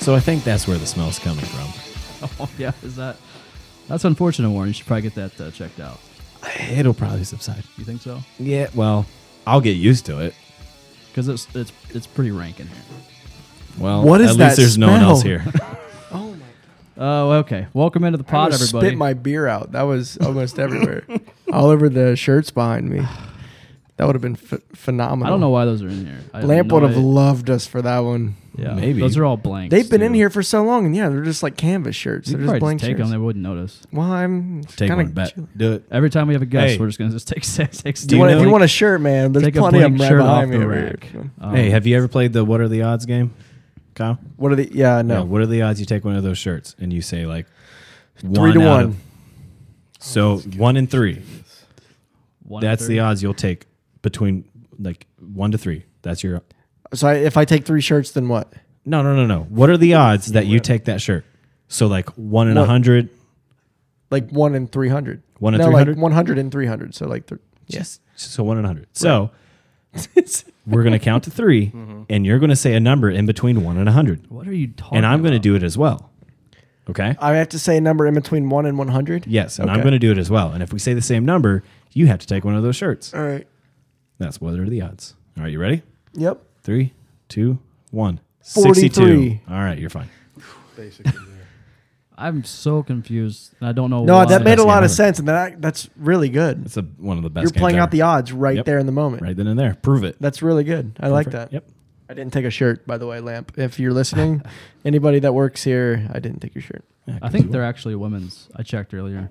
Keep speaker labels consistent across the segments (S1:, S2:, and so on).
S1: So I think that's where the smell's coming from.
S2: Oh, yeah, is that? That's unfortunate, Warren. You should probably get that uh, checked out.
S1: It'll probably subside.
S2: You think so?
S1: Yeah, well, I'll get used to it.
S2: Because it's it's it's pretty rank in here.
S1: Well,
S3: What is
S1: at
S3: that
S1: least there's no one else
S3: smell?
S1: here.
S3: Oh my!
S2: Oh, okay. Welcome into the
S3: I
S2: pod,
S3: almost
S2: everybody.
S3: spit my beer out. That was almost everywhere, all over the shirts behind me. That would have been ph phenomenal.
S2: I don't know why those are in here. I
S3: Lamp
S2: no
S3: would have
S2: idea.
S3: loved us for that one.
S2: yeah,
S1: Maybe.
S2: those are all blanks.
S3: They've been in
S2: dude.
S3: here for so long, and yeah, they're just like canvas shirts.
S2: You
S3: They're
S2: could
S3: just
S2: probably
S3: blank
S2: just take
S3: shirts.
S2: them. They wouldn't notice.
S3: Well, I'm
S1: Take
S3: kinda
S1: one bet.
S3: chilling.
S1: Do it.
S2: Every time we have a guest,
S1: Hey.
S2: we're just gonna just take six. take six
S3: Do you
S1: you
S3: want,
S1: know,
S3: if you
S1: like,
S3: want a shirt, man, there's
S2: take a
S3: plenty of
S2: blank
S3: them right
S2: shirt off
S3: behind me.
S2: the
S3: over
S2: rack.
S3: here.
S2: Um,
S1: hey, have you ever played the What Are the Odds game, Kyle?
S3: What are the? Yeah,
S1: Yeah,
S3: no.
S1: what are the odds you take one of those shirts and you say like
S3: Three to
S1: out
S3: one.
S1: of- so one in three.
S2: one in
S1: That's
S2: thirty.
S1: the odds you'll take between like one to three. That's your
S3: so I, if I take three shirts, then what?
S1: no no no no. What are the odds that you take that shirt? So like one in a
S3: What?
S1: hundred.
S3: Like one in three hundred.
S1: One in
S3: no,
S1: 300?
S3: like one hundred and three hundred. So like, th- yeah.
S1: Yes. So one in a hundred. So we're gonna count to 3
S3: Mm-hmm.
S1: and you're gonna say a number in between one and a hundred,
S2: What are you talking?
S1: and I'm gonna
S2: about?
S1: do it as well. Okay.
S3: I have to say a number in between one and one hundred.
S1: Yes, and I'm
S3: Uh, Okay.
S1: going to do it as well. And if we say the same number, you have to take one of those shirts.
S3: All right.
S1: That's what are the odds? All right, you ready?
S3: Yep.
S1: Three, two, one.
S3: 43.
S1: 62. All right, you're fine.
S2: I'm so confused, and I don't know.
S3: No,
S2: why.
S3: that made a
S1: game
S3: lot
S1: ever.
S3: of sense, and that that's really good.
S1: It's a, one of the best.
S3: You're
S1: games
S3: playing out
S1: ever.
S3: the odds right
S1: Yep.
S3: there in the moment.
S1: right then and there. Prove it.
S3: That's really good. I like
S1: Prove it.
S3: that.
S1: Yep.
S3: I didn't take a shirt, by the way, Lamp. If you're listening, anybody that works here, I didn't take your shirt.
S1: Yeah,
S2: I
S1: 'cause
S2: think
S1: you-
S2: they're actually women's. I checked earlier.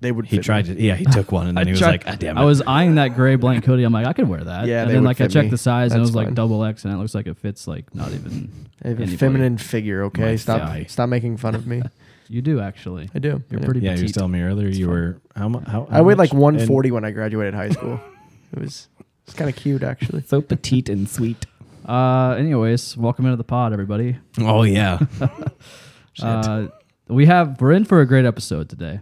S3: They would.
S1: He
S3: fit
S1: tried
S3: me.
S1: to. Yeah, he took one, and then
S2: I
S1: he was
S2: tried-
S1: like, "God damn it!"
S2: I was eyeing that gray blank hoodie. I'm like, I could wear that.
S3: Yeah,
S2: and
S3: they
S2: then
S3: would
S2: like I
S3: fit
S2: checked
S3: me.
S2: the size and it
S3: That's
S2: was like
S3: fine.
S2: double X, and it looks like it fits like not even.
S3: I have a
S2: anybody.
S3: feminine figure. Okay,
S1: My
S3: stop.
S1: guy.
S3: Stop making fun of me.
S2: You do actually.
S3: I do.
S2: You're
S3: Yeah.
S2: pretty
S1: Yeah, you were
S2: petite.
S1: telling me earlier you were how much? How,
S3: I
S1: how
S3: weighed like
S1: much?
S3: 140 when I graduated high school. it was it's kind of cute actually.
S1: And so petite and sweet.
S2: Uh, anyways, welcome into the pod, everybody.
S1: Oh yeah. Shit.
S2: Uh, we have we're in for a great episode today.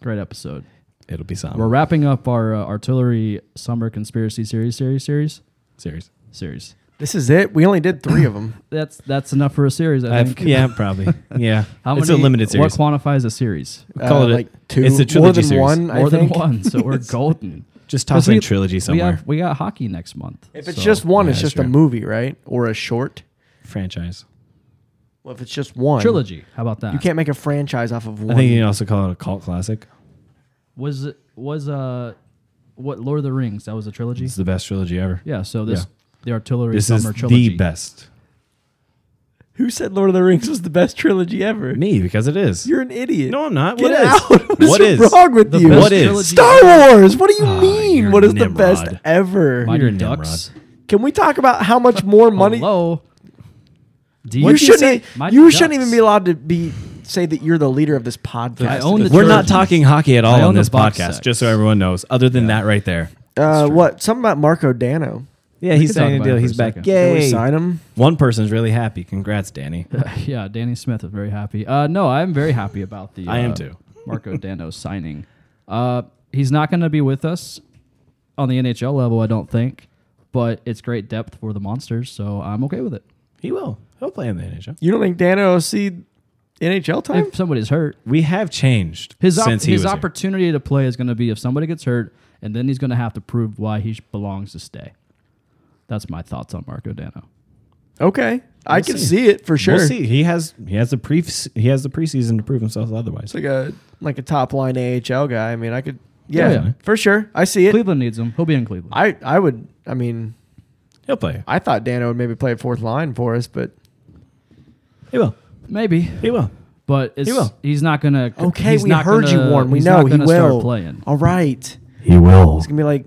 S2: Great episode.
S1: It'll be something.
S2: We're wrapping up our uh, artillery summer conspiracy series series series
S1: Serious.
S2: series.
S3: This is it. We only did three of them.
S2: That's that's enough for a series. I
S1: I've,
S2: think.
S1: yeah, probably. Yeah.
S2: How
S1: it's
S2: many,
S1: a limited series.
S2: What quantifies a series?
S1: We call it a-
S3: Uh, like two.
S1: it's a
S3: more
S1: trilogy
S3: than
S1: series.
S3: one. I
S2: More than
S3: think.
S2: one, so we're golden.
S1: Just
S2: 'Cause
S1: toss in
S2: we-
S1: trilogy
S2: We
S1: somewhere.
S2: got, we got hockey next month.
S3: If it's
S2: so-
S3: just one,
S1: yeah,
S3: it's
S1: that's
S3: just a
S1: true.
S3: movie, right? Or a short.
S1: franchise.
S3: Well, if it's just one
S2: trilogy, how about that?
S3: you can't make a franchise off of one.
S1: I think you can also call it a cult classic.
S2: Was it was uh what Lord of the Rings? That was a trilogy.
S1: It's the best trilogy ever.
S2: Yeah. So this
S1: Yeah.
S2: the artillery
S1: This is
S2: summer trilogy.
S1: the best.
S3: Who said Lord of the Rings was the best trilogy ever?
S1: Me, because it is.
S3: You're an idiot.
S1: no, I'm not.
S3: Get
S1: What is?
S3: out. What is
S1: What is?
S3: wrong with
S2: The
S3: you?
S2: best
S1: What is?
S2: trilogy
S3: Star Wars. What do you
S1: Ah,
S3: mean?
S1: you're
S3: What is the
S1: Nimrod.
S3: best ever?
S2: Mighty
S1: You're a
S2: Ducks.
S3: Can we talk about how much more money?
S2: Hello. Do
S3: You shouldn't. e-
S2: Mighty
S3: you shouldn't
S2: Ducks.
S3: even be allowed to be say that you're the leader of this podcast. uh,
S2: I own the
S1: We're not
S2: trilogies.
S1: talking hockey at
S2: I
S1: all
S2: own
S1: on
S2: the
S1: this podcast,
S2: box sets.
S1: just so everyone knows. Other than that, right there.
S3: uh, what? Something about Marco Dano.
S1: Yeah,
S2: We
S1: he's
S2: could talk
S1: signing a
S2: about
S1: deal.
S2: it for
S1: He's
S2: a
S1: back.
S2: second.
S3: Can we
S1: Yay!
S3: sign him?
S1: One person's really happy. Congrats, Danny.
S2: yeah, Danny Smith is very happy. Uh, no, I'm very happy about the.
S1: I am
S2: uh,
S1: too.
S2: Marco Dano signing. Uh, he's not going to be with us on the NHL level, I don't think. But it's great depth for the monsters, so I'm okay with it.
S1: He will. He'll play in the NHL.
S3: You don't think Dano will see NHL time?
S2: If somebody's hurt,
S1: We have changed
S2: his op-
S1: since he
S2: his
S1: was here.
S2: opportunity to play is going to be if somebody gets hurt, and then he's going to have to prove why he sh- belongs to stay. That's my thoughts on Marco Dano.
S3: okay, I
S1: We'll
S3: can
S1: see.
S3: see. it for sure.
S1: We'll see. He has he has the pre he has the preseason to prove himself otherwise.
S3: It's like a like a top line AHL guy. I mean, I could. Yeah,
S1: Yeah.
S3: for sure. I see it.
S2: Cleveland needs him. He'll be in Cleveland.
S3: I I would. I mean,
S1: He'll play.
S3: I thought Dano would maybe play fourth line for us, but
S1: He will.
S2: Maybe,
S1: He will.
S2: but it's,
S1: He will.
S2: he's not going to.
S3: okay,
S2: he's
S3: we
S2: not
S3: heard
S2: gonna-
S3: you, Warren. We
S2: he's
S3: know
S2: not
S3: he
S2: gonna
S3: will
S2: start playing.
S3: All right.
S1: He will.
S3: It's gonna be like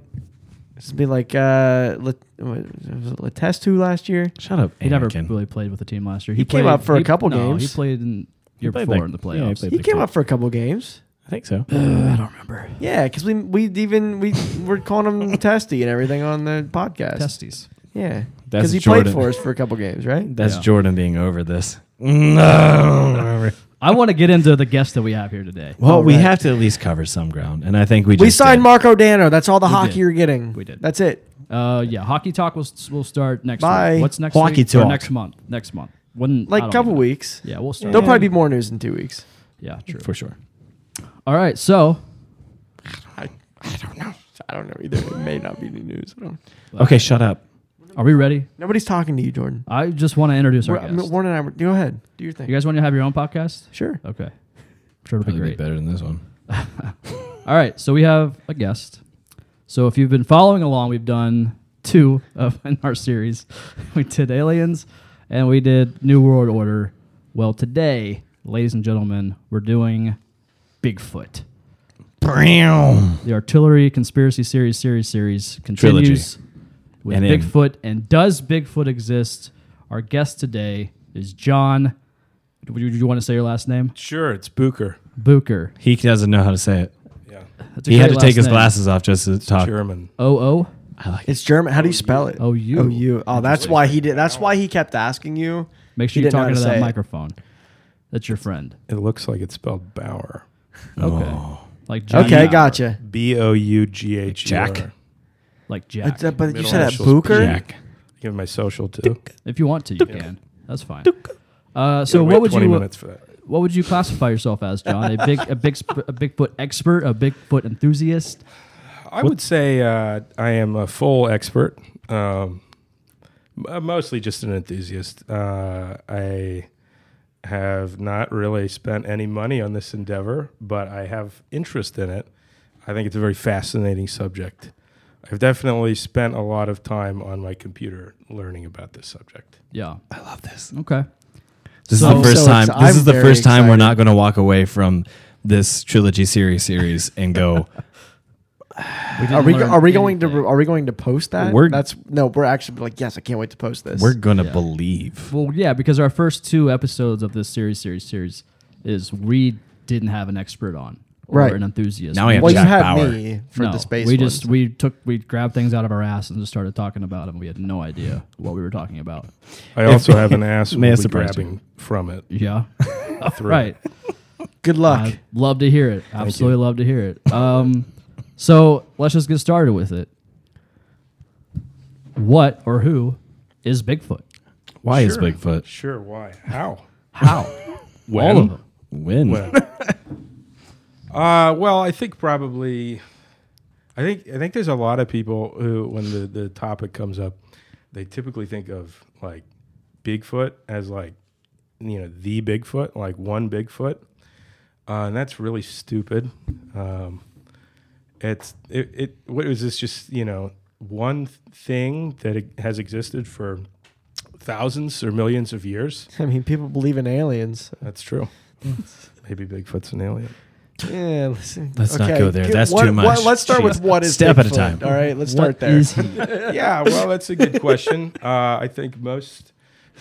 S3: it's gonna be like uh Lat- was it Letestu last year.
S1: Shut up,
S2: He never
S1: Anakin.
S2: really played with the team last year.
S3: He came
S2: played-
S3: up for a
S2: he-
S3: couple
S2: no,
S3: games.
S2: He played in year
S1: played like-
S2: before in the
S1: yeah, he
S2: playoffs.
S1: played
S3: He
S1: Big
S3: came
S1: time.
S3: up for a couple games.
S1: I think so.
S2: I don't remember.
S3: Yeah, because we we even we were calling him Testy and everything on the podcast.
S2: Testes.
S3: Yeah,
S1: That's
S3: because he
S1: Jordan.
S3: played for us for a couple games, right?
S1: That's
S2: Yeah.
S1: Jordan being over this. No.
S2: I want to get into the guest that we have here today.
S1: Well, we
S3: Alright.
S1: have to at least cover some ground, and I think we just
S3: We signed
S1: did.
S3: Marco Dano. That's all the
S2: We
S3: hockey
S2: did.
S3: you're getting.
S2: We did.
S3: That's it.
S2: Uh, yeah, hockey talk will will start next.
S3: Bye.
S2: Week. What's next?
S1: Hockey
S2: week? Or
S1: talk.
S2: next month. Next month. When
S3: Like
S2: I
S3: a
S2: don't
S3: couple
S2: even know.
S3: weeks.
S2: Yeah, we'll start.
S3: There'll probably be more news in two weeks.
S2: Yeah, true.
S1: for sure.
S2: All right, so
S3: I, I don't know. I don't know either. It may not be new news. I don't.
S1: Okay, shut up.
S2: are we ready?
S3: Nobody's talking to you, Jordan.
S2: I just want to introduce our
S3: We're-
S2: guest.
S3: Warren and I. were- Go ahead. Do your thing.
S2: You guys want to have your own podcast?
S3: sure.
S2: Okay, sure, it'll be
S4: Probably
S2: great.
S4: better than this one.
S2: All right, so we have a guest. So if you've been following along, we've done two of in our series. We did aliens, and we did New World Order. Well, today, ladies and gentlemen, we're doing Bigfoot. The Artillery Conspiracy Series series series continues with
S1: And in.
S2: Bigfoot. And does Bigfoot exist? Our guest today is John. Do you, do you want to say your last name?
S5: Sure, it's Bucher.
S2: Booker.
S1: He doesn't know how to say it.
S5: Yeah,
S2: That's a
S1: He had
S2: great
S1: to take
S2: last
S1: his
S2: name.
S1: glasses off just to talk.
S5: German.
S2: Oh, oh.
S3: It's German. How do you spell it?
S2: Oh, you.
S3: Oh, you. Oh, that's why he did. That's why he kept asking you.
S2: Make
S3: He
S2: sure you're
S3: didn't know
S2: talking
S3: how
S2: to
S3: to
S2: that
S3: say it.
S2: microphone. That's your friend.
S5: It looks like it's spelled Bauer.
S2: Okay.
S1: Oh,
S2: Like Johnny
S3: Okay,
S2: Bauer.
S3: gotcha.
S5: B o u g h E R.
S1: Jack.
S2: Like
S3: But,
S2: Jack.
S3: that- uh, but you
S5: Middle
S3: said that
S5: initials,
S3: Booker.
S1: Jack.
S5: Give my social too.
S2: if you want to, you can. That's fine. Uh, so
S5: Gotta
S2: what
S5: wait
S2: would
S5: 20
S2: you
S5: minutes for that?
S2: what would you classify yourself as, John? A big a big sp- a Bigfoot expert, a Bigfoot enthusiast?
S5: I would say uh, I am a full expert. Um, m- mostly just an enthusiast. Uh, I have not really spent any money on this endeavor, but I have interest in it. I think it's a very fascinating subject. I've definitely spent a lot of time on my computer learning about this subject.
S2: Yeah.
S1: I love this.
S2: Okay.
S1: This
S2: So-
S1: is the first
S3: so
S1: time.
S3: it's-
S1: This
S3: I'm
S1: is the
S3: very
S1: first time we're
S3: excited.
S1: not going to walk away from this trilogy series series and go.
S3: Are
S2: didn't
S3: we? go-
S2: learn
S3: Are we going
S2: anything.
S3: to? Are we going to post that?
S1: We're-
S3: that's no. We're actually like yes. I can't wait to post this.
S1: We're going to
S2: Yeah.
S1: believe.
S2: Well, yeah, because our first two episodes of this series, series, series is we didn't have an expert on or
S3: Right.
S2: an enthusiast.
S1: Now we have
S3: well,
S1: Jack
S3: you had
S1: Bauer.
S3: me for
S2: No,
S3: the space.
S2: We just
S3: ones.
S2: we took we grabbed things out of our ass and just started talking about them. We had no idea what we were talking about.
S5: I also have an ass
S1: May
S5: we'll
S1: have
S5: be
S1: surprised
S5: grabbing from it.
S2: Yeah.
S5: through it.
S2: right.
S3: good luck.
S2: I love to hear it. Absolutely love to hear it. Um, so let's just get started with it. What or who is Bigfoot?
S1: Why is
S5: Sure.
S1: Bigfoot?
S5: Sure. Why? How?
S2: How? All of them.
S1: When?
S5: When? uh, well, I think probably, I think I think there's a lot of people who, when the the topic comes up, they typically think of like Bigfoot as like you know the Bigfoot, like one Bigfoot, uh, and that's really stupid. Um, it's it, it what is this just you know one thing that it has existed for thousands or millions of years
S3: I mean, people believe in aliens.
S5: that's true maybe bigfoot's an alien
S3: Yeah, listen.
S1: Let's not
S3: okay,
S1: go there.
S3: get-
S1: That's
S3: what-
S1: too much.
S3: What, let's start with
S1: Jeez.
S3: what is
S1: Step at a
S3: Bigfoot,
S1: time.
S3: All right, let's start
S2: What
S3: there.
S2: is he?
S5: yeah, well, that's a good question. Uh, I think most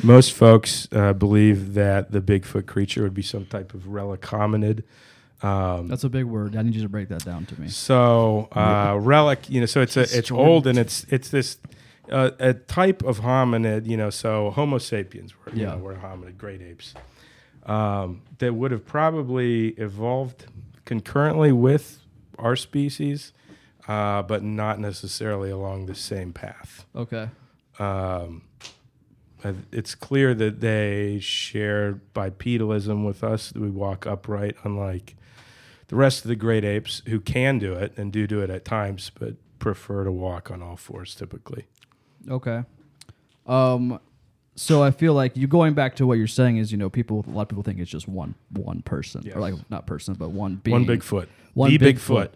S5: most folks uh, believe that the Bigfoot creature would be some type of relic hominid. Um,
S2: That's a big word. I need you to break that down to me.
S5: so uh, relic, you know, so it's a, it's old and it's it's this uh, a type of hominid, you know. So Homo sapiens, were, you
S2: Yeah.
S5: know, were hominid, great apes um, that would have probably evolved concurrently with our species, uh, but not necessarily along the same path
S2: Okay.
S5: um, uh, it's clear that they share bipedalism with us. We walk upright, unlike the rest of the great apes who can do it and do do it at times, but prefer to walk on all fours typically.
S2: Okay. Um, so I feel like you going back to what you're saying is you know people a lot of people think it's just one one person
S5: Yes.
S2: or like not person but one being
S5: One Bigfoot.
S2: One
S5: the
S2: Bigfoot.
S5: Bigfoot.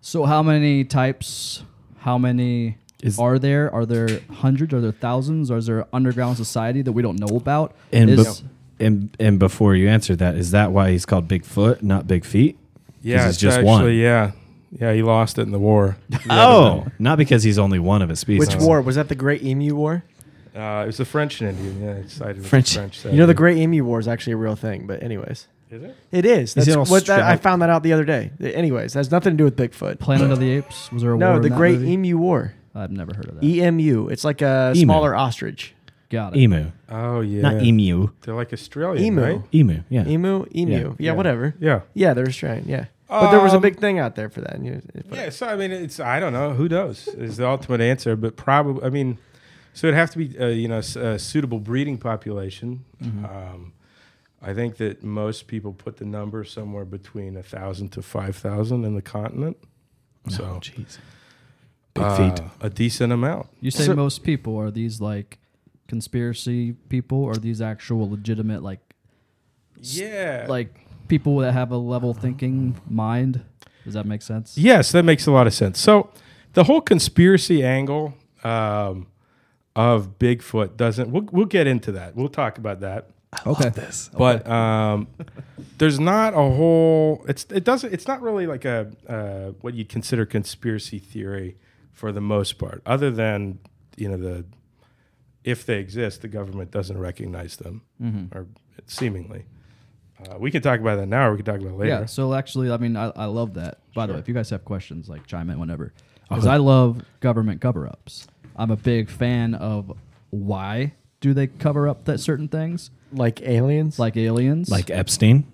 S2: So how many types? How many
S1: Is-
S2: are there? Are there hundreds? Are there thousands? Or is there underground society that we don't know about?
S1: And,
S2: Is-
S1: bef- and and before you answer that, is that why he's called Bigfoot, not Big Feet? 'Cause
S5: Yeah,
S1: it's just
S5: actually,
S1: one.
S5: Yeah. Yeah, he lost it in the war.
S1: Oh, not because he's only one of his species.
S3: Which war was that? The Great Emu War.
S5: Uh, it was the French and Indian. Yeah, it's sided with the
S1: French.
S5: French
S3: You know, the
S5: side.
S3: Great Emu War is actually a real thing. But anyways,
S5: Is it?
S3: it is.
S1: Is
S3: That's
S1: it all
S3: what that, I
S1: striped?
S3: found that out the other day. Anyways, has nothing to do with Bigfoot.
S2: Planet of the Apes? Was there a war
S3: no,
S2: in
S3: the
S2: that
S3: Great
S2: movie?
S3: Emu War.
S2: I've never heard of that.
S3: EMU. It's like a
S1: Uh, Emu.
S3: smaller ostrich.
S2: Got it.
S1: Emu,
S5: Oh, yeah.
S1: not emu.
S5: They're like Australian,
S3: Emu.
S5: right?
S1: Emu, yeah.
S3: Emu, emu. Yeah,
S5: Yeah.
S3: whatever.
S5: Yeah.
S3: Yeah, they're Australian. Yeah, but there was a
S5: Um,
S3: big thing out there for that. and you- but-
S5: Yeah, so I mean, it's I don't know who knows is the ultimate answer, but probably I mean, So it'd have to be, uh, you know, s- a suitable breeding population. Um, I think that most people put the number somewhere between a thousand to five thousand in the continent. So
S1: jeez. Oh, Big
S5: uh,
S1: feet.
S5: a decent amount.
S2: You say
S3: So-
S2: most people are these like conspiracy people or these actual legitimate like
S5: Yeah.
S2: like people that have a level thinking mind? Does that make sense?
S5: Yes, that makes a lot of sense. So the whole conspiracy angle um, of Bigfoot doesn't. We'll, we'll get into that. We'll talk about that.
S2: okay.
S1: This.
S5: But um, there's not a whole. It's it doesn't. It's not really like a uh, what you'd consider conspiracy theory for the most part, other than you know the if they exist, the government doesn't recognize them, or seemingly. Uh, we can talk about that now, or we can talk about it later.
S2: Yeah. So actually, I mean, I, I love that. By the way, if you guys have questions, like chime in whenever, because I love government cover-ups. I'm a big fan of why do they cover up that certain things
S3: Like aliens?
S2: like aliens,
S1: Like Epstein.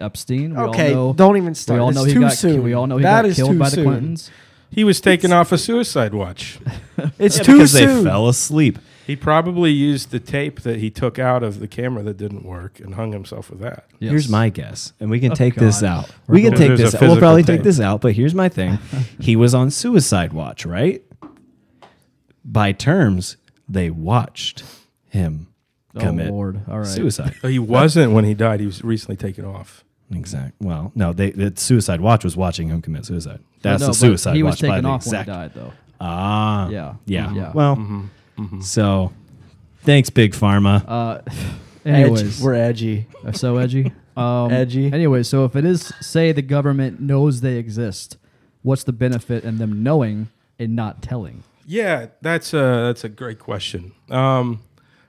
S2: Epstein. We
S3: okay,
S2: all know,
S3: don't even start.
S2: We all
S3: It's
S2: know he
S3: too
S2: got.
S3: soon.
S2: We all know he
S3: That
S2: got
S3: is
S2: killed
S3: too
S2: by the
S3: soon.
S2: Clintons.
S5: He was taken off a suicide watch.
S3: It's
S1: Yeah,
S3: too
S1: because they
S3: soon.
S1: fell asleep.
S5: He probably used the tape that he took out of the camera that didn't work and hung himself with that.
S2: Yes. Oh,
S1: Here's my guess, and we can take this
S2: God.
S1: out. we can
S5: going-
S1: take
S5: There's a
S1: this. Out. We'll probably
S5: physical
S1: take this out. But here's my thing: he was on suicide watch, right? By terms, they watched him
S2: Oh,
S1: commit
S2: Lord. All right.
S1: suicide.
S5: He wasn't when he died. He was recently taken off.
S1: exact. Well, no, they the suicide watch was watching him commit suicide. That's
S2: No,
S1: the
S2: but
S1: suicide
S2: He was
S1: watch by
S2: taken
S1: the
S2: off
S1: exact.
S2: when he died, though.
S1: Ah,
S2: Yeah. Mm-hmm.
S1: yeah.
S2: Yeah. Mm-hmm.
S1: Well, so thanks, Big Pharma.
S2: Uh,
S3: Edgy.
S2: anyways,
S3: We're edgy.
S2: Uh, so edgy. Um,
S3: Edgy.
S2: Anyway, so if it is, say the government knows they exist, what's the benefit in them knowing and not telling?
S5: Yeah, that's a that's a great question. Um,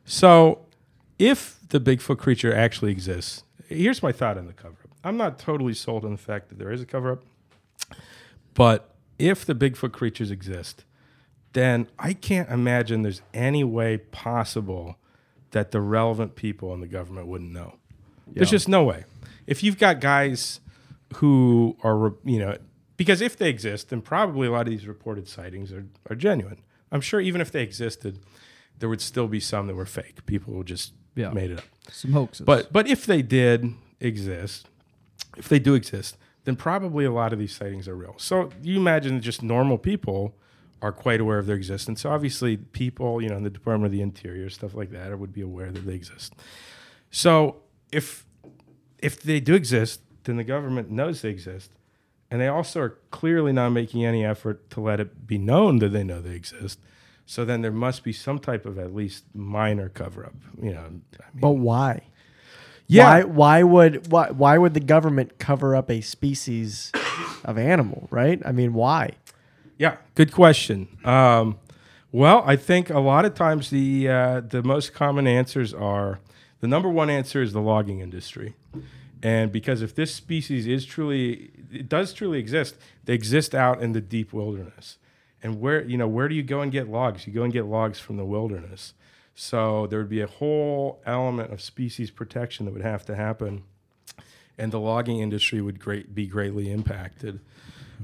S5: so, if the Bigfoot creature actually exists, here's my thought on the cover up. I'm not totally sold on the fact that there is a cover up, but if the Bigfoot creatures exist, then I can't imagine there's any way possible that the relevant people in the government wouldn't know. There's just no way. If you've got guys who are, re- you know, because if they exist, then probably a lot of these reported sightings are, are genuine. I'm sure even if they existed, there would still be some that were fake. People who just
S2: Yeah.
S5: made it up.
S2: Some hoaxes.
S5: But but if they did exist, if they do exist, then probably a lot of these sightings are real. So you imagine that just normal people are quite aware of their existence. Obviously, people you know in the Department of the Interior, stuff like that, would be aware that they exist. So if if they do exist, then the government knows they exist, and they also are clearly not making any effort to let it be known that they know they exist. So then there must be some type of at least minor cover up. You know, I mean,
S3: But why?
S5: yeah,
S3: Why, why would why, why would the government cover up a species of animal, right? I mean, why?
S5: yeah. Good question. Um, well, I think a lot of times the uh, the most common answers are the number one answer is the logging industry, and because if this species is truly it does truly exist, they exist out in the deep wilderness, and where you know where do you go and get logs? You go and get logs from the wilderness. So there would be a whole element of species protection that would have to happen. and the logging industry would great, be greatly impacted.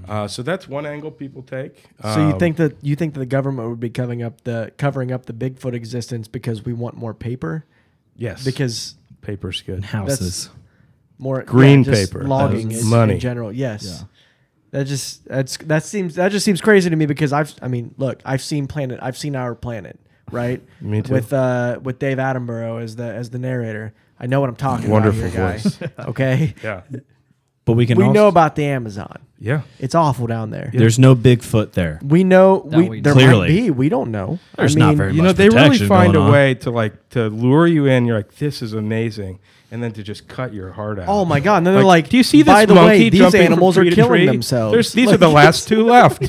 S5: Uh, so that's one angle people take.
S3: so you
S5: Um,
S3: think that you think that the government would be covering up the covering up the Bigfoot existence because we want more paper?
S5: yes?
S3: Because
S5: paper's good.
S1: Houses.
S3: more
S5: Green
S3: just
S5: paper.
S3: logging
S5: That's
S3: is
S5: money.
S3: in general. Yes,
S2: Yeah.
S3: that just that's that seems that just seems crazy to me because I've I mean look I've seen planet I've seen our planet right
S5: Me too.
S3: with uh with Dave Attenborough as the as the narrator. I know what I'm talking
S5: Wonderful
S3: about,
S5: voice.
S3: here, guy. okay,
S5: Yeah,
S1: But we can.
S3: we
S1: also,
S3: know about the Amazon.
S5: yeah.
S3: It's awful down there.
S1: There's no Bigfoot there.
S3: We know
S2: That
S3: we,
S2: we
S3: there
S1: know.
S3: might
S1: Clearly.
S3: be. We don't know.
S1: There's
S3: I mean,
S1: not very
S5: You
S1: much
S5: know, they really
S1: protection
S5: find a
S1: going on.
S5: way to like to lure you in. You're like, this is amazing, and then to just cut your heart out.
S3: Oh my god! And then they're like,
S5: do you see this
S3: By the
S5: monkey
S3: way, these
S5: jumping from
S3: animals are
S5: tree to
S3: killing
S5: tree?
S3: themselves.
S5: There's, these are the last two left.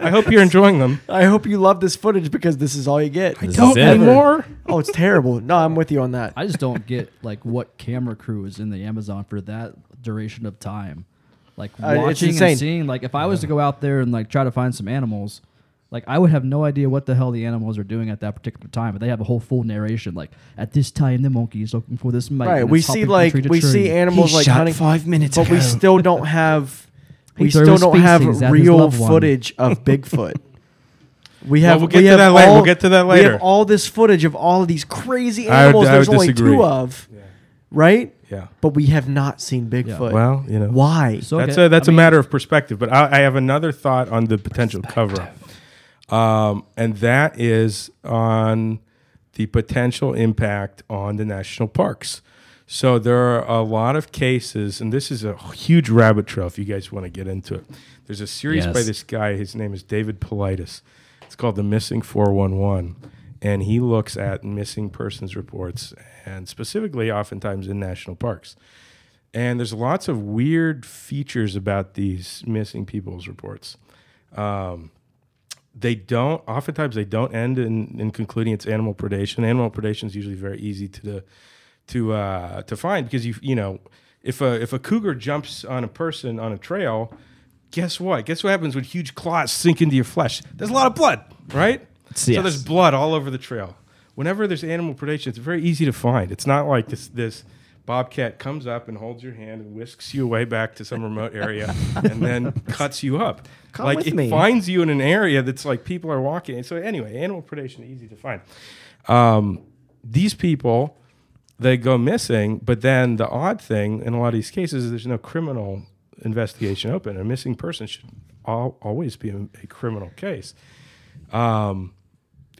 S5: I hope you're enjoying them.
S3: I hope you love this footage because this is all you get.
S1: This don't is it.
S5: need more.
S3: Oh, it's terrible. No, I'm with you on that.
S2: I just don't get like what camera crew is in the Amazon for that duration of time. Like
S3: Uh, it's
S2: watching
S3: insane.
S2: and seeing. Like if I was to go out there and like try to find some animals, like I would have no idea what the hell the animals are doing at that particular time. But they have a whole full narration. Like at this time, the monkey is looking for this mate.
S3: right.
S2: and
S3: We
S2: it's
S3: see
S2: hopping from
S3: like
S2: tree to
S3: we
S2: tree.
S3: see animals
S1: He
S3: like
S1: shot
S3: hunting
S1: five minutes
S3: but we
S1: ago.
S3: still don't have
S2: He
S3: we
S2: threw
S3: still
S2: a
S3: don't have
S2: species at his
S3: real
S2: loved one.
S3: footage of Bigfoot. We
S5: Well,
S3: have.
S5: we'll get
S3: we
S5: to
S3: have
S5: that later.
S3: all-
S5: We'll get to that
S3: We
S5: later.
S3: have all this footage of all of these crazy
S5: I would-
S3: animals.
S5: I
S3: There's
S5: would
S3: only
S5: disagree.
S3: two of,
S5: Yeah.
S3: right?
S5: Yeah.
S3: But we have not seen Bigfoot.
S5: Well, you know.
S3: Why?
S2: So
S5: That's
S2: okay,
S5: a that's
S2: I
S5: a
S2: mean-
S5: matter of perspective. But I, I have another thought on the potential cover up, um, and that is on the potential impact on the national parks. So there are a lot of cases, and this is a huge rabbit trail. If you guys want to get into it, there's a series by
S1: Yes.
S5: this guy. His name is David Politis. It's called The Missing 411, and he looks at missing persons reports, and specifically, oftentimes in national parks. And there's lots of weird features about these missing people's reports. Um, they don't, oftentimes, they don't end in, in concluding it's animal predation. Animal predation is usually very easy to the, to uh, to find because you you know if a if a cougar jumps on a person on a trail, guess what? Guess what happens when huge claws sink into your flesh? There's a lot of blood, right? So
S1: Yes.
S5: there's blood all over the trail. Whenever there's animal predation, it's very easy to find. It's not like this this bobcat comes up and holds your hand and whisks you away back to some remote area and then cuts you up.
S3: Come
S5: like
S3: with
S5: it
S3: me.
S5: finds you in an area that's like people are walking. So anyway, animal predation easy to find. Um, these people they go missing, but then the odd thing in a lot of these cases is there's no criminal investigation open. A missing person should al- always be a, a criminal case. Um,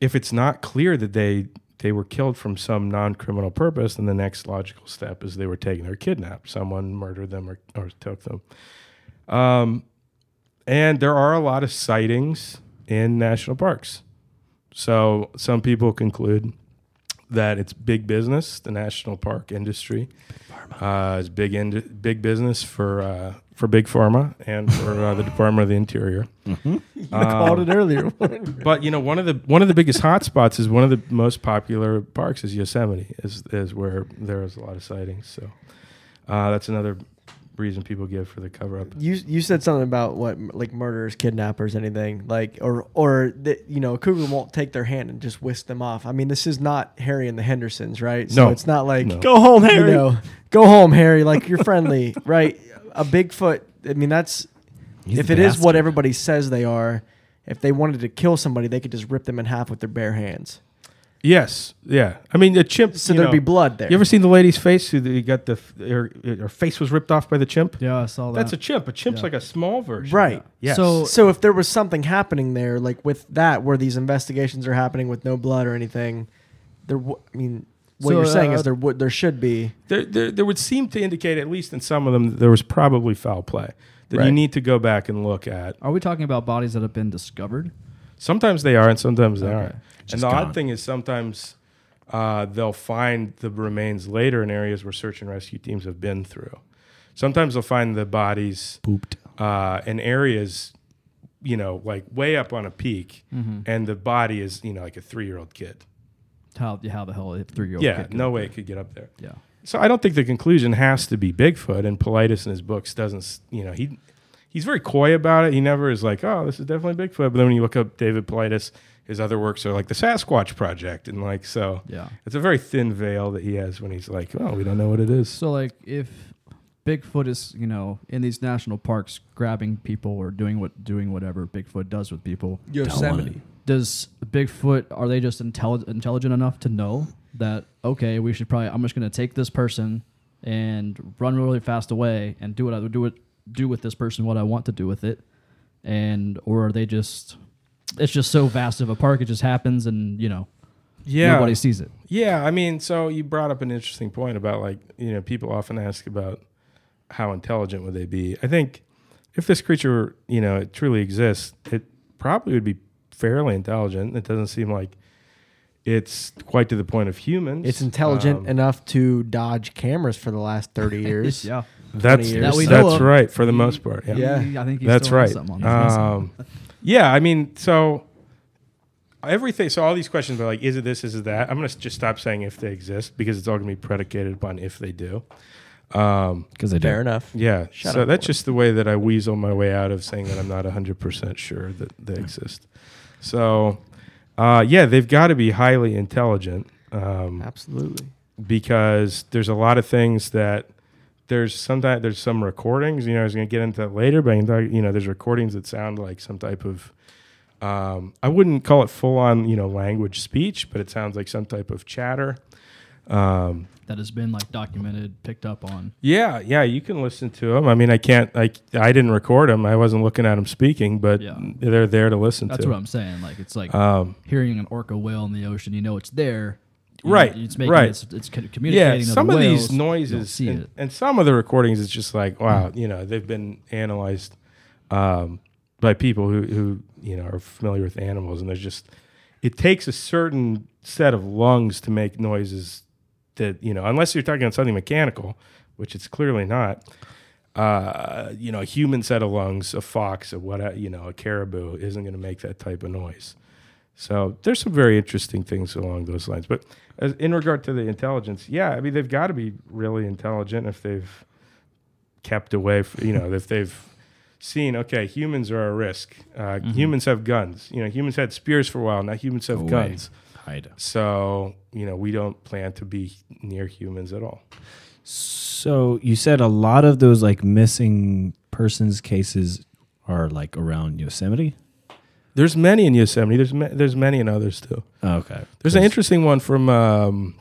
S5: if it's not clear that they they were killed from some non-criminal purpose, then the next logical step is they were taken or kidnapped. Someone murdered them or, or took them. Um, and there are a lot of sightings in national parks. So some people conclude that it's big business, the national park industry. Uh, is big ind- big business for uh, for big pharma and for uh, the Department of the Interior.
S3: Mm. I called
S5: um,
S3: it earlier.
S5: But you know, one of the one of the biggest hotspots is one of the most popular parks is Yosemite, is is where there is a lot of sightings. So uh, that's another reason people give for the cover up.
S3: you you said something about what m- like murderers, kidnappers, anything like or or that you know a cougar won't take their hand and just whisk them off. I mean, this is not Harry and the Hendersons, right? So
S5: No.
S3: it's not like
S5: No.
S1: Go home,
S3: you
S1: Harry.
S3: know, go home, Harry. Like you're friendly, right? A Bigfoot. I mean, that's
S1: He's
S3: if
S1: a
S3: it is what
S1: bastard.
S3: everybody says they are. If they wanted to kill somebody, they could just rip them in half with their bare hands.
S5: Yes, yeah. I mean, the chimp.
S3: So
S5: you
S3: there'd
S5: know-
S3: be blood there.
S5: You ever seen the lady's face who the- got the f- her, her face was ripped off by the chimp?
S2: yeah, I saw that.
S5: That's a chimp. A chimp's
S2: Yeah.
S5: like a small version.
S3: right?
S5: Yes.
S2: So-
S3: So if there was something happening there, like with that, where these investigations are happening with no blood or anything, there. W- I mean, what
S2: So,
S3: you're saying
S2: uh,
S3: is there would there should be.
S5: there, there, there would seem to indicate, at least in some of them, that there was probably foul play that you
S3: Right.
S5: need to go back and look at.
S2: Are we talking about bodies that have been discovered?
S5: Sometimes they are, and sometimes they
S2: Okay.
S5: aren't. and
S1: Just
S5: the
S1: gone.
S5: odd thing is sometimes uh, they'll find the remains later in areas where search and rescue teams have been through. Sometimes they'll find the bodies
S1: Pooped.
S5: uh, in areas, you know, like way up on a peak, and the body is, you know, like a three-year-old kid.
S2: How how the hell a three year old?
S5: yeah, no way it could get up there.
S2: Yeah.
S5: So I don't think the conclusion has to be Bigfoot. And Politis in his books doesn't, s- you know, he he's very coy about it. He never is like, oh, this is definitely Bigfoot. But then when you look up David Politis, his other works are like the Sasquatch Project, and like so,
S2: Yeah.
S5: it's a very thin veil that he has when he's like, oh, we don't know what it is.
S2: So like if Bigfoot is you know in these national parks grabbing people or doing what doing whatever Bigfoot does with people,
S1: Yosemite.
S2: does Bigfoot are they just intelli- intelligent enough to know that okay we should probably I'm just gonna take this person and run really fast away and do what I would do it do with this person what I want to do with it and or are they just it's just so vast of a park it just happens and you know nobody sees it
S5: Yeah, I mean, so you brought up an interesting point about like, you know, people often ask about how intelligent would they be. I think if this creature, you know, it truly exists, it probably would be fairly intelligent. It doesn't seem like it's quite to the point of humans.
S3: It's intelligent
S5: Um,
S3: enough to dodge cameras for the last thirty years.
S2: yeah
S3: 20
S5: that's
S3: years.
S2: That we know
S5: that's
S2: of.
S5: right for the most part. Yeah.
S2: He- I think he's
S5: That's
S2: still on
S5: right.
S2: something on this.
S5: Um, yeah, I mean, so everything. So all these questions about like, is it this? Is it that? I'm gonna s- just stop saying if they exist because it's all gonna be predicated upon if they do. Um,
S1: Because I
S3: Fair
S1: did.
S3: enough.
S5: yeah.
S3: Shut
S5: so
S3: up,
S5: that's
S3: Lord.
S5: just the way that I weasel my way out of saying that I'm not 100 percent sure that they exist. So, uh, yeah, they've got to be highly intelligent. Um,
S3: Absolutely.
S5: because there's a lot of things that there's sometimes there's some recordings. You know, I was going to get into that later, but I can talk- you know, there's recordings that sound like some type of Um, I wouldn't call it full on, you know, language speech, but it sounds like some type of chatter. Um,
S2: that has been like documented, picked up on.
S5: yeah, yeah, you can listen to them. I mean, I can't. I I didn't record them. I wasn't looking at them speaking, but
S2: Yeah.
S5: they're there to listen
S2: That's
S5: to.
S2: what I'm saying. Like it's like
S5: um,
S2: hearing an orca whale in the ocean. You know it's there. You know,
S5: Right,
S2: It's making
S5: right.
S2: It's, it's co-
S5: yeah,
S2: communicating. to
S5: some
S2: the
S5: of
S2: whales.
S5: these
S2: You don't
S5: noises
S2: see
S5: and,
S2: it. Mm.
S5: and some of the recordings, it's just like wow, you know, they've been analyzed um, by people who who you know are familiar with animals, and there's just it takes a certain set of lungs to make noises that you know, unless you're talking about something mechanical, which it's clearly not. Uh, you know, a human set of lungs, a fox, a what, you know, a caribou isn't going to make that type of noise. So there's some very interesting things along those lines. But as, in regard to the intelligence, yeah, I mean they've got to be really intelligent if they've kept away, f you know, if they've seen okay, humans are a risk. Uh, Humans have guns. You know, humans had spears for a while. Now humans have
S1: Away.
S5: guns.
S1: Hide.
S5: So you know, we don't plan to be near humans at all.
S1: So you said a lot of those like missing persons cases are like around Yosemite.
S5: There's many in Yosemite. There's ma- there's many in others too.
S2: Oh,
S1: Okay.
S5: There's an interesting one from um,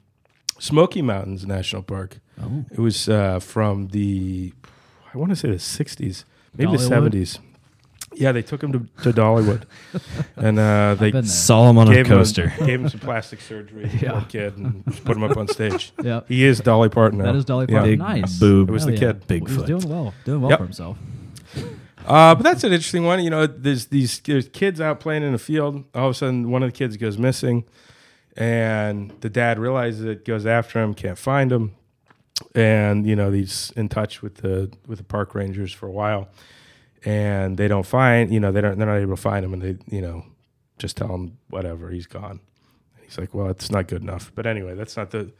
S5: Smoky Mountains National Park.
S1: Oh.
S5: It was uh, from the, I want to say the 60s, maybe
S2: Dollywood?
S5: the 70s. Yeah, they took him to, to Dollywood, and uh, they
S2: been
S1: Saw him on a
S5: gave him,
S1: coaster.
S5: a, gave him some plastic surgery,
S2: Yeah.
S5: poor kid, and put him up on stage.
S2: Yeah.
S5: He is Dolly Parton. now.
S2: That is Dolly
S5: Yeah.
S2: Parton. nice.
S1: boob.
S5: It was
S2: Hell
S5: the
S2: yeah.
S5: kid.
S1: Bigfoot.
S2: He's doing well. Doing well
S5: Yep.
S2: for himself.
S5: Uh, but that's an interesting one. You know, there's these there's kids out playing in the field. All of a sudden, one of the kids goes missing, and the dad realizes it, goes after him, can't find him, and you know he's in touch with the with the park rangers for a while, and they don't find you know they don't they're not able to find him, and they you know just tell him whatever he's gone. And he's like, well, it's not good enough. But anyway, that's not the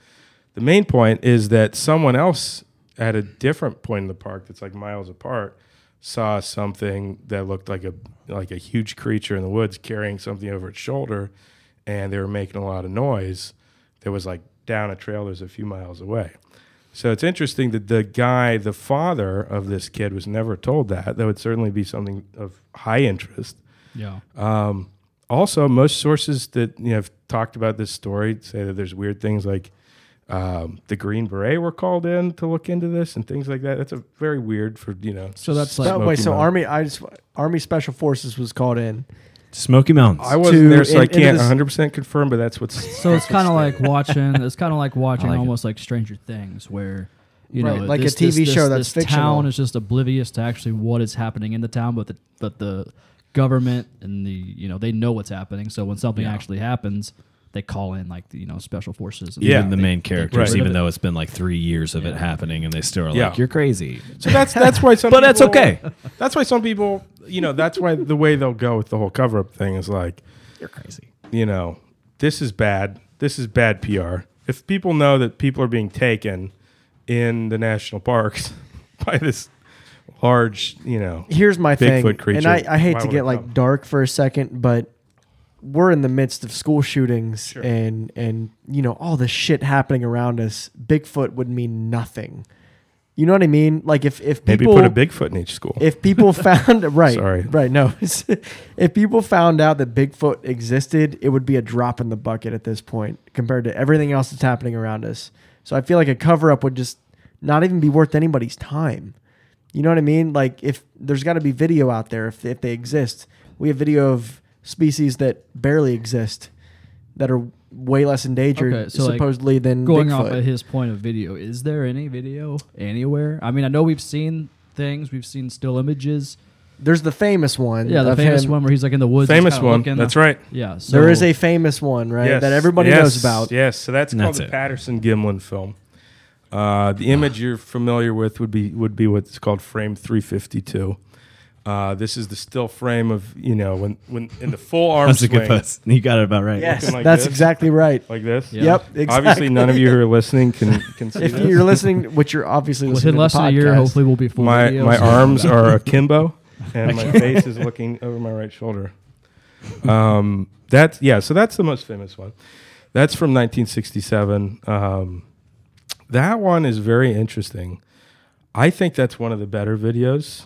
S5: the main point is that someone else at a different point in the park that's like miles apart saw something that looked like a like a huge creature in the woods carrying something over its shoulder and they were making a lot of noise that was like down a trail that was a few miles away. So it's interesting that the guy, the father of this kid, was never told that. That would certainly be something of high interest.
S2: Yeah.
S5: Um, also, most sources that you know, have talked about this story say that there's weird things like um, the Green Beret were called in to look into this and things like that. That's a very weird for you know.
S2: So that's like-
S5: Smoky
S2: That
S3: Wait, so
S5: Mountain.
S3: army, I just army special forces was called in.
S1: Smoky Mountains.
S5: I wasn't there, so
S3: in-
S5: I
S3: into
S5: can't
S3: this-
S5: 100 percent confirm, but that's what's.
S2: So it's kind of like watching. It's kind of like watching
S1: like it.
S2: almost like Stranger Things, where you
S3: Right,
S2: know,
S3: like a
S2: this-
S3: TV
S2: this-
S3: show
S2: this-
S3: that's
S2: this town
S3: fictional.
S2: is just oblivious to actually what is happening in the town, but the but the government and the you know they know what's happening. So when something
S1: Yeah.
S2: actually happens, they call in like the, you know special forces. And
S5: Yeah.
S1: even the main characters,
S5: Right.
S1: even though it's been like three years of it happening, and they still are
S5: Yeah.
S1: like, "You're crazy."
S5: So that's that's why some.
S1: But that's
S5: people-
S1: okay.
S5: That's why some people, you know, that's why the way they'll go with the whole cover up thing is like,
S1: You're crazy.
S5: you know, this is bad. This is bad PR. If people know that people are being taken in the national parks by this large, you know,
S3: Here's my thing,
S5: Bigfoot creature.
S3: and I, I hate
S5: Why
S3: to
S5: would it
S3: get like
S5: come?
S3: dark for a second, but we're in the midst of school shootings
S5: Sure.
S3: and and you know all the shit happening around us. Bigfoot would mean nothing. You know what I mean? Like if if
S5: maybe
S3: people
S5: put a Bigfoot in each school.
S3: if people found right
S5: Sorry.
S3: right no if people found out that bigfoot existed it would be a drop in the bucket at this point compared to everything else that's happening around us so i feel like a cover-up would just not even be worth anybody's time you know what i mean like if there's got to be video out there if, if they exist we have video of species that barely exist that are way less endangered
S2: Okay, so, like,
S3: supposedly than
S2: going
S3: bigfoot
S2: off of his point of video, is there any video anywhere? I mean, I know we've seen things, we've seen still images.
S3: there's the famous one
S2: Yeah, the
S3: of
S2: famous
S3: him-
S2: one where he's like in the woods. just
S5: Famous
S2: kinda
S5: one.
S2: looking.
S5: That's right.
S2: Yeah. So
S3: there is a famous one right
S5: Yes,
S3: that everybody
S5: yes,
S3: knows about
S5: Yes, so that's
S1: And
S5: called
S1: that's
S5: the
S1: it.
S5: Patterson Gimlin film. Uh, the image you're familiar with would be would be what's called frame 352. Uh, this is the still frame of you know when when in the full arm
S1: That's a
S5: swing,
S1: good post. You got it about right.
S3: Yes,
S5: like
S3: that's
S5: this.
S3: exactly right.
S5: like this.
S2: Yeah.
S3: Yep, exactly.
S5: Obviously, none of you who are listening can can see
S3: If
S5: this.
S3: you're listening, which you're obviously listening
S2: within less
S3: to
S2: than a year,
S3: podcast,
S2: hopefully, we'll be full
S5: my
S2: video.
S5: my
S2: so-
S5: arms are akimbo and my face is looking over my right shoulder. Um, that's yeah. So that's the most famous one. That's from 1967. Um, that one is very interesting. I think that's one of the better videos.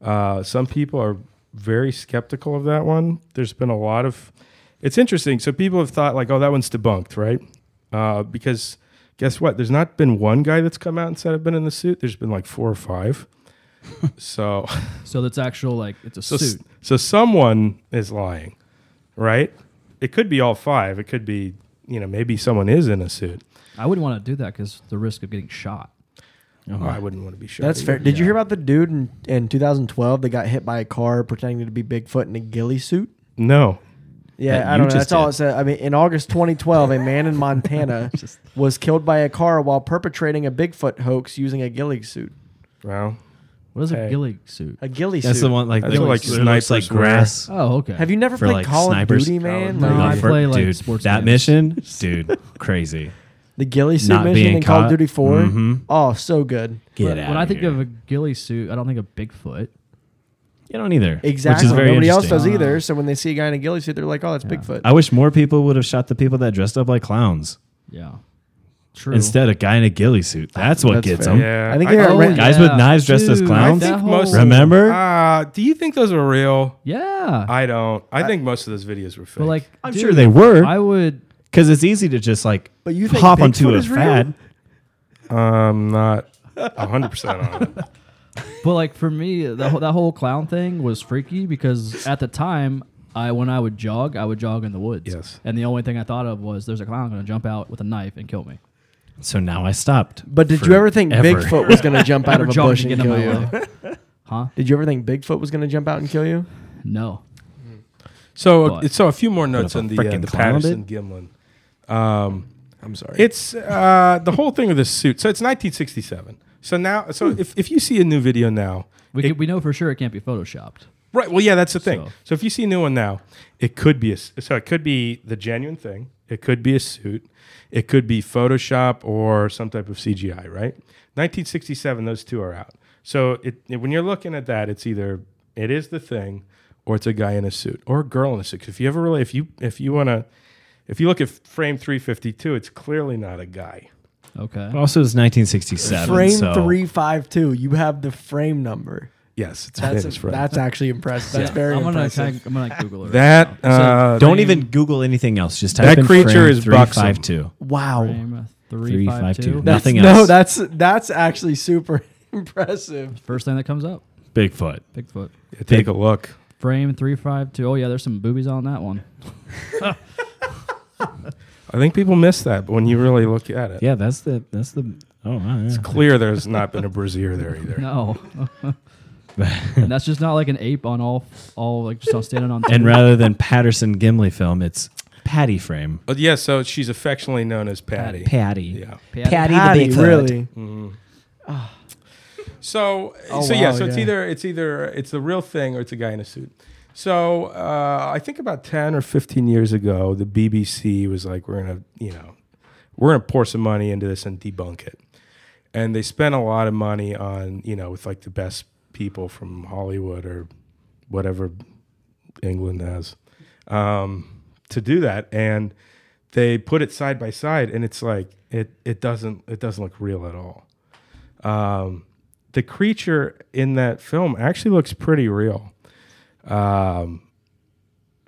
S5: Uh, some people are very skeptical of that one. There's been a lot of, it's interesting. So people have thought like, oh, that one's debunked, right? Uh, because guess what? There's not been one guy that's come out and said I've been in the suit. There's been like four or five. so
S2: So that's actual like it's a
S5: so,
S2: suit.
S5: so someone is lying, right? It could be all five. It could be you know maybe someone is in a suit.
S2: I wouldn't want to do that because the risk of getting shot.
S5: I wouldn't want to be sure.
S3: That's fair. Did you hear about the dude in, in 2012 that got hit by a car pretending to be Bigfoot in a ghillie suit?
S5: No.
S3: Yeah,
S1: That
S3: I
S1: you
S3: don't know.
S1: just
S3: That's all
S1: did.
S3: it said. I mean, in August 2012, a man in Montana was killed by a car while perpetrating a Bigfoot hoax using a ghillie suit.
S5: Wow.
S2: What is
S5: Hey.
S2: a ghillie suit?
S3: A ghillie
S1: That's
S3: suit.
S1: the one like
S5: That's
S1: the
S5: what,
S1: like
S5: like,
S1: looks like
S5: snipers wear.
S1: grass.
S2: Oh, okay.
S3: Have you never
S1: For,
S3: played
S1: like,
S3: Call
S1: snipers?
S3: of Duty,
S5: Call of
S3: man?
S5: Duty.
S3: Like,
S2: No, I
S1: The
S2: play, like,
S1: dude,
S2: sports
S1: That
S2: games.
S1: mission, dude, crazy.
S3: the ghillie suit
S1: Not
S3: mission
S1: being
S3: in Call of
S1: caught.
S3: Duty 4?
S1: Mhm.
S3: Oh, so good.
S1: Get
S2: But
S1: out.
S2: When I think
S1: here.
S2: of a ghillie suit, I don't think of Bigfoot.
S1: you don't either.
S3: Exactly.
S1: Which is very
S3: Nobody else
S1: interesting.
S3: does
S5: Ah.
S3: either. So when they see a guy in a ghillie suit, they're like, oh, that's Bigfoot.
S1: I wish more people would have shot the people that dressed up like clowns
S2: Yeah. True.
S1: instead of guy in a ghillie suit. That's what
S3: That's
S1: gets
S3: fair.
S1: them.
S5: Yeah.
S3: I think they
S2: Oh,
S3: got red-
S1: Guys with knives dressed as
S2: Dude,
S1: clowns?
S2: that
S5: I think most-
S2: whole-
S1: Remember?
S5: Uh, do you think those are real?
S2: Yeah.
S5: I don't. I, think most of those videos were fake.
S2: but like,
S1: I'm
S2: dude,
S1: sure they were
S2: I would.
S1: because it's easy to just like
S3: But you think
S1: hop onto
S3: Bigfoot
S1: a
S3: is real?
S1: fad.
S5: I'm not 100 percent on it.
S2: But like for me, the, whole- that whole clown thing was freaky because at the time, I when I would jog, I would jog in the woods.
S5: Yes.
S2: And the only thing I thought of was there's a clown going to jump out with a knife and kill me.
S1: So now I stopped.
S3: But did
S1: for
S3: you ever think
S1: ever.
S3: Bigfoot was going to jump out
S2: Never
S3: of a
S2: jogged
S3: bush
S2: to
S3: and
S2: get in
S3: kill
S2: my
S3: you?
S2: way. Huh?
S3: Did you ever think Bigfoot was going to jump out and kill you?
S2: No.
S5: So
S2: But-
S5: so a few more notes
S1: if a
S5: on the, uh,
S1: frickin'
S5: the
S1: clown
S5: Patterson Gimlin. Um, I'm sorry. It's uh, the whole thing of this suit. So it's 1967. So now, so if, if you see a new video now,
S2: We,
S5: It-
S2: can, we know for sure it can't be photoshopped.
S5: Right. Well, yeah, that's the thing.
S2: So-
S5: So, if you see a new one now, it could be a, s- so it could be the genuine thing. It could be a suit. It could be Photoshop or some type of CGI. Right. 1967. Those two are out. So it, it- when you're looking at that, it's either it is the thing, or it's a guy in a suit or a girl in a suit. 'Cause If you ever really, if you if you want to, if you look at frame 352, it's clearly not a guy.
S2: Okay.
S1: Also, it's 1967.
S3: frame
S1: so
S3: 352. You have the frame number.
S5: Yes, it's
S3: That's,
S5: famous, right.
S3: that's actually impressive. That's
S2: Yeah.
S3: very
S2: I'm gonna, kinda-
S3: impressive.
S2: I'm gonna like, Google it.
S5: that.
S2: right now.
S5: Uh,
S1: Don't even Google anything else. Just type
S5: That
S1: in
S5: creature
S1: frame
S5: is buxom.
S1: 352.
S3: wow.
S2: So, frame
S1: Three, five,
S2: 352.
S1: two.
S3: That's-
S1: Nothing
S3: No,
S1: else.
S3: that's that's actually super impressive.
S2: First thing that comes up,
S1: Bigfoot.
S2: Bigfoot.
S5: take a look.
S2: Frame 352. Oh, yeah, there's some boobies on that one.
S5: I think people miss that, but when you really look at it,
S1: Yeah, that's the that's the. Oh, wow, yeah.
S5: It's clear there's not been a brazier there either.
S2: No. and that's just not like an ape on all, all like just on standing on.
S1: And rather than Patterson Gimli film, it's Patty frame.
S5: But yeah, so she's affectionately known as Patty.
S1: Patty.
S5: Yeah.
S2: Patty.
S3: Patty, really?
S5: Mm, So
S3: Oh,
S5: so yeah,
S3: wow,
S5: so it's
S3: yeah.
S5: either it's either it's the real thing or it's a guy in a suit. So uh, I think about ten or fifteen years ago, the BBC was like, "We're gonna, you know, we're gonna pour some money into this and debunk it." And they spent a lot of money on, you know, with like the best people from Hollywood or whatever England has um, to do that, and they put it side by side, and it's like it it doesn't it doesn't look real at all. Um, the creature in that film actually looks pretty real. Um,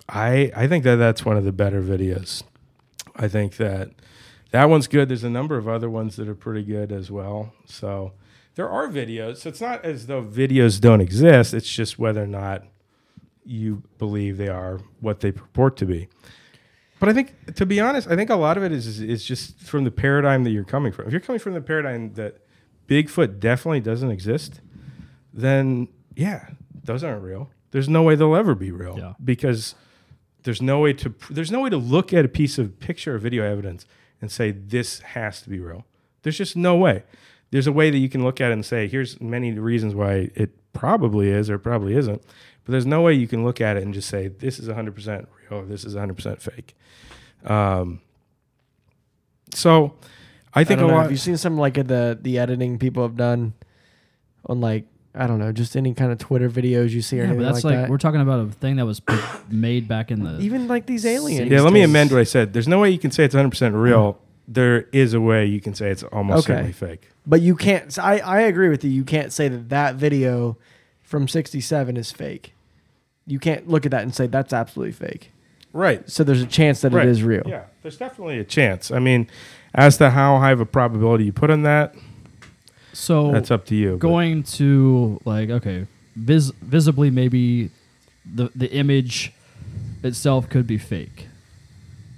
S5: I I think that that's one of the better videos. I think that that one's good. There's a number of other ones that are pretty good as well. So there are videos. So it's not as though videos don't exist. It's just whether or not you believe they are what they purport to be. But I think, to be honest, I think a lot of it is, is is just from the paradigm that you're coming from. If you're coming from the paradigm that Bigfoot definitely doesn't exist, then yeah, those aren't real. There's no way they'll ever be real
S2: Yeah.
S5: because there's no way to pr- there's no way to look at a piece of picture or video evidence and say this has to be real. There's just no way. There's a way that you can look at it and say here's many reasons why it probably is or probably isn't, but there's no way you can look at it and just say this is 100% real or this is 100% fake. Um, so I
S3: I
S5: think
S3: don't
S5: a
S3: know.
S5: lot.
S3: Have you seen some like the the editing people have done on like I don't know, just any kind of Twitter videos you see or
S2: Yeah, but
S3: anything
S2: that's
S3: like,
S2: like,
S3: that?
S2: we're talking about a thing that was p- made back in the.
S3: Even like these aliens.
S5: Yeah, let me
S3: does-
S5: amend what I said. There's no way you can say it's 100% real. There is a way you can say it's almost
S3: Mm-hmm. Okay.
S5: certainly fake.
S3: But you can't. I I agree with you. You can't say that that video from '67 is fake. you can't look at that and say that's absolutely fake.
S5: Right.
S3: So there's a chance that
S5: right.
S3: it is real.
S5: Yeah, there's definitely a chance. I mean, as to how high of a probability you put on that,
S2: So
S5: that's up to you. but-
S2: going to like okay, vis- visibly maybe the the image itself could be fake.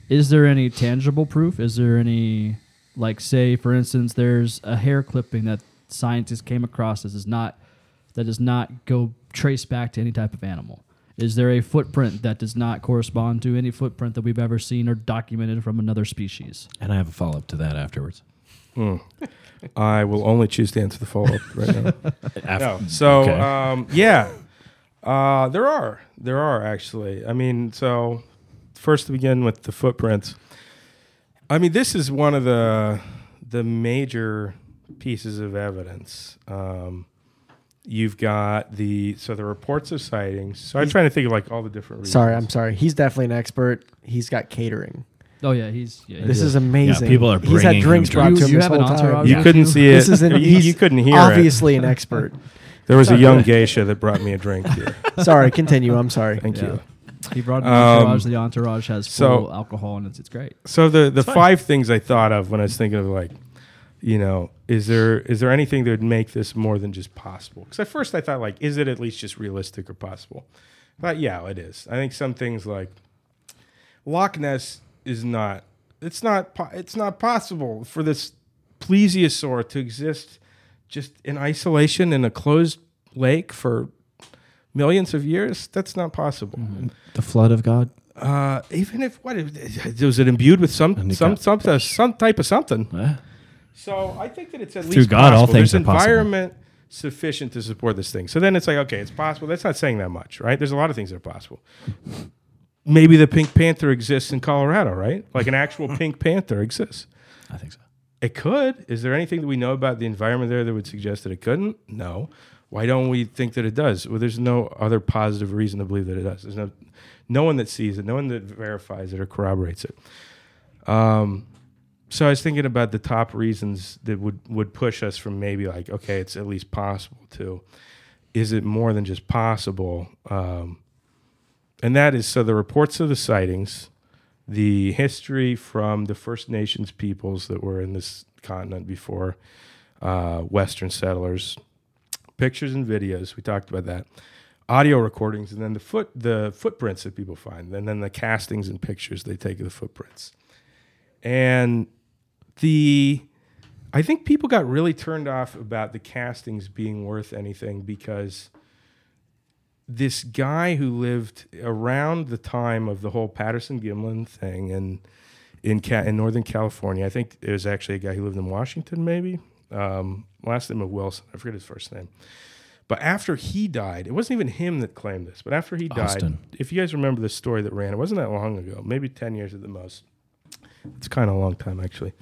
S2: Is there any tangible proof? Is there any like say for instance there's a hair clipping that scientists came across that is not that does not go trace back to any type of animal? Is there a footprint that does not correspond to any footprint that we've ever seen or documented from another species?
S1: And I have a follow up to that afterwards.
S5: I will only choose to answer the follow up right now.
S1: Af-
S5: No. So
S1: Okay.
S5: um, yeah, uh, there are there are actually. I mean, so first to begin with the footprints. I mean, this is one of the the major pieces of evidence. Um, you've got the so the reports of sightings. So I'm trying to think of like all the different. Reasons.
S3: Sorry, I'm sorry. He's definitely an expert. He's got catering.
S2: Oh yeah, he's yeah.
S3: This
S2: he's-
S3: is amazing.
S1: people are
S3: He's had
S1: bringing
S3: drinks
S1: him
S3: brought
S2: drinks.
S3: to him
S2: You- you
S3: this
S2: have an
S3: whole time.
S2: entourage?
S5: You
S2: Yeah.
S5: couldn't see it.
S3: This is an,
S5: you,
S3: he's
S5: you couldn't hear it.
S3: obviously an expert.
S5: There was a young geisha that brought me a drink here.
S3: Sorry, continue. I'm sorry.
S5: Thank
S2: Yeah.
S5: you.
S2: He brought an
S5: Um,
S2: entourage. the entourage has
S5: so-
S2: full alcohol and it's, it's great.
S5: So the the five things I thought of when I was thinking of like, you know, is there is there anything that would make this more than just possible? Because at first I thought like, is it at least just realistic or possible? But yeah, it is. I think some things like Loch Ness is not. It's not. po- It's not possible for this plesiosaur to exist just in isolation in a closed lake for millions of years. That's not possible.
S1: The flood of God.
S5: Uh, even if what if- eh, was it imbued with some
S1: And it
S5: some
S1: got-
S5: some some type of something.
S1: Eh.
S5: So I think that it's at
S1: Through
S5: least
S1: God, all
S5: possible.
S1: things
S5: There's
S1: are possible.
S5: environment sufficient to support this thing. So then it's like okay, it's possible. That's not saying that much, right? There's a lot of things that are possible. Maybe the pink panther exists in Colorado, right? Like an actual pink panther exists.
S1: I think so.
S5: It could. Is there anything that we know about the environment there that would suggest that it couldn't? No. Why don't we think that it does? Well, there's no other positive reason to believe that it does. There's no, no one that sees it, no one that verifies it or corroborates it. Um, so I was thinking about the top reasons that would would push us from maybe like okay, it's at least possible to, is it more than just possible? Um, and that is so the reports of the sightings, the history from the First Nations peoples that were in this continent before uh, Western settlers, pictures and videos. We talked about that, audio recordings, and then the foot the footprints that people find, and then the castings and pictures they take of the footprints, and the. I think people got really turned off about the castings being worth anything because this guy who lived around the time of the whole Patterson Gimlin thing and in Ca- in Northern California. I think it was actually a guy who lived in Washington, maybe. Um, last name of Wilson. I forget his first name. But after he died, it wasn't even him that claimed this. But after he died,
S1: Austin.
S5: if you guys remember this story that ran, it wasn't that long ago, maybe ten years at the most. It's kind of a long time actually.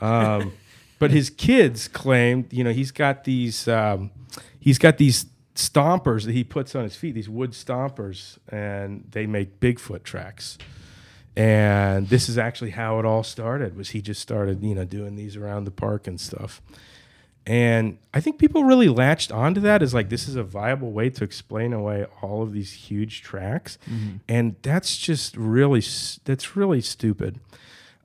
S5: Um, but his kids claimed, you know, he's got these, um, he's got these stompers that he puts on his feet, these wood stompers, and they make Bigfoot tracks. And this is actually how it all started. Was he just started, you know, doing these around the park and stuff. And I think people really latched onto that as like this is a viable way to explain away all of these huge tracks, and that's just really s- that's really stupid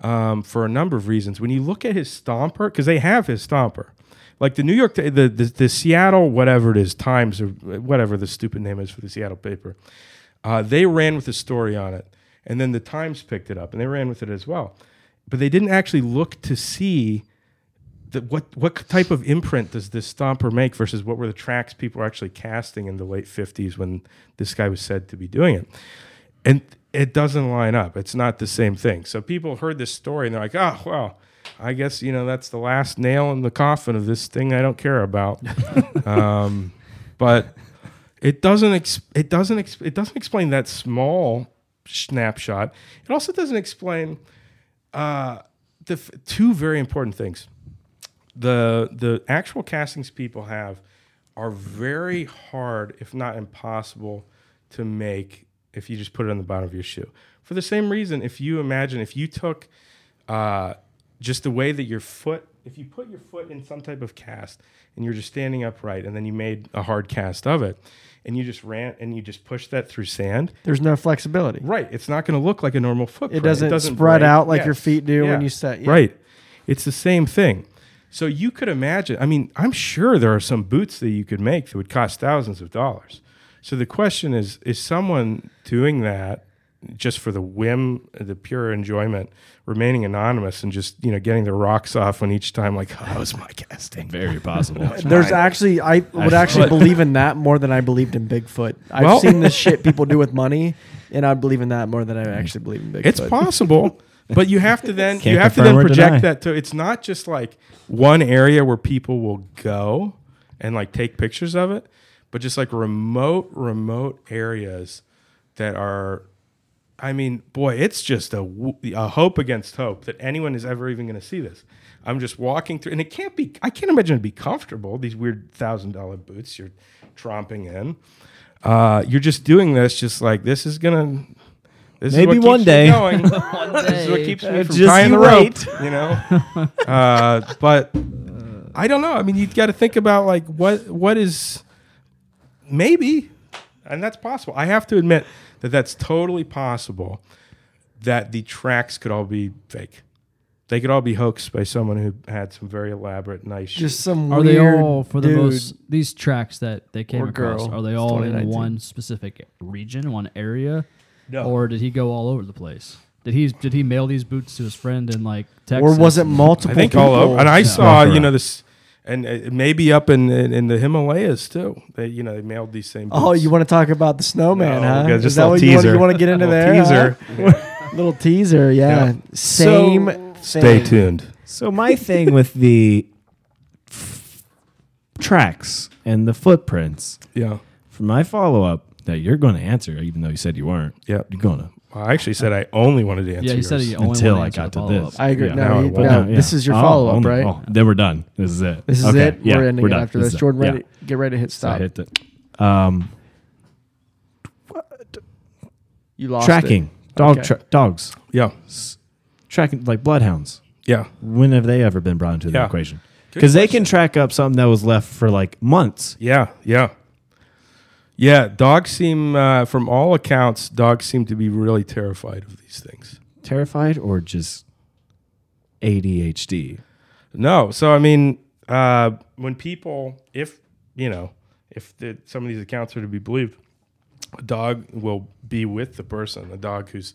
S5: um, for a number of reasons. When you look at his stomper, because they have his stomper, like the New York, the, the the Seattle whatever it is Times or whatever the stupid name is for the Seattle paper, uh, they ran with a story on it, and then the Times picked it up and they ran with it as well, but they didn't actually look to see the, what what type of imprint does this stomper make versus what were the tracks people were actually casting in the late 50s when this guy was said to be doing it and it doesn't line up it's not the same thing so people heard this story and they're like oh well i guess you know that's the last nail in the coffin of this thing i don't care about um, but it doesn't ex- it doesn't ex- it doesn't explain that small snapshot it also doesn't explain uh, the f- two very important things the the actual castings people have are very hard, if not impossible, to make if you just put it on the bottom of your shoe. For the same reason, if you imagine if you took uh, just the way that your foot if you put your foot in some type of cast and you're just standing upright and then you made a hard cast of it and you just ran and you just pushed that through sand,
S3: There's no flexibility.
S5: right, it's not going to look like a normal footprint.
S3: It doesn't, spread
S5: break.
S3: out like
S5: Yeah.
S3: your feet do
S5: Yeah.
S3: when you set. yeah.
S5: Right. It's the same thing. So you could imagine, I mean, I'm sure there are some boots that you could make that would cost thousands of dollars. So the question is is someone doing that just for the whim, the pure enjoyment, remaining anonymous and just, you know, getting their rocks off when each time like, oh, that was my casting.
S1: Very possible.
S3: There's actually I would actually believe in that more than I believed in Bigfoot. I've
S5: Well-
S3: seen the shit people do with money, and I believe in that more than I actually believe in Bigfoot.
S5: It's possible, but you have to then
S1: Can't
S5: you have to
S1: confirm
S5: then
S1: or deny.
S5: project that to. It's not just like one area where people will go and like take pictures of it, but just like remote, remote areas that are. I mean, boy, it's just a, w- a hope against hope that anyone is ever even going to see this. I'm just walking through, and it can't be. I can't imagine it'd be comfortable. These weird thousand dollar boots you're tromping in. Uh, you're just doing this, just like this is gonna. This
S1: Maybe
S5: is what
S1: one
S5: keeps
S1: day.
S5: Me going. This is what keeps me from
S1: Just
S5: tying
S1: you
S5: the rope.
S1: wait.
S5: You know, uh, but I don't know. I mean, you've got to think about like what what is maybe, and that's possible. I have to admit that that's totally possible. That the tracks could all be fake. They could all be hoaxed by someone who had some very elaborate, nice.
S3: just some
S2: Are they
S3: weird
S2: all for the
S3: dude.
S2: most these tracks that they came
S3: Or
S2: across?
S3: girl.
S2: Are they
S3: It's
S2: all in
S3: 2019.
S2: one specific region, one area,
S5: No.
S2: or did he go all over the place? Did he did he mail these boots to his friend in like
S3: or
S2: Texas?
S3: was it multiple?
S5: I think
S3: people?
S5: all over. And I saw,
S1: Walk
S5: you
S1: around.
S5: know, this, and uh, maybe up in, in in the Himalayas too. They, you know, they mailed these same.
S3: Oh,
S5: boots.
S3: you want to talk about the snowman,
S5: No,
S3: huh?
S5: okay,
S3: Is
S5: just a
S3: that
S5: little
S3: what you want?
S5: teaser.
S3: You want to get into
S5: Little
S3: there?
S5: teaser.
S3: huh? little teaser, yeah.
S5: Yeah.
S3: Same.
S5: Stay
S3: thing.
S5: tuned.
S1: So my thing with the f- tracks and the footprints
S5: Yeah.
S1: for my follow up that you're going to answer, even though you said you weren't.
S5: Yep.
S1: You're gonna.
S5: I actually said I only wanted to answer.
S2: Yeah, he said
S5: yours.
S2: he only
S1: Until
S2: wanted
S1: I
S2: answer
S1: got
S2: the
S1: to this.
S2: follow-up.
S3: I agree.
S1: Yeah,
S5: now
S3: no,
S5: I
S3: you,
S5: will.
S3: no,
S1: Yeah.
S3: this is your
S1: Oh,
S3: follow up,
S1: only-
S3: right?
S1: oh, then we're done. This is it.
S3: This is
S1: Okay,
S3: it.
S1: yeah,
S3: we're ending it
S1: done.
S3: after
S1: This
S3: this.
S1: is it.
S3: Jordan,
S1: Yeah.
S3: ready? Get ready to hit
S1: So I
S3: stop.
S1: hit the um,
S3: You lost it.
S1: tracking dog
S3: Okay.
S1: tra- dogs
S5: Yeah.
S1: S- tracking like bloodhounds.
S5: Yeah.
S1: When have they ever been brought into the
S5: Yeah.
S1: equation?
S5: Good
S1: Because they can track up something that was left for like months.
S5: Yeah. Yeah. Yeah. Dogs seem, uh, from all accounts, dogs seem to be really terrified of these things.
S1: Terrified or just ADHD.
S5: No. So I mean, uh, when people, if you know, if the, some of these accounts are to be believed, a dog will be with the person. A dog who's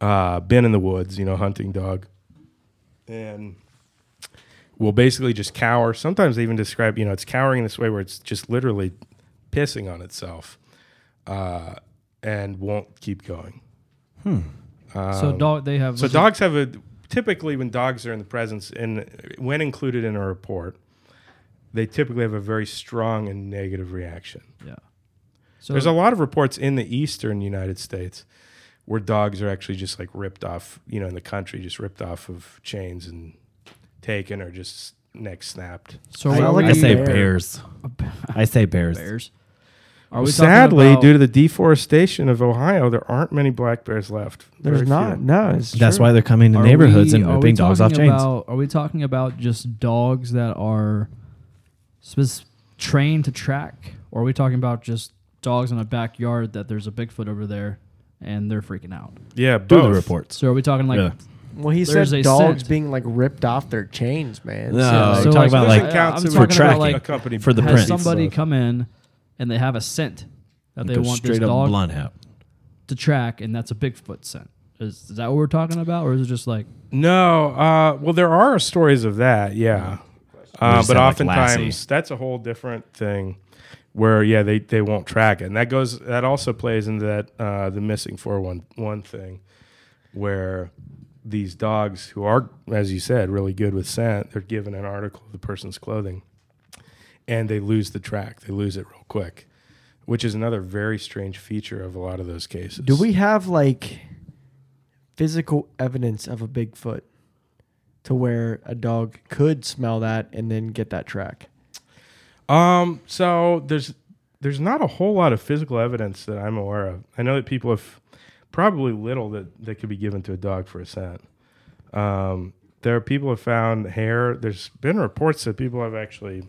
S5: uh, been in the woods, you know, hunting dog, and will basically just cower. Sometimes they even describe, you know, it's cowering in this way where it's just literally pissing on itself, uh, and won't keep going.
S2: So dog, they have
S5: So dogs have a typically when dogs are in the presence and when included in a report, they typically have a very strong and negative reaction.
S2: Yeah. So
S5: There's a lot of reports in the eastern United States where dogs are actually just like ripped off, you know, in the country, just ripped off of chains and taken or just neck snapped.
S2: so
S3: I
S2: are
S3: like
S1: I
S2: we-
S1: say
S3: bear.
S1: bears. I say bears.
S2: bears. Are we
S5: Sadly,
S2: talking
S5: due
S2: about,
S5: to the deforestation of Ohio, there aren't many black bears left.
S3: There's
S5: Very
S3: not.
S5: few.
S3: No, it's
S1: That's
S3: true.
S1: why they're coming to
S2: are
S1: neighborhoods
S2: we-
S1: and
S2: are we
S1: ripping dogs off
S2: talking
S1: chains.
S2: about- Are we talking about just dogs that are spec- trained to track, or are we talking about just dogs in a backyard that there's a Bigfoot over there and they're freaking out?
S5: Yeah,
S1: Do the
S5: both.
S1: reports.
S2: So are we talking like
S1: Yeah.
S3: Well, he
S2: There's a
S3: said dogs
S2: scent.
S3: being like ripped off their chains, man.
S1: No,
S3: So,
S1: you're
S3: like,
S2: so,
S1: talking about
S5: Doesn't
S1: like
S2: uh,
S5: count
S2: I'm
S5: to
S1: for
S2: talking
S1: tracking
S2: about like
S5: accompany
S1: for the
S2: has
S1: prints.
S2: somebody
S5: Slow.
S2: come in and they have a scent that they
S1: Go
S2: want this
S1: straight up
S2: dog
S1: blunt hat.
S2: to track, and that's a Bigfoot scent. Is, is that what we're talking about, or is it just like
S5: No, uh, well, there are stories of that, yeah. Uh,
S1: just
S5: but
S1: have, Mm-hmm. like,
S5: oftentimes
S1: Lassie.
S5: that's a whole different thing, where yeah, they, they won't track it, and that goes that also plays into that uh, the missing four one one thing, where these dogs who are, as you said, really good with scent, they're given an article of the person's clothing, and they lose the track, they lose it real quick, which is another very strange feature of a lot of those cases.
S3: do we have like physical evidence of a Bigfoot to where a dog could smell that and then get that track?
S5: Um, so there's there's not a whole lot of physical evidence that I'm aware of. I know that people have probably little that, that could be given to a dog for a scent. Um, There are people have found hair. There's been reports that people have actually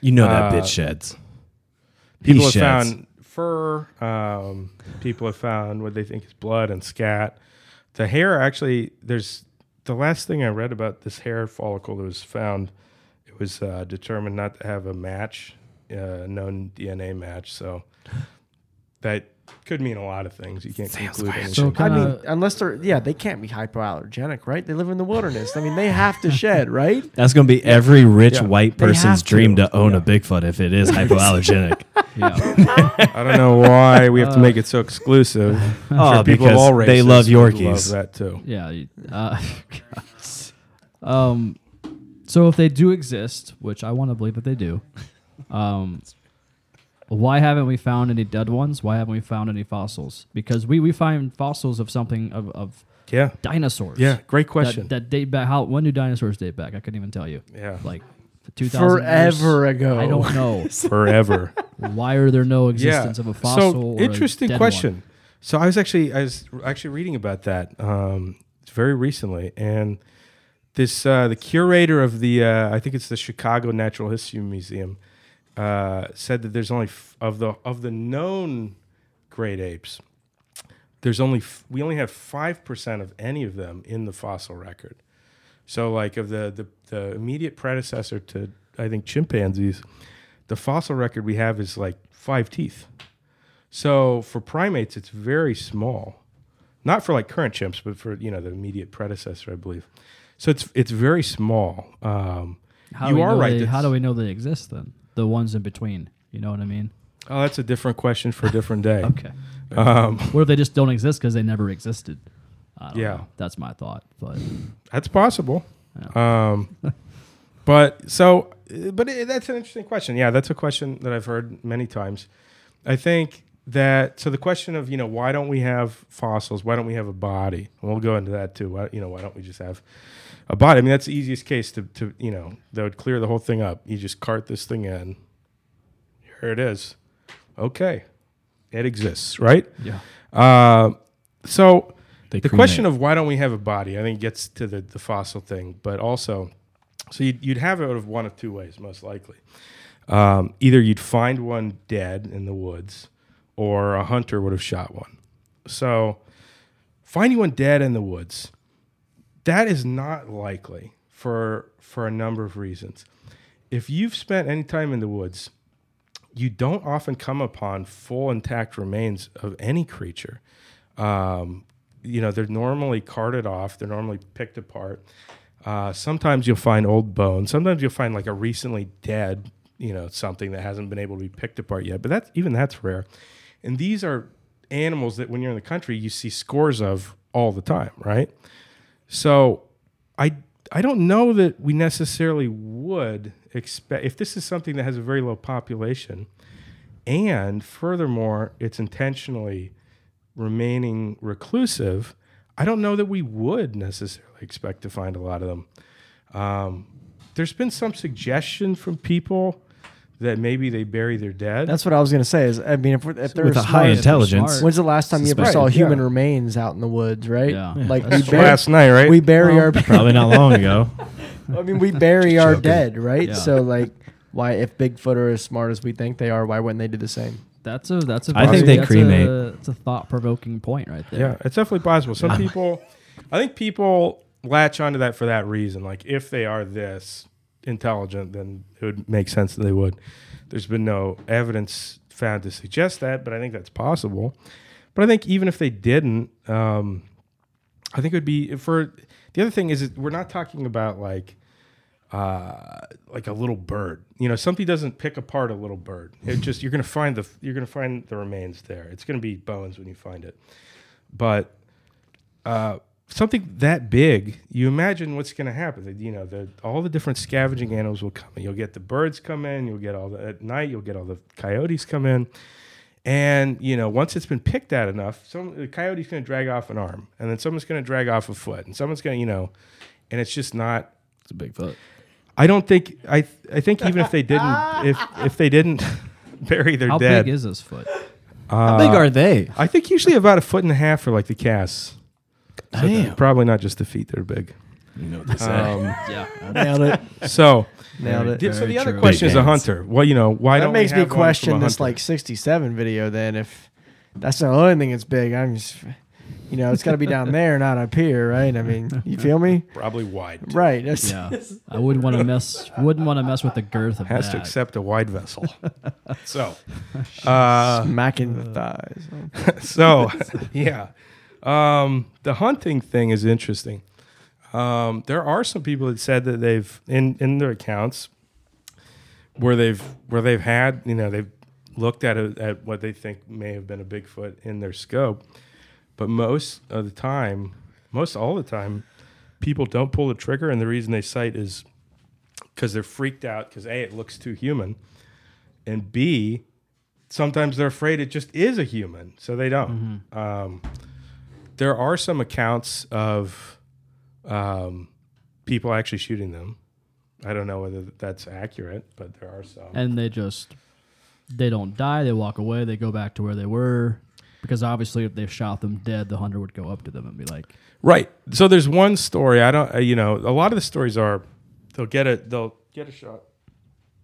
S1: You know that
S5: Uh,
S1: bitch sheds. He
S5: people have
S1: sheds.
S5: found fur. Um, people have found what they think is blood and scat. The hair actually, there's the last thing I read about this hair follicle that was found. It was uh, determined not to have a match, uh, known DNA match. So that could mean a lot of things. You can't conclude anything.
S2: So
S3: I
S2: can I,
S3: mean, unless they're yeah, they can't be hypoallergenic, right? They live in the wilderness. I mean, they have to shed, right?
S1: That's going to be every rich
S5: Yeah.
S1: white
S3: They
S1: person's
S3: have to.
S1: dream to own a Bigfoot if it is hypoallergenic.
S2: yeah.
S5: I don't know why we have to make it so exclusive. I'm
S1: Oh,
S5: people of
S1: because
S5: all
S1: they love
S5: races would
S1: Yorkies.
S5: Love that too.
S2: yeah. you- Uh, um, so if they do exist, which I want to believe that they do, um, why haven't we found any dead ones? Why haven't we found any fossils? Because we, we find fossils of something of, of
S5: Yeah.
S2: dinosaurs.
S5: Yeah. Great
S2: that-
S5: question.
S2: That, date back. How when do dinosaurs date back? I couldn't even tell you.
S5: Yeah.
S2: Like two thousand
S3: Forever ago.
S2: I don't know.
S5: Forever.
S2: Why are there no existence of a fossil?
S5: So
S2: or a
S5: interesting
S2: dead one?
S5: question. So I was actually I was actually reading about that um, very recently, and this uh, the curator of the uh, I think it's the Chicago Natural History Museum uh, said that there's only f- of the of the known great apes. There's only f- we only have five percent of any of them in the fossil record. So like of the, the the immediate predecessor to I think chimpanzees, the fossil record we have is like five teeth. So for primates, it's very small, not for like current chimps, but for you know the immediate predecessor, I believe. So it's it's very small. Um,
S2: How
S5: you
S2: do we
S5: are
S2: know
S5: right.
S2: They, how
S5: that's-
S2: do we know they exist then? The ones in between. You know what I mean?
S5: oh, that's a different question for a different day.
S2: Okay.
S5: Um,
S2: What if they just don't exist because they never existed? I don't
S5: Yeah.
S2: know. That's my thought. But
S5: That's possible. Um, but so, uh, but it, that's an interesting question. Yeah, that's a question that I've heard many times. I think that so the question of you know why don't we have fossils? Why don't we have a body? And we'll go into that too. Why, you know why don't we just have a body? I mean that's the easiest case to to you know that would clear the whole thing up. You just cart this thing in. Here it is. Okay, it exists, right?
S2: yeah.
S5: Uh, so
S1: They
S5: the
S1: cremate.
S5: question of why don't we have a body, I think, gets to the, the fossil thing, but also, so you'd, you'd have it out of one of two ways, most likely. Um, either you'd find one dead in the woods, or a hunter would have shot one. So finding one dead in the woods, that is not likely for for a number of reasons. If you've spent any time in the woods, you don't often come upon full intact remains of any creature. Um, you know, they're normally carted off, they're normally picked apart. Uh, sometimes you'll find old bones. Sometimes you'll find like a recently dead, you know, something that hasn't been able to be picked apart yet. But that's even that's rare. And these are animals that when you're in the country, you see scores of all the time, right? So I I don't know that we necessarily would expect if this is something that has a very low population, and furthermore, it's intentionally remaining reclusive. I don't know that we would necessarily expect to find a lot of them. Um, there's been some suggestion from people that maybe they bury their dead.
S3: That's what I was gonna say. Is I mean, if, we're, if they're
S1: with a
S3: smart-
S1: high
S2: if they're
S1: intelligence.
S2: smart.
S3: When's the last time you ever
S1: Suspect.
S3: saw
S5: Right,
S3: human
S5: yeah.
S3: remains out in the woods? Right?
S2: Yeah.
S3: Like we,
S2: That's
S5: That's
S2: true.
S3: bury,
S5: last night, right?
S3: we bury
S2: Well-
S3: our.
S1: Probably not long ago.
S3: I mean, we bury our dead, right?
S2: Yeah.
S3: So like, why if Bigfoot are as smart as we think they are, why wouldn't they do the same?
S2: That's a that's a
S1: I
S2: very-
S1: think they
S2: that's
S1: cremate.
S2: A, it's a thought provoking point right there.
S5: Yeah, it's definitely possible. Some people, I think people latch onto that for that reason. Like if they are this intelligent, then it would make sense that they would. There's been no evidence found to suggest that, but I think that's possible. But I think even if they didn't, um, I think it would be for the other thing is that we're not talking about like uh, like a little bird. You know, something doesn't pick apart a little bird. It just you're gonna find the you're gonna find the remains there. It's gonna be bones when you find it but uh, something that big, you imagine what's going to happen. That, You know, the, all the different scavenging animals will come in. You'll get the birds come in. You'll get all the at night. You'll get all the coyotes come in. And you know, once it's been picked at enough, some the coyote's going to drag off an arm, and then someone's going to drag off a foot, and someone's going to, you know, and it's just not
S1: It's a Bigfoot.
S5: I don't think I. I think even if they didn't, if if they didn't bury their
S2: How
S5: dead,
S2: big is this foot?
S5: Uh,
S1: How big are they?
S5: I think usually about a foot and a half for like the casts. So
S1: Damn.
S5: Probably not just the feet that are big.
S1: You know what they say.
S5: Um,
S2: Yeah.
S3: Nailed it.
S5: so,
S3: Nailed it.
S5: di- so
S2: Very
S5: the other
S2: true.
S5: question
S1: Big
S5: is a
S1: hands.
S5: hunter. Well, you know, why
S3: that
S5: don't we
S3: makes me
S5: have one from a
S3: question this
S5: hunter?
S3: like 67 video then if that's the only thing that's big i'm just you know it's got to be down there not up here right i mean you feel me
S5: probably wide. too.
S3: right that's,
S2: Yeah. I wouldn't want to mess. Wouldn't want to mess with the girth of
S5: Has
S2: that.
S5: to accept a wide vessel. so, uh,
S3: smacking the thighs
S5: so yeah, um, the hunting thing is interesting. Um, there are some people that said that they've in in their accounts where they've where they've had you know they've looked at a, at what they think may have been a Bigfoot in their scope, but most of the time, most all the time, people don't pull the trigger, and the reason they cite is because they're freaked out because a it looks too human, and b sometimes they're afraid it just is a human, so they don't. Um, there are some accounts of um, people actually shooting them. I don't know whether that's accurate, but there are some.
S2: and they just they don't die. They walk away. They go back to where they were because obviously if they shot them dead, the hunter would go up to them and be like,
S5: Right. So there's one story. I don't. uh, You know, a lot of the stories are they'll get a they'll get a shot.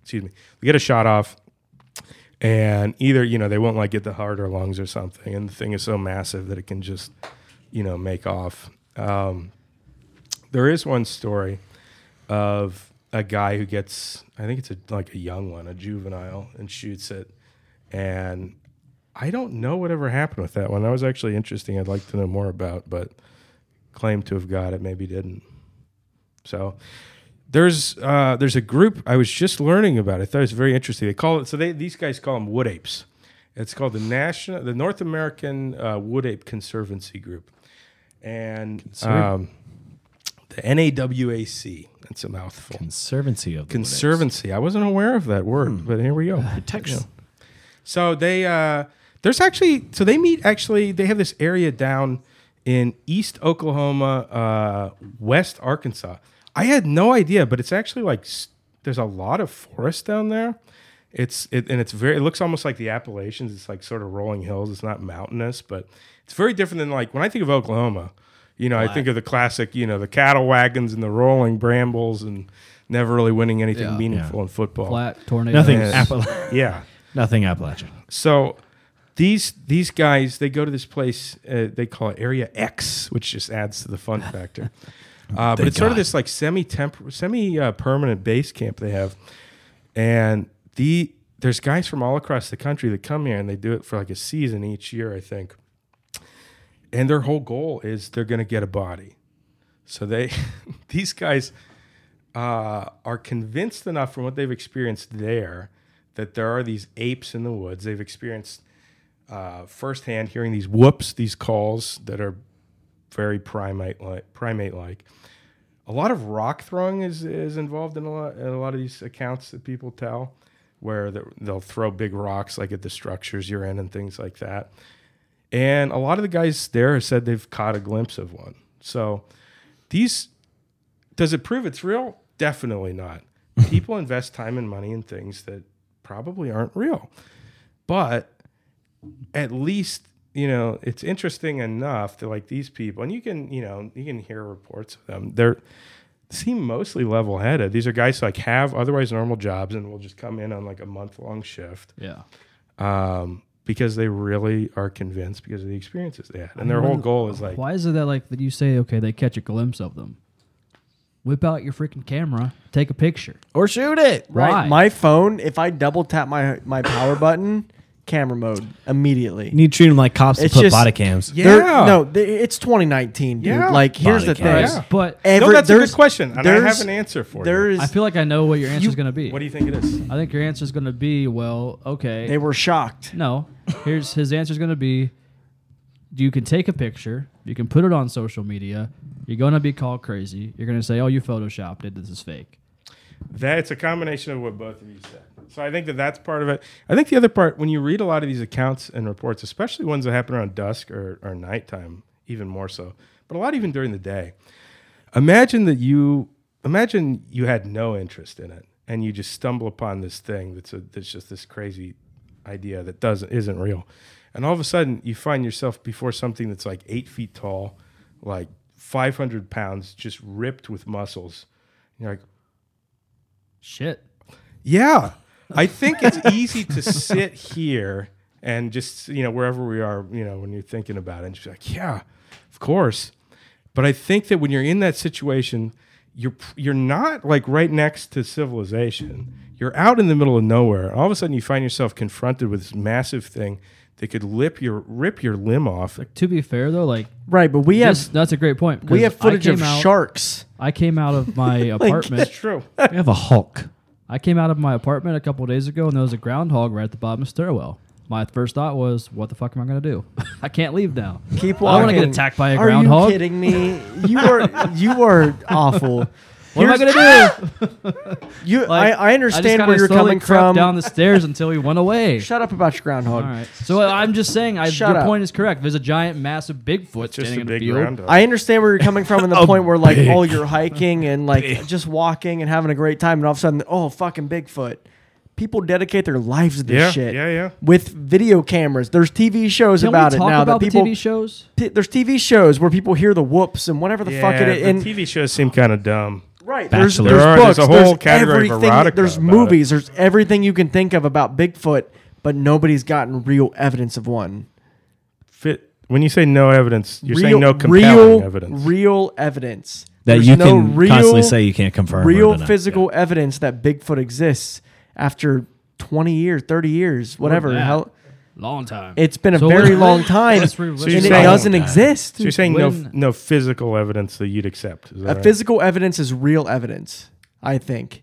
S5: Excuse me. They get a shot off, and either you know they won't like get the heart or lungs or something, and the thing is so massive that it can just you know make off. Um, there is one story of a guy who gets I think it's a, like a young one, a juvenile, and shoots it, and I don't know whatever happened with that one. That was actually interesting. I'd like to know more about, but claimed to have got it, maybe didn't. So there's uh, there's a group I was just learning about. I thought it was very interesting. They call it so they these guys call them wood apes. It's called the national the North American uh, Wood Ape Conservancy Group, and um, the NAWAC. That's a mouthful.
S1: Conservancy of the Wood
S5: Conservancy. I wasn't aware of that word, but here we go.
S1: Text.
S5: So they uh, there's actually so they meet actually they have this area down in East Oklahoma, uh, West Arkansas. I had no idea, but it's actually like s- there's a lot of forest down there. It's it, and it's very it looks almost like the Appalachians. It's like sort of rolling hills. It's not mountainous, but it's very different than like when I think of Oklahoma. You know, I think of the classic, you know, the cattle wagons and the rolling brambles and never really winning anything
S2: Yeah.
S5: meaningful in football.
S2: flat tornado.
S1: Nothing,
S5: Yes.
S1: Appala-
S5: Yeah.
S1: nothing Appalachian.
S5: So these these guys they go to this place uh, they call it Area X, which just adds to the fun factor. Uh, but
S1: Thank
S5: it's sort of
S1: God.
S5: this like semi temp semi uh, permanent base camp they have, and the there's guys from all across the country that come here and they do it for like a season each year, I think. And their whole goal is they're going to get a body. So they these guys uh, are convinced enough from what they've experienced there that there are these apes in the woods. They've experienced uh, firsthand hearing these whoops, these calls that are very primate like. Primate like. A lot of rock throwing is, is involved in a, lot, in a lot of these accounts that people tell, where the- they'll throw big rocks like at the structures you're in and things like that. And a lot of the guys there have said they've caught a glimpse of one. So these does it prove it's real? Definitely not. People invest time and money in things that probably aren't real. But at least, you know, it's interesting enough to like these people, and you can, you know, you can hear reports of them. They're seem mostly level headed. These are guys who like have otherwise normal jobs and will just come in on like a month long shift.
S2: Yeah.
S5: Um because they really are convinced because of the experiences they had. And their whole goal is like
S2: Why is it that like that you say okay they catch a glimpse of them? Whip out your freaking camera, take a picture.
S1: Or shoot it.
S2: Why?
S3: right my phone if i double tap my my power button camera mode
S1: You
S3: immediately
S1: need to treat them like cops that
S3: It's
S1: put
S3: just-
S1: body cams.
S5: Yeah.
S3: There- no th- it's 2019 dude
S5: Yeah.
S3: like here's
S1: Body
S3: the
S1: cams.
S3: thing
S5: Yeah.
S2: But
S3: Every-
S5: no, that's a
S3: there's-
S5: good question, and I
S3: there's-
S5: have an answer for
S3: there
S5: you.
S3: is
S2: I feel like I know what your answer's going to be.
S5: What do you think it is?
S2: I think your answer's going to be well, okay.
S3: they were shocked
S2: No. Here's his answer's going to be you can take a picture, you can put it on social media. You're going to be called crazy. You're going to say, "Oh, you photoshopped it. This is fake."
S5: That it's a combination of what both of you said. So I think that that's part of it. I think the other part, when you read a lot of these accounts and reports, especially ones that happen around dusk or, or nighttime, even more so, but a lot even during the day. Imagine that you imagine you had no interest in it, and you just stumble upon this thing that's a, that's just this crazy idea that doesn't isn't real, and all of a sudden you find yourself before something that's like eight feet tall, like 500 pounds, just ripped with muscles. You're like,
S2: Shit.
S5: yeah, I think it's easy to sit here and just, you know, wherever we are, you know, when you're thinking about it, and just be like, yeah, of course. But I think that when you're in that situation, you're you're not like right next to civilization. You're out in the middle of nowhere. and All of a sudden, you find yourself confronted with this massive thing that could lip your rip your limb off.
S2: To be fair though, like
S3: Right, but we
S2: yes,
S3: have
S2: that's a great point.
S3: we
S2: 'cause
S3: have
S2: I
S3: footage of
S2: came out-
S3: sharks.
S2: I came out of my apartment.
S5: It's true.
S1: We have a Hulk.
S2: I came out of my apartment a couple days ago, and there was a groundhog right at the bottom of the stairwell. My first thought was, "What the fuck am I gonna do? I can't leave now.
S3: Keep
S2: I don't
S3: walking.
S2: want to get attacked by a
S3: Are
S2: groundhog.
S3: you kidding me? You are you are awful.
S2: What am I
S3: Here's-
S2: gonna do?
S3: You,
S2: Like,
S3: I, I
S2: just
S3: understand
S2: kinda
S3: where you're
S2: slowly
S3: coming
S2: crept
S3: from.
S2: Down the stairs until we went away.
S3: Shut up about your groundhog.
S2: All right. So uh, I'm just saying, I,
S3: Shut
S2: your
S3: up.
S2: point is correct. There's a giant, massive Bigfoot
S5: Just
S2: standing
S5: a
S2: in the
S5: big
S2: field.
S5: round.
S3: I understand where you're coming from in the
S1: A
S3: point where like
S1: big-
S3: oh you're hiking and like just walking and having a great time and all of a sudden oh fucking Bigfoot. People dedicate their lives to this
S5: Yeah,
S3: shit.
S5: yeah, yeah.
S3: With video cameras, there's TV shows
S2: Can
S3: about
S2: we
S3: it
S2: talk
S3: now
S2: about
S3: that people
S2: the TV shows?
S3: t- there's TV shows where people hear the whoops and whatever the fuck it is. And,
S5: TV shows seem kind of dumb.
S3: right, there's,
S1: Bachelor.
S3: there's
S5: There are-
S3: books,
S5: there's
S3: there's
S5: a whole category of
S3: everything-
S5: erotica
S3: There's
S5: about
S3: movies, there's everything you can think of about Bigfoot, but nobody's gotten real evidence of one.
S5: Fit when you say no evidence, you're
S3: real,
S5: saying no compelling
S3: real,
S5: evidence.
S3: Real evidence
S1: That
S3: There's
S1: you
S3: no
S1: can constantly say you can't confirm. or
S3: real
S1: deny.
S3: physical evidence that Bigfoot exists after 20 years, 30 years, whatever.
S2: than that.
S3: How,
S2: Long time.
S3: it's been a
S2: So
S3: very
S2: what-
S3: long time,
S2: Let's re-
S3: and
S2: let's
S5: you're
S3: it
S5: saying-
S3: doesn't exist.
S5: so you're saying no
S2: When-
S5: no physical evidence that you'd accept. Is that
S3: Uh,
S5: right?
S3: Physical evidence is real evidence, I think.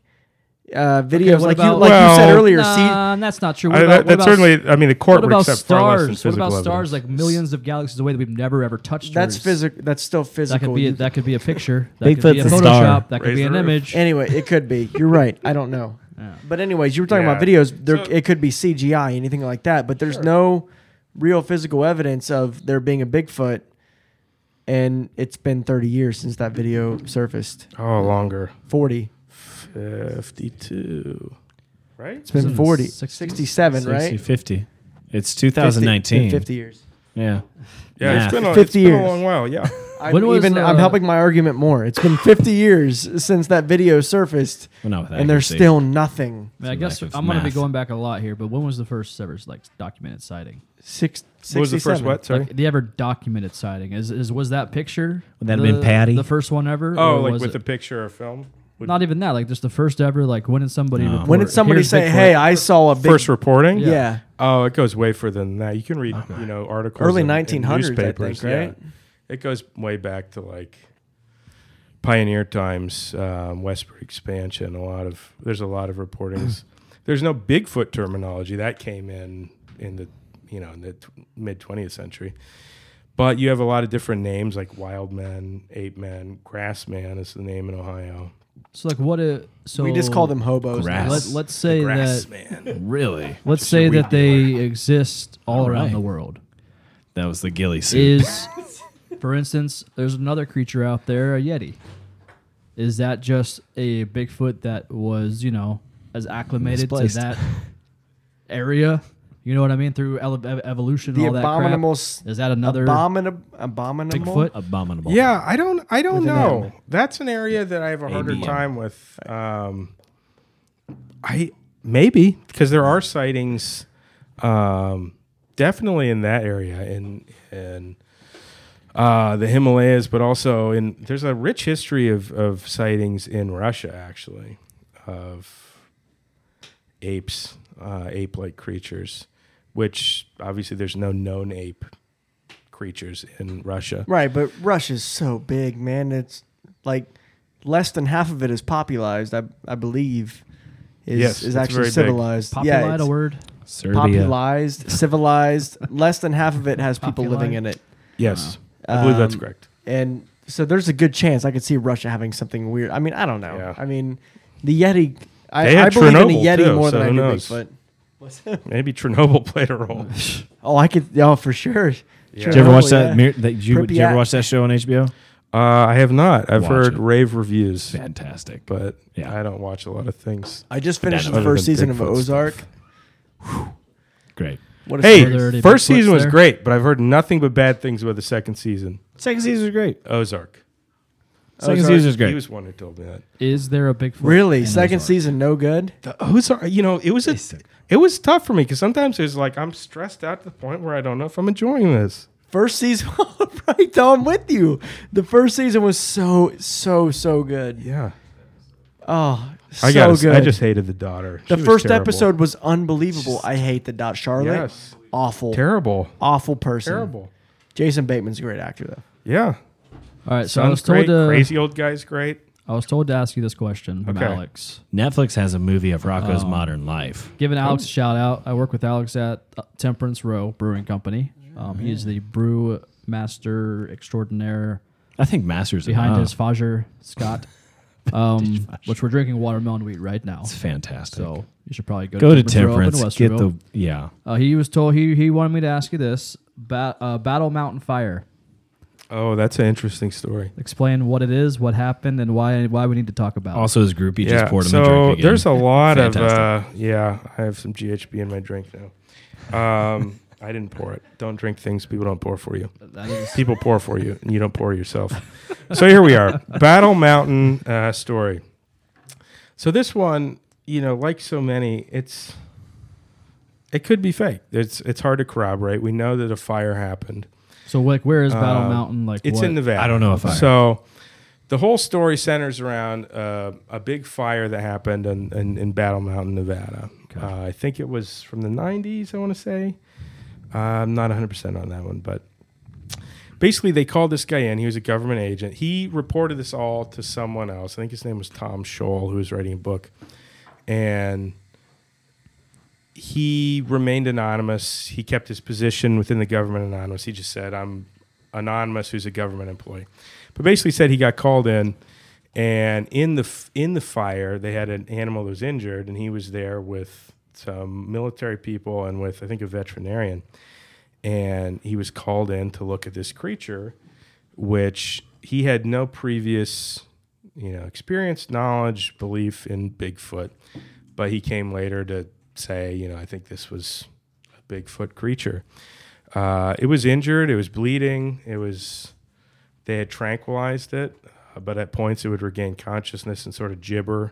S3: Uh, videos
S2: what
S3: like you,
S2: about-
S3: like you said
S5: Well-
S3: earlier. see,
S2: nah, that's not true. What
S5: I,
S2: about,
S5: that,
S2: what
S5: that
S2: about
S5: certainly. I mean, the court
S2: What
S5: would
S2: about
S5: accept far less than
S2: stars? What about
S5: physical evidence.
S2: stars like millions of galaxies away that we've never ever touched?
S3: that's
S2: or is-
S3: physical. That's still
S2: That
S3: physical.
S2: could be a,
S3: You-
S2: that could be a picture. That could be a
S1: Bigfoot's a
S2: Photoshop.
S1: star.
S2: That could
S5: Raise
S2: be
S5: the
S2: an
S5: roof.
S2: image.
S3: anyway, it could be. You're right. I don't know.
S2: Yeah.
S3: But anyways, you were talking about
S5: Yeah.
S3: videos. There,
S5: So-
S3: it could be CGI, anything like that. But there's no real physical evidence of there being a Bigfoot, and it's been 30 years since that video surfaced.
S5: Oh, longer.
S3: 40.
S5: Fifty-two. Right.
S3: It's been
S2: Isn't it
S3: 40,
S2: 60?
S3: 67,
S1: 60,
S3: right?
S1: 50. It's
S3: 50,
S1: 2019.
S3: been 50 years.
S1: Yeah.
S5: Yeah,
S1: Math.
S5: it's been a,
S3: 50
S5: it's been
S3: years.
S5: a long while. Yeah.
S3: I'm
S2: When was,
S3: even
S2: uh,
S3: I'm helping my argument more. It's been 50 years since that video surfaced,
S1: Well, not with
S3: and there's
S1: accuracy.
S3: still nothing.
S2: I mean, I
S1: Some
S2: guess
S1: lack of
S2: I'm going to be
S1: math.
S2: going back a lot here, but when was the first ever like documented sighting?
S3: Six,
S5: what was the first
S3: 67.
S5: what? Sorry.
S2: Like the ever documented sighting is, is was that picture?
S1: Would that have
S2: the-
S1: been Patty?
S2: the first one ever?
S5: oh,
S2: or
S5: like
S2: was
S5: with
S2: it-
S5: a picture or film. Would-
S2: not even that, like just the first ever. Like when did somebody?
S1: No.
S2: report,
S3: When did somebody
S2: "Here's
S3: say,
S2: Bigfoot"?
S3: "Hey, I saw a big
S5: first reporting.
S3: Yeah.
S5: Oh, it goes way further than that. You can read, you know, articles.
S3: Early
S5: in- in
S3: 1900s, I think,
S5: newspapers,
S3: right?
S5: It goes way back to like pioneer times, um, Westward expansion. A lot of there's a lot of reportings. there's no Bigfoot terminology that came in in the you know in the tw- mid 20th century. But you have a lot of different names like wild man, ape man, grass man is the name in Ohio.
S2: So like what? A, so
S3: We just call them hobos. now.
S1: Grass.
S2: Let, let's say
S5: Grass
S2: that.
S5: man.
S1: Really?
S2: Let's say that they exist all
S1: All
S2: around
S1: right.
S2: the world.
S1: That was the ghillie suit.
S2: Is, for instance, there's another creature out there, a yeti. Is that just a Bigfoot that was, you know, as acclimated to
S1: Displaced.
S2: that area? You know what I mean? Through ele- ev- evolution,
S3: The
S2: all that
S3: abominable s-
S2: crap. Is that another
S3: Abominable. Abominable.
S2: Bigfoot?
S1: Abominable.
S5: Yeah, I don't. I don't
S3: Within
S5: know.
S3: that.
S5: That's an area that I have a harder
S1: Maybe.
S5: time with. Um, I maybe because there are sightings, um, definitely in that area in in uh, the Himalayas, but also in there's a rich history of of sightings in Russia actually of apes, uh, ape like creatures, which obviously there's no known ape creatures in Russia.
S3: Right, but Russia's so big, man. It's like less than half of it is popularized. I I believe is
S5: Yes,
S3: is
S5: it's
S3: actually
S5: very big.
S3: civilized.
S2: Populi
S3: yeah,
S2: a
S3: it's
S2: word?
S1: Serbia.
S3: popularized, civilized. Less than half of it has people
S2: Populi.
S3: living in it,
S5: Yes, I believe that's
S3: Um,
S5: correct.
S3: and so there's a good chance I could see Russia having something weird. I mean, I don't know.
S5: Yeah.
S3: I mean, the Yeti.
S5: They
S3: I,
S5: had
S3: I believe in
S5: Chernobyl,
S3: the Yeti
S5: too,
S3: more
S5: so
S3: than I
S5: who
S3: do
S5: knows?
S3: Bigfoot.
S5: Maybe Chernobyl played a role.
S3: Oh, I could. Oh, for sure.
S5: Yeah.
S1: Did you ever
S3: Chernobyl,
S1: watch that?
S3: yeah.
S1: Mir- that did, you, did you
S3: Pripyat.
S1: ever watch that show on HBO?
S5: Uh, I have not. I've
S1: Watch
S5: heard
S1: it.
S5: rave reviews,
S1: Fantastic.
S5: but
S1: Yeah.
S5: I don't watch a lot of things.
S3: I just finished
S1: That
S3: the
S5: other
S3: first
S5: than
S3: season of
S5: Bigfoot
S3: Ozark.
S5: stuff.
S1: Great.
S3: What a
S2: Are there
S5: Hey,
S2: any
S5: first
S2: Bigfoots
S5: season was
S2: there?
S5: great, but I've heard nothing but bad things about the second season.
S1: Second season was great.
S5: Ozark.
S1: Second
S3: sorry.
S1: season's great.
S5: He was one who told me that.
S2: Is there a Bigfoot?
S3: Really,
S2: in
S3: second
S2: Ozark?
S3: season no good.
S5: The Ozark, you know, it was a, it was tough for me because sometimes it's like I'm stressed out to the point where I don't know if I'm enjoying this.
S3: First season, right? though, I'm with you. The first season was so so so good.
S5: Yeah,
S3: Oh, so
S5: I got.
S3: good.
S5: I just hated the daughter.
S3: the
S5: She was
S3: first
S5: terrible.
S3: episode was unbelievable. I hate the dot Charlotte.
S5: Yes.
S3: Awful,
S5: terrible,
S3: awful person.
S5: terrible.
S3: Jason Bateman's a great actor though.
S5: Yeah,
S2: All right, so I was
S5: Son's
S2: told
S5: great.
S2: to
S5: Crazy old guy's great.
S2: I was told to ask you this question from
S5: Okay.
S2: Alex.
S1: Netflix has a movie of
S2: Oh.
S1: Rocco's modern life.
S2: Giving Alex a shout out. I work with Alex at uh, Temperance Row Brewing Company. Um, he is the brew master extraordinaire
S1: I think Masters
S2: behind
S1: of
S2: his Fager Scott, um, which we're drinking watermelon wheat right now.
S1: It's fantastic.
S2: So you should probably go,
S1: go to
S2: Temperance Row up in
S1: Temperance. Get
S2: Westerville.
S1: the yeah.
S2: Uh, he was told he he wanted me to ask you this: Bat, uh, Battle Mountain Fire.
S5: Oh, that's an interesting story.
S2: Explain what it is, what happened, and why why we need to talk about. it.
S1: Also, his groupie just poured him
S5: so
S1: a drink again.
S5: there's a lot of uh,
S1: Fantastic.
S5: yeah. I have some GHB in my drink now. Um, I didn't pour it. Don't drink things people don't pour for you.
S2: That is-
S5: People pour for you, and you don't pour yourself. so here we are, Battle Mountain uh, story. So this one, you know, like so many, it's it could be fake. It's it's hard to corroborate. We know that a fire happened.
S2: so like, where is Battle
S5: Uh,
S2: Mountain? Like,
S5: It's
S2: what?
S5: in the valley.
S1: I don't know if I-
S5: So the whole story centers around uh, a big fire that happened in, in, in Battle Mountain, Nevada.
S2: Okay.
S5: Uh, I think it was from the 90s, I want to say. Uh, I'm not 100% on that one, but basically they called this guy in. He was a government agent. He reported this all to someone else. I think his name was Tom Scholl, who was writing a book. And he remained anonymous. He kept his position within the government anonymous. He just said, I'm anonymous who's a government employee. But basically said he got called in and in the f- in the fire they had an animal that was injured and he was there with some military people and with I think a veterinarian and he was called in to look at this creature which he had no previous you know experience knowledge belief in bigfoot but he came later to say you know i think this was a bigfoot creature uh, it was injured it was bleeding it was they had tranquilized it uh, but at points it would regain consciousness and sort of gibber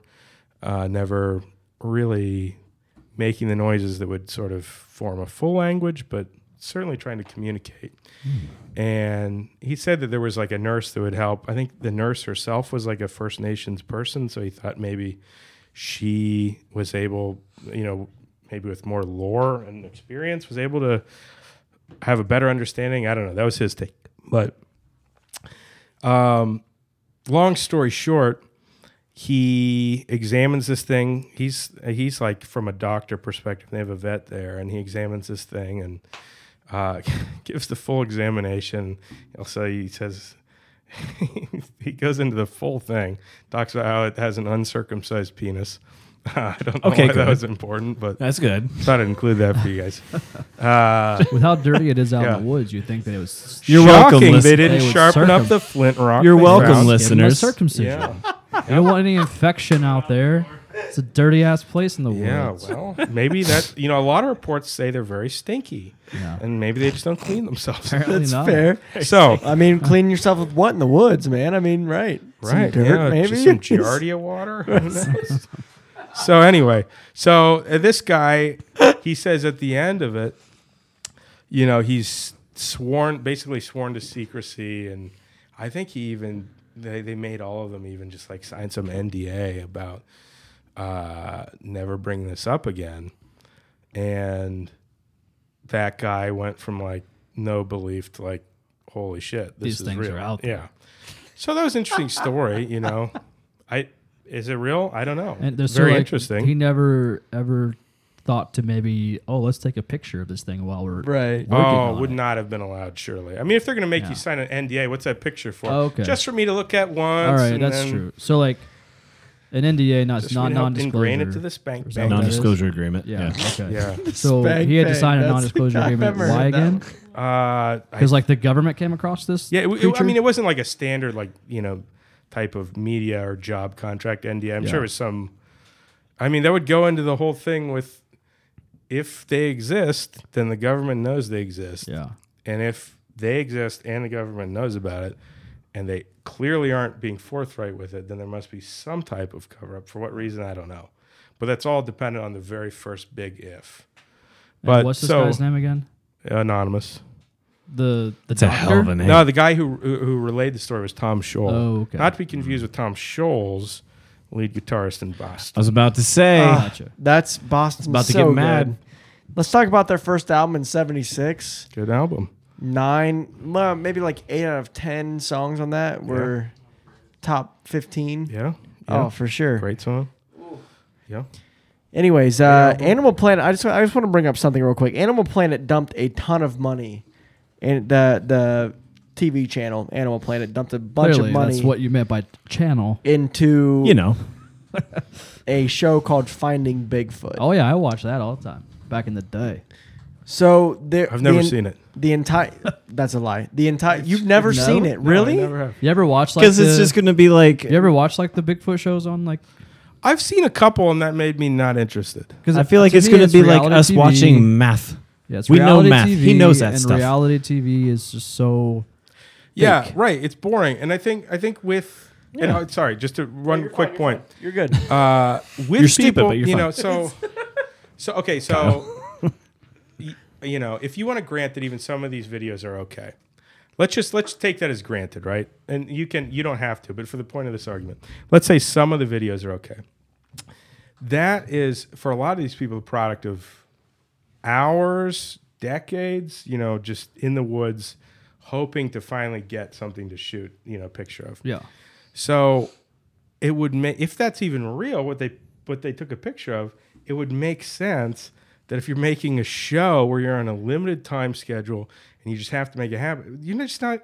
S5: uh, never really making the noises that would sort of form a full language but certainly trying to communicate and he said that there was like a nurse that would help. I think the nurse herself was like a First Nations person, so he thought maybe she was able, you know, maybe with more lore and experience, was able to have a better understanding. I don't know. That was his take, but um, long story short, he examines this thing. He's he's like from a doctor perspective. They have a vet there, and he examines this thing and uh, gives the full examination. Also, he says he goes into the full thing. Talks about how it has an uncircumcised penis. I don't know
S1: Okay,
S5: why that
S1: good.
S5: was important, but
S1: That's good.
S5: thought I'd include that for you guys. Uh,
S2: With how dirty it is out
S5: Yeah.
S2: in the woods, you'd think that it was.
S1: You're
S5: shocking
S1: welcome,
S5: They
S1: listen-
S5: didn't
S2: They would
S5: sharpen up
S2: circum-
S5: the flint rock.
S1: You're
S5: they
S1: welcome,
S5: found.
S1: listen.
S2: Give them a
S1: Listeners.
S2: circumcision.
S5: Yeah.
S2: You don't want any infection out there. It's a dirty ass place in the
S5: Yeah,
S2: woods.
S5: well, maybe that you know a lot of reports say they're very stinky,
S2: Yeah.
S5: and maybe they just don't clean themselves.
S2: Apparently
S3: That's
S2: not.
S3: fair.
S5: so
S3: I mean, clean yourself with what in the woods, man? I mean, right?
S5: right,
S3: Some dirt,
S5: yeah,
S3: maybe
S5: just some giardia water. Who knows? so anyway, so uh, this guy, he says at the end of it, you know, he's sworn basically sworn to secrecy, and I think he even they they made all of them even just like sign some NDA about uh, never bring this up again. And that guy went from like no belief to like, holy shit, this
S2: These
S5: is
S2: things
S5: real.
S2: are out
S5: Yeah. So that was an interesting story, you know. I is it real? I don't know.
S2: And there's
S5: Very
S2: so, like,
S5: interesting.
S2: He never ever thought to maybe, oh, let's take a picture of this thing while we're
S3: Right.
S2: working
S5: oh,
S2: on
S5: would
S2: it.
S5: not have been allowed, surely. I mean, if they're going to make
S2: Yeah.
S5: you sign an NDA, what's that picture for?
S2: Oh, okay.
S5: Just for me to look at once.
S2: All right,
S5: and
S2: that's
S5: then
S2: true. So like an NDA, not
S5: Just
S2: not
S5: we help
S2: non-disclosure.
S5: Ingrain it to this bank.
S2: Is that
S5: bank.
S2: what
S1: Non
S2: that is?
S1: disclosure agreement.
S2: Yeah.
S1: Yeah.
S2: Okay.
S5: Yeah.
S2: So
S3: Spank
S2: he had to
S3: bank,
S2: sign a
S3: that's the
S2: non-disclosure
S3: I've
S2: agreement.
S3: ever
S2: Why
S3: heard that
S2: again?
S5: Uh, I
S2: Because like the government came across this.
S5: Yeah, it, w- it- I
S2: creature?
S5: mean, it wasn't like a standard like you know type of media or job contract NDA. I'm
S2: Yeah.
S5: sure it was some. I mean, that would go into the whole thing with if they exist, then the government knows they exist,
S2: yeah.
S5: and if they exist and the government knows about it, and they clearly aren't being forthright with it, then there must be some type of cover up. For what reason, I don't know. But that's all dependent on the very first big if. But
S2: and what's this
S5: so
S2: guy's name again?
S5: anonymous.
S2: The the
S1: It's a hell of a
S2: doctor?
S1: name.
S5: No, the guy who who who relayed the story was Tom Scholl.
S2: Oh, okay.
S5: Not to be confused with Tom Scholes, lead guitarist in
S1: I
S2: Uh,
S5: Boston.
S1: was about to say.
S3: Ah,
S2: Gotcha.
S3: that's Boston's
S1: About to
S3: so
S1: get mad.
S3: good. Let's talk about their first album in '76.
S5: Good album.
S3: Nine, well, maybe like eight out of ten songs on that were top fifteen.
S5: Yeah.
S3: Oh, for sure.
S5: Great song. Yeah.
S3: Anyways, uh, Animal Planet. I just wa- I just want to bring up something real quick. Animal Planet dumped a ton of money, and the the TV channel Animal Planet dumped a bunch
S2: Clearly,
S3: of money
S2: that's what you meant by channel.
S3: into
S1: You know,
S3: a show called Finding Bigfoot.
S2: Oh yeah, I watched that all the time back in the day.
S3: So there,
S5: I've never
S3: the en-
S5: seen it.
S3: The entire that's a lie. The entire you've never
S2: No.
S3: seen it,
S5: No, I
S3: really?
S5: never have.
S2: You ever watch like
S1: because it's
S2: the-
S1: just going to be like
S2: You ever watch like the Bigfoot shows on like?
S5: I've seen a couple, and that made me not interested.
S1: I feel like
S2: to
S1: it's
S2: me,
S1: going to be like
S2: reality
S1: us
S2: TV.
S1: watching math.
S2: Yeah, it's
S1: we know
S2: reality
S1: math. He
S2: TV,
S1: knows that
S2: and
S1: stuff.
S2: Reality TV is just so.
S5: Yeah,
S2: Fake.
S5: right. It's boring, and I think I think with and I- sorry, just to one quick point.
S3: You're good.
S5: Uh, with
S1: You're stupid,
S5: people,
S1: but you're
S5: you
S1: fine.
S5: know, so so okay, so y- you know, if you want to grant that even some of these videos are okay, let's just let's take that as granted, right? And you can you don't have to, but for the point of this argument, let's say some of the videos are okay. That is for a lot of these people the product of hours, decades, you know, just in the woods hoping to finally get something to shoot, you know, a picture of.
S2: Yeah,
S5: So it would make if that's even real what they what they took a picture of, it would make sense that if you're making a show where you're on a limited time schedule and you just have to make it happen, you're just not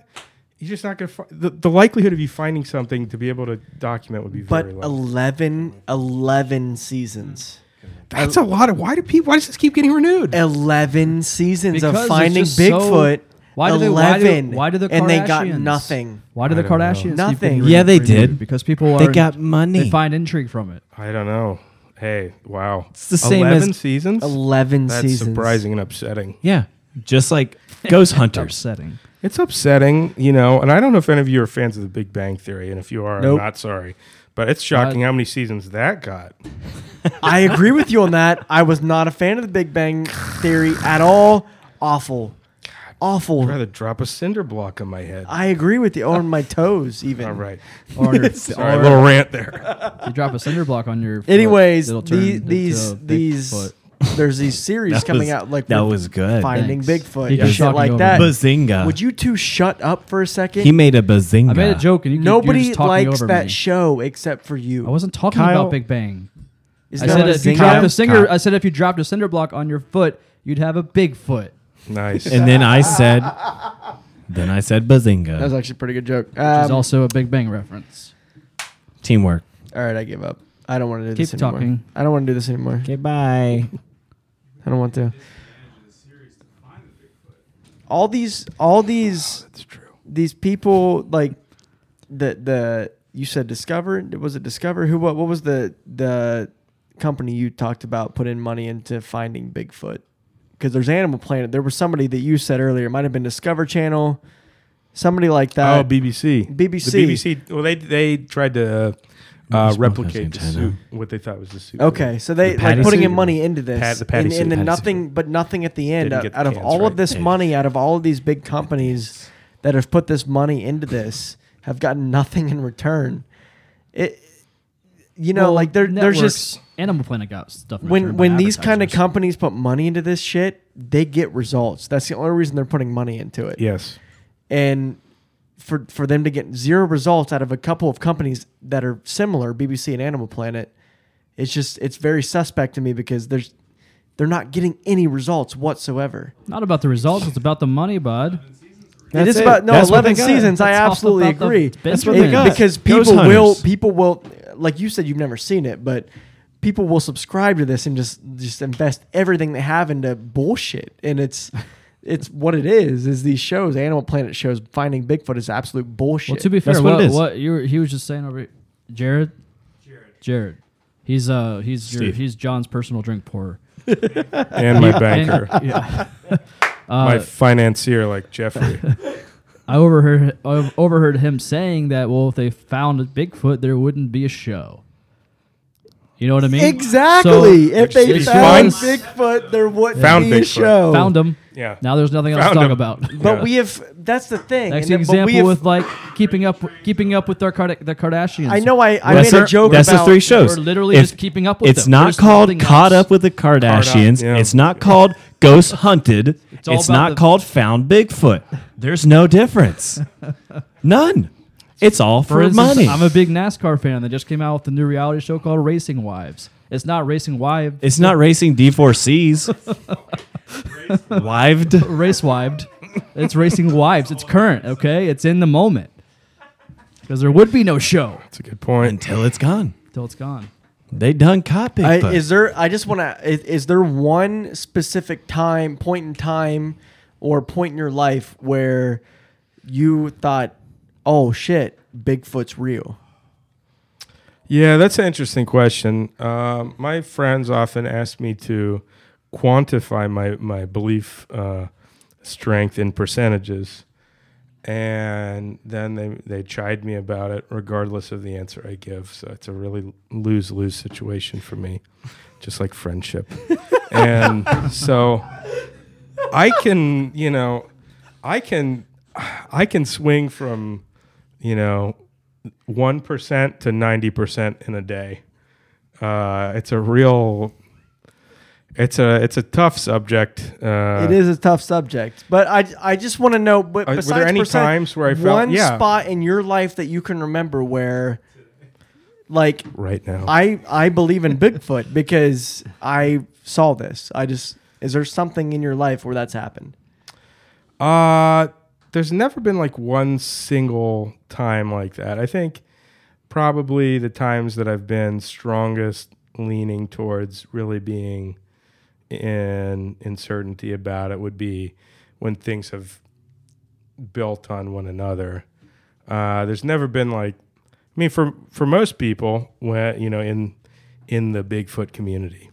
S5: you're just not going to the, the likelihood of you finding something to be able to document would be
S3: but
S5: very low.
S3: 11, 11 seasons.
S5: That's a lot of why do people why does this keep getting renewed?
S3: 11 seasons
S2: Because
S3: of
S2: it's
S3: finding
S2: just so-
S3: Bigfoot.
S2: Why do they? Why do,
S3: 11.
S2: why do the
S3: And they got
S2: Kardashians-
S3: nothing.
S2: Why do
S5: I
S2: the
S5: don't know.
S2: Kardashians? keep
S3: Nothing.
S2: getting
S1: Yeah, they
S2: renewed?
S1: did.
S2: because people
S1: They
S2: are-
S1: got money.
S2: They find intrigue from it.
S5: I don't know. Hey, wow.
S1: It's the same as-
S5: 11 seasons?
S3: 11
S5: That's
S3: seasons.
S5: surprising and upsetting.
S1: yeah, just like ghost hunters.
S2: Upsetting.
S5: It's upsetting, you know, and I don't know if any of you are fans of The Big Bang Theory, and if you are,
S3: Nope.
S5: I'm not sorry, but it's shocking how many seasons that got.
S3: I agree with you on that. I was not a fan of the Big Bang Theory at all. Awful. Awful.
S5: I'd rather drop a cinder block on my head.
S3: I agree with you. On my toes, even.
S5: All right,
S2: Or, on your-
S5: sorry, a
S2: or
S5: little rant there.
S2: you drop a cinder block on your. foot,
S3: Anyways,
S2: it'll turn
S3: the,
S2: into
S3: these
S2: a
S3: these
S2: Bigfoot.
S3: there's these series
S1: That
S3: coming
S1: was-
S3: out like
S1: that
S3: with
S1: was good.
S3: Finding
S2: Thanks.
S3: Bigfoot
S2: He
S3: and
S2: kept
S3: shit
S2: talking
S3: like
S2: over
S3: that.
S2: me.
S1: Bazinga!
S3: Would you two shut up for a second?
S1: he made a bazinga.
S2: I made a joke and you keep- you're
S3: Nobody
S2: just talking
S3: likes
S2: over
S3: that
S2: me.
S3: show except for
S2: I
S3: you.
S2: wasn't talking
S1: Kyle-
S2: about Big Bang. I
S3: Isn't that
S2: said
S3: what
S2: if you
S3: Zynga-
S2: dropped
S1: Kyle-
S2: a cinder.
S1: Kyle.
S2: I said if you dropped a cinder block on your foot, you'd have a big foot.
S5: Nice.
S1: and then I said, then I said bazinga.
S3: That was actually a pretty good joke.
S2: Which is
S3: Um,
S2: also a Big Bang reference.
S1: Teamwork.
S3: all right, I give up. I don't want to do
S2: Keep
S3: this anymore.
S2: talking.
S3: I don't want to do this anymore.
S1: Okay, bye.
S3: I don't want to. All these, all these,
S5: That's true.
S3: these people like the the you said Discover was it Discover who what what was the the company you talked about put in money into finding Bigfoot because there's Animal Planet. There was somebody that you said earlier it might have been Discover Channel, somebody like that.
S5: oh, BBC.
S3: BBC.
S5: The BBC. Well, they they tried to uh, uh,
S1: Smoke
S5: replicate the
S1: that's in
S5: suit,
S1: China.
S5: what they thought was the suit.
S3: Okay, so they
S1: The
S3: like
S1: patty
S3: putting
S1: suit.
S3: in money into this,
S5: Pat- the patty
S3: and, and
S5: suit.
S3: then
S5: Patty
S3: nothing, but nothing at the end.
S5: Didn't
S3: Out,
S5: get the
S3: out of
S5: cans
S3: all of
S5: right.
S3: this
S1: Hey.
S3: money, out of all of these big companies that have put this money into this, have gotten nothing in return. It, you know,
S2: Well,
S3: like there, there's just
S2: networks- Animal Planet got stuff. in
S3: when
S2: return
S3: when
S2: by
S3: these kind of
S2: advertisers.
S3: companies put money into this shit, they get results. That's the only reason they're putting money into it,
S5: Yes.
S3: and. For, for them to get zero results out of a couple of companies that are similar, BBC and Animal Planet, it's just it's very suspect to me because there's they're not getting any results whatsoever.
S2: not about the results, it's about the money, bud.
S3: it is
S1: it.
S3: about no
S1: That's what
S3: eleven
S1: they got.
S3: seasons. I
S2: It's all
S3: absolutely
S2: about the
S3: agree.
S2: That's what they
S3: It-
S2: got.
S3: because
S1: Ghost
S3: people will
S1: hunters.
S3: people will like you said you've never seen it, but people will subscribe to this and just just invest everything they have into bullshit. And it's it's what it is. Is these shows, Animal Planet shows, Finding Bigfoot is absolute bullshit.
S2: Well, to be
S1: That's
S2: fair,
S1: what
S2: what,
S1: it
S2: what,
S1: is.
S2: you were, he was just saying over Jared. Jared. Jared. He's uh he's your,
S1: Steve.
S2: he's John's personal drink pourer.
S5: And my banker,
S2: yeah.
S5: my financier, like Jeffrey.
S2: I overheard I overheard him saying that well if they found Bigfoot there wouldn't be a show. You know what I mean?
S3: Exactly.
S2: So,
S3: if they
S5: It's
S3: found
S5: fine.
S3: Bigfoot, there wouldn't
S5: Found
S3: be a
S5: Bigfoot.
S3: show.
S2: found him.
S5: Yeah.
S2: Now there's nothing else
S5: Found
S2: to talk
S5: him.
S2: about.
S3: But
S5: Yeah.
S3: we have. That's the thing.
S2: Next
S3: and then- but we
S2: example
S3: have-
S2: with like keeping up keeping up with our Kar- the Kardashians.
S3: I know I, I
S1: that's
S3: made a
S1: the-
S3: joke
S1: That's
S3: about
S1: the three
S2: We're
S1: shows.
S2: literally
S1: If-
S2: just keeping up with
S1: It's
S2: them.
S1: not
S2: There's
S1: caught
S2: nothing
S1: caught
S2: else.
S1: up with the Kardashians.
S5: yeah.
S1: It's not called ghost hunted. It's,
S2: all about
S1: not
S2: the-
S1: called found Bigfoot. There's no difference. None. It's all for,
S2: For instance,
S1: money.
S2: I'm a big NASCAR fan that just came out with a new reality show called Racing Wives. It's not Racing Wives.
S1: it's not racing D4Cs. Wived.
S2: race wived. It's racing wives. It's current, okay? It's in the moment. Because there would be no show
S5: That's a good point.
S1: Until it's gone.
S2: until it's gone.
S1: They done caught
S3: I,
S1: Bigfoot.
S3: is there? I just want to. Is, is there one specific time, point in time, or point in your life where you thought, "Oh shit, Bigfoot's real"?
S5: Yeah, that's an interesting question. Um, my friends often ask me to quantify my my belief uh, strength in percentages, and then they they chide me about it, regardless of the answer I give. So it's a really lose lose situation for me, just like friendship. and so I can, you know, I can, I can swing from, you know, one percent to ninety percent in a day. Uh, it's a real, it's a it's a tough subject. Uh,
S3: it is a tough subject, but I I just want to know. But
S5: Uh, were there
S3: besides
S5: any
S3: percent,
S5: times where I felt-
S3: one
S5: yeah.
S3: spot in your life that you can remember where, like,
S5: right now.
S3: I I believe in Bigfoot because I saw this. I just is there something in your life where that's happened?
S5: Uh there's never been like one single time like that. I think probably the times that I've been strongest leaning towards really being in uncertainty about it would be when things have built on one another. Uh, there's never been like, I mean, for for most people, when you know, in in the Bigfoot community,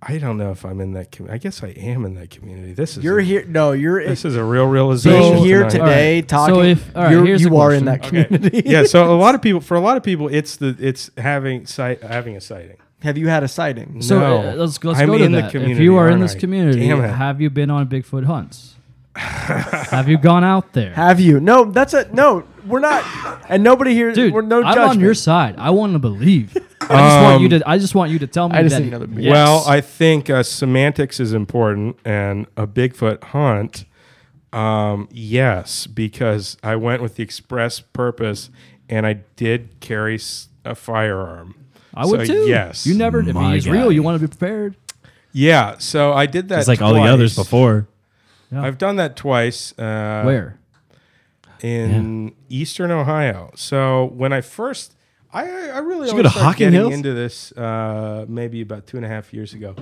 S5: I don't know if I'm in that. Com- I guess I am in that community. This is
S3: You're
S5: a-
S3: here. No, you're
S5: this is a real realization.
S3: being here
S5: tonight.
S3: today
S2: Alright, so
S3: talking.
S2: if- alright,
S3: you're,
S2: here's
S3: you
S2: the
S3: are in
S2: question.
S3: that
S5: Okay.
S3: community.
S5: yeah. So a lot of people, for a lot of people, it's the it's having sight having a sighting.
S3: Have you had a sighting?
S2: So
S5: No.
S2: uh, let's, let's
S5: I'm
S2: go to
S5: in the
S2: that. if
S5: community,
S2: you are in
S5: aren't
S2: this
S5: I?
S2: community,
S5: Damn it.
S2: have you been on Bigfoot hunts? have you gone out there?
S3: Have you? No, that's a no. We're not, and nobody here.
S2: Dude,
S3: we're no
S2: I'm
S3: judgment.
S2: on your side. I want to believe. I just want
S5: Um,
S2: you to. I just want you to tell me
S3: I just
S2: that.
S3: need another beer.
S2: yes.
S5: Well, I think uh, semantics is important, and a Bigfoot hunt, um, yes, because I went with the express purpose, and I did carry s- a firearm.
S2: I would
S5: So,
S2: too.
S5: Yes.
S2: You never. If
S1: My
S2: he's
S1: guy.
S2: real, you want to be prepared.
S5: Yeah. So I did that.
S1: it's like all the others
S5: twice.
S1: before.
S5: I've done that twice. Uh,
S2: Where?
S5: in eastern Ohio. So when I first, I, I I really
S1: you
S5: only
S1: go to
S5: started
S1: Hocking
S5: getting
S1: Hills?
S5: into this uh, maybe about two and a half years ago,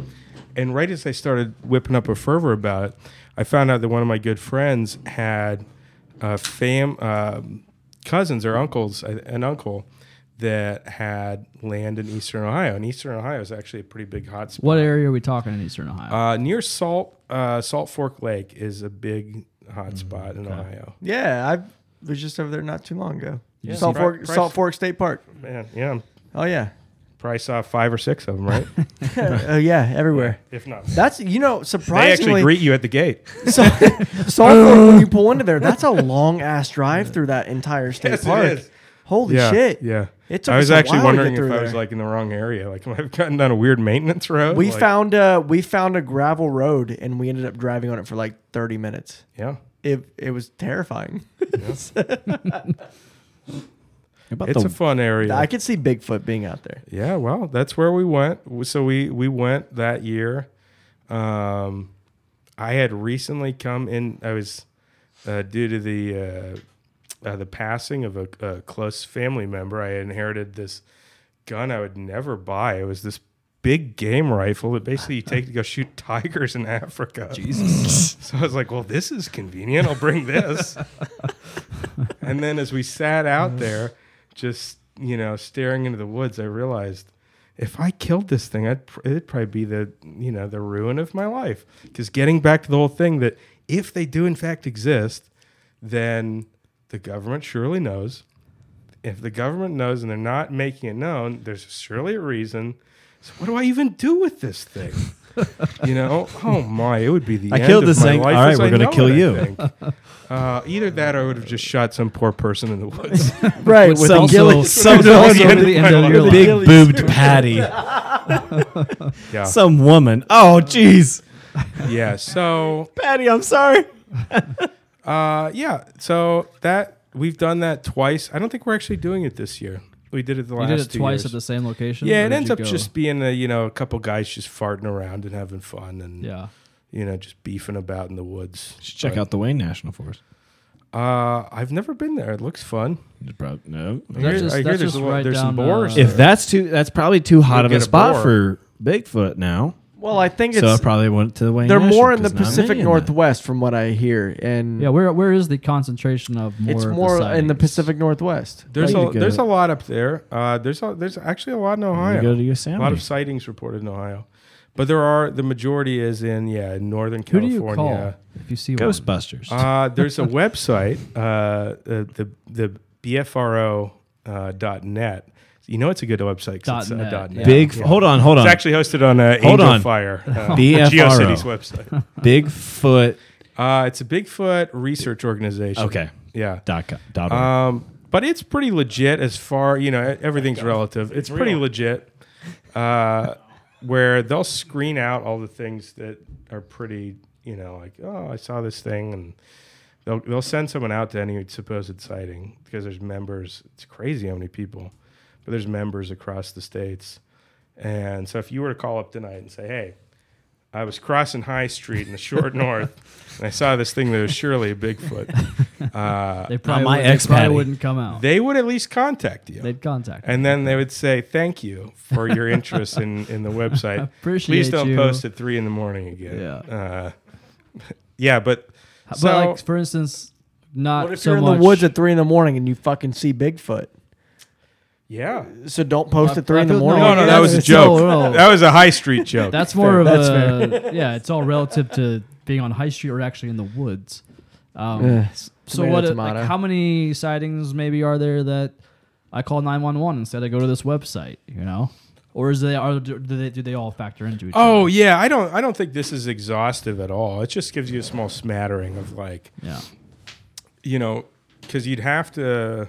S5: and right as I started whipping up a fervor about it, I found out that one of my good friends had uh, fam um cousins or uncles, uh, an uncle that had land in eastern Ohio, and eastern Ohio is actually a pretty big hotspot.
S2: What area are we talking in Eastern Ohio?
S5: Uh, near Salt uh, Salt Fork Lake is a big
S1: Mm,
S5: hotspot in Ohio.
S3: Yeah, I was just over there not too long ago.
S5: Yeah.
S3: Salt
S5: Pri-
S3: Fork,
S5: price-
S3: Salt Fork State Park.
S5: Man, yeah.
S3: Oh yeah,
S5: Probably saw five or six of them, right?
S3: oh yeah, everywhere.
S5: if not,
S3: That's you know
S5: they actually
S3: surprisingly.
S5: greet you at the gate.
S3: so, Salt Fork when you pull into there, that's a long ass drive through that entire state
S5: Yes, it
S3: park.
S5: is.
S3: Holy
S5: yeah,
S3: shit!
S5: yeah.
S3: It took
S5: I was
S3: us a
S5: actually
S3: while to
S5: wondering
S3: get
S5: if
S3: through
S5: I was
S3: there.
S5: like in the wrong area. Like, am I gotten down a weird maintenance road?
S3: We
S5: Like,
S3: found a we found a gravel road and we ended up driving on it for like 30 minutes.
S5: Yeah,
S3: It it was terrifying.
S1: About
S5: it's
S1: the-
S5: a fun area.
S3: I could see Bigfoot being out there.
S5: yeah, well, that's where we went. W- So we we went that year. Um, I had recently come in. I was uh, due to the uh, uh, the passing of a, a close family member. I inherited this gun I would never buy. It was this big game rifle that basically you take to go shoot tigers in Africa. Jesus. so I was like, well, this is convenient. I'll bring this. and then as we sat out there, just you know, staring into the woods, I realized. If I killed this thing, I'd pr- it'd probably be the you know the ruin of my life. Because getting back to the whole thing that if they do in fact exist, then The government surely knows. If the government knows and they're not making it known, there's surely a reason. So what do I even do with this thing? you know? Oh my! It would be the
S1: I
S5: end
S1: killed
S5: of
S1: this
S5: my
S1: thing.
S5: life
S1: All right,
S5: as
S1: we're
S5: I
S1: gonna
S5: know
S1: kill
S5: it, I
S1: you.
S5: think. Uh, either that, or I would have just shot some poor person in the woods.
S3: right
S2: Which
S3: with
S2: also-
S3: Achilles.
S1: some
S2: which also would be the end of your
S1: big
S2: life.
S1: boobed patty,
S5: yeah.
S1: some woman. Oh, jeez,
S5: yeah. So
S1: Patty, I'm sorry.
S5: Uh, yeah. So that we've done that twice. I don't think we're actually doing it this year. We did it the
S2: You
S5: last
S2: did it
S5: two
S2: twice
S5: years.
S2: at the same location.
S5: yeah,
S2: or
S5: it
S2: did
S5: ends
S2: you
S5: up
S2: go-
S5: just being a you know a couple guys just farting around and having fun and
S2: yeah.
S5: you know just beefing about in the woods.
S1: Check out the Wayne National Forest.
S5: Uh, I've never been there. It looks fun.
S1: no.
S5: I hear-
S2: That's just-
S5: I hear
S2: that's
S5: there's,
S2: just
S5: a lot-
S2: right
S5: there's some
S2: down,
S5: boars.
S2: uh,
S1: If that's too, that's probably too hot
S5: You'll
S1: of a
S5: get a
S1: spot
S5: boar.
S1: for Bigfoot now.
S3: Well, I think
S1: So I
S3: it's
S1: probably went to the Wayne.
S3: they're
S1: National
S3: more in the
S1: 'cause now I'm
S3: Pacific
S1: saying
S3: Northwest, from what I hear, and
S2: Yeah, where where is the concentration of more?
S3: it's
S2: of the
S3: more in the
S2: sightings?
S3: Pacific Northwest.
S5: there's
S1: Like,
S5: a
S1: you
S5: there's
S1: go-
S5: a lot up there. Uh, there's a, there's actually a lot in
S1: that. You go
S5: Ohio.
S1: to
S5: A lot
S1: Yosemite.
S5: of sightings reported in Ohio, but there are the majority is in yeah in Northern
S2: Who do
S5: California.
S2: you call if you see one?
S1: Ghostbusters.
S5: Uh, there's a website, uh, the the bfro uh, dot net. You know it's a good website. 'cause
S2: Dot
S5: it's, uh,
S2: net,
S5: dot net.
S1: Big. Hold on. Hold on.
S5: It's actually hosted on uh,
S1: Hold
S5: Angel
S1: on.
S5: Fire, uh,
S1: BFRO.
S5: GeoCities website.
S1: Bigfoot.
S5: Uh, it's a Bigfoot research organization.
S1: Okay.
S5: Yeah.
S1: Dot, co- dot org.
S5: Um, but it's pretty legit as far you know. Everything's relative. It's, pretty legit. Uh, where they'll screen out all the things that are pretty, you know, like oh, I saw this thing, and they'll they'll send someone out to any supposed sighting because there's members. It's crazy how many people, but there's members across the states, and so if you were to call up tonight and say, hey. I was crossing High Street in the short north, and I saw this thing that was surely a Bigfoot. Uh,
S2: They probably,
S1: my
S2: would, they
S1: ex
S2: probably
S1: Patty.
S2: wouldn't come out.
S5: they would at least contact you.
S2: They'd contact.
S5: and then they would say, "Thank you for your interest in, in the website.
S2: Appreciate
S5: Please don't
S2: you.
S5: post at three in the morning again."
S2: Yeah.
S5: uh, yeah, but
S2: But
S5: so
S2: like for instance, not
S3: What if
S2: so
S3: you're in
S2: much.
S3: the woods at three in the morning and you fucking see Bigfoot?
S5: yeah,
S3: So don't post
S2: I-
S3: at three
S2: I
S3: in the
S2: feel-
S3: morning.
S5: no, no, that was a
S2: oh, It's
S5: joke.
S2: all-
S5: that was a high street joke.
S2: That's more of
S3: That's
S2: a yeah. It's all relative to being on High Street or actually in the woods. Um,
S3: Ugh,
S2: so
S3: tomato,
S2: what?
S3: tomato.
S2: Like, how many sightings maybe are there that I call nine one one instead of go to this website? You know, or is they are do they do they all factor into each?
S5: oh yeah, I don't I don't think this is exhaustive at all. It just gives you a small smattering of like
S2: other? yeah.
S5: you know, because you'd have to,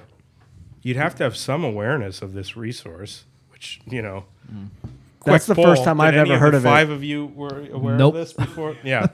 S5: you'd have to have some awareness of this resource, which you know. quick
S3: That's the first time
S5: Did
S3: I've
S5: any
S3: ever
S5: of
S3: heard
S5: the
S3: of it.
S5: Five of you were aware
S2: Nope.
S5: of this before. Yeah.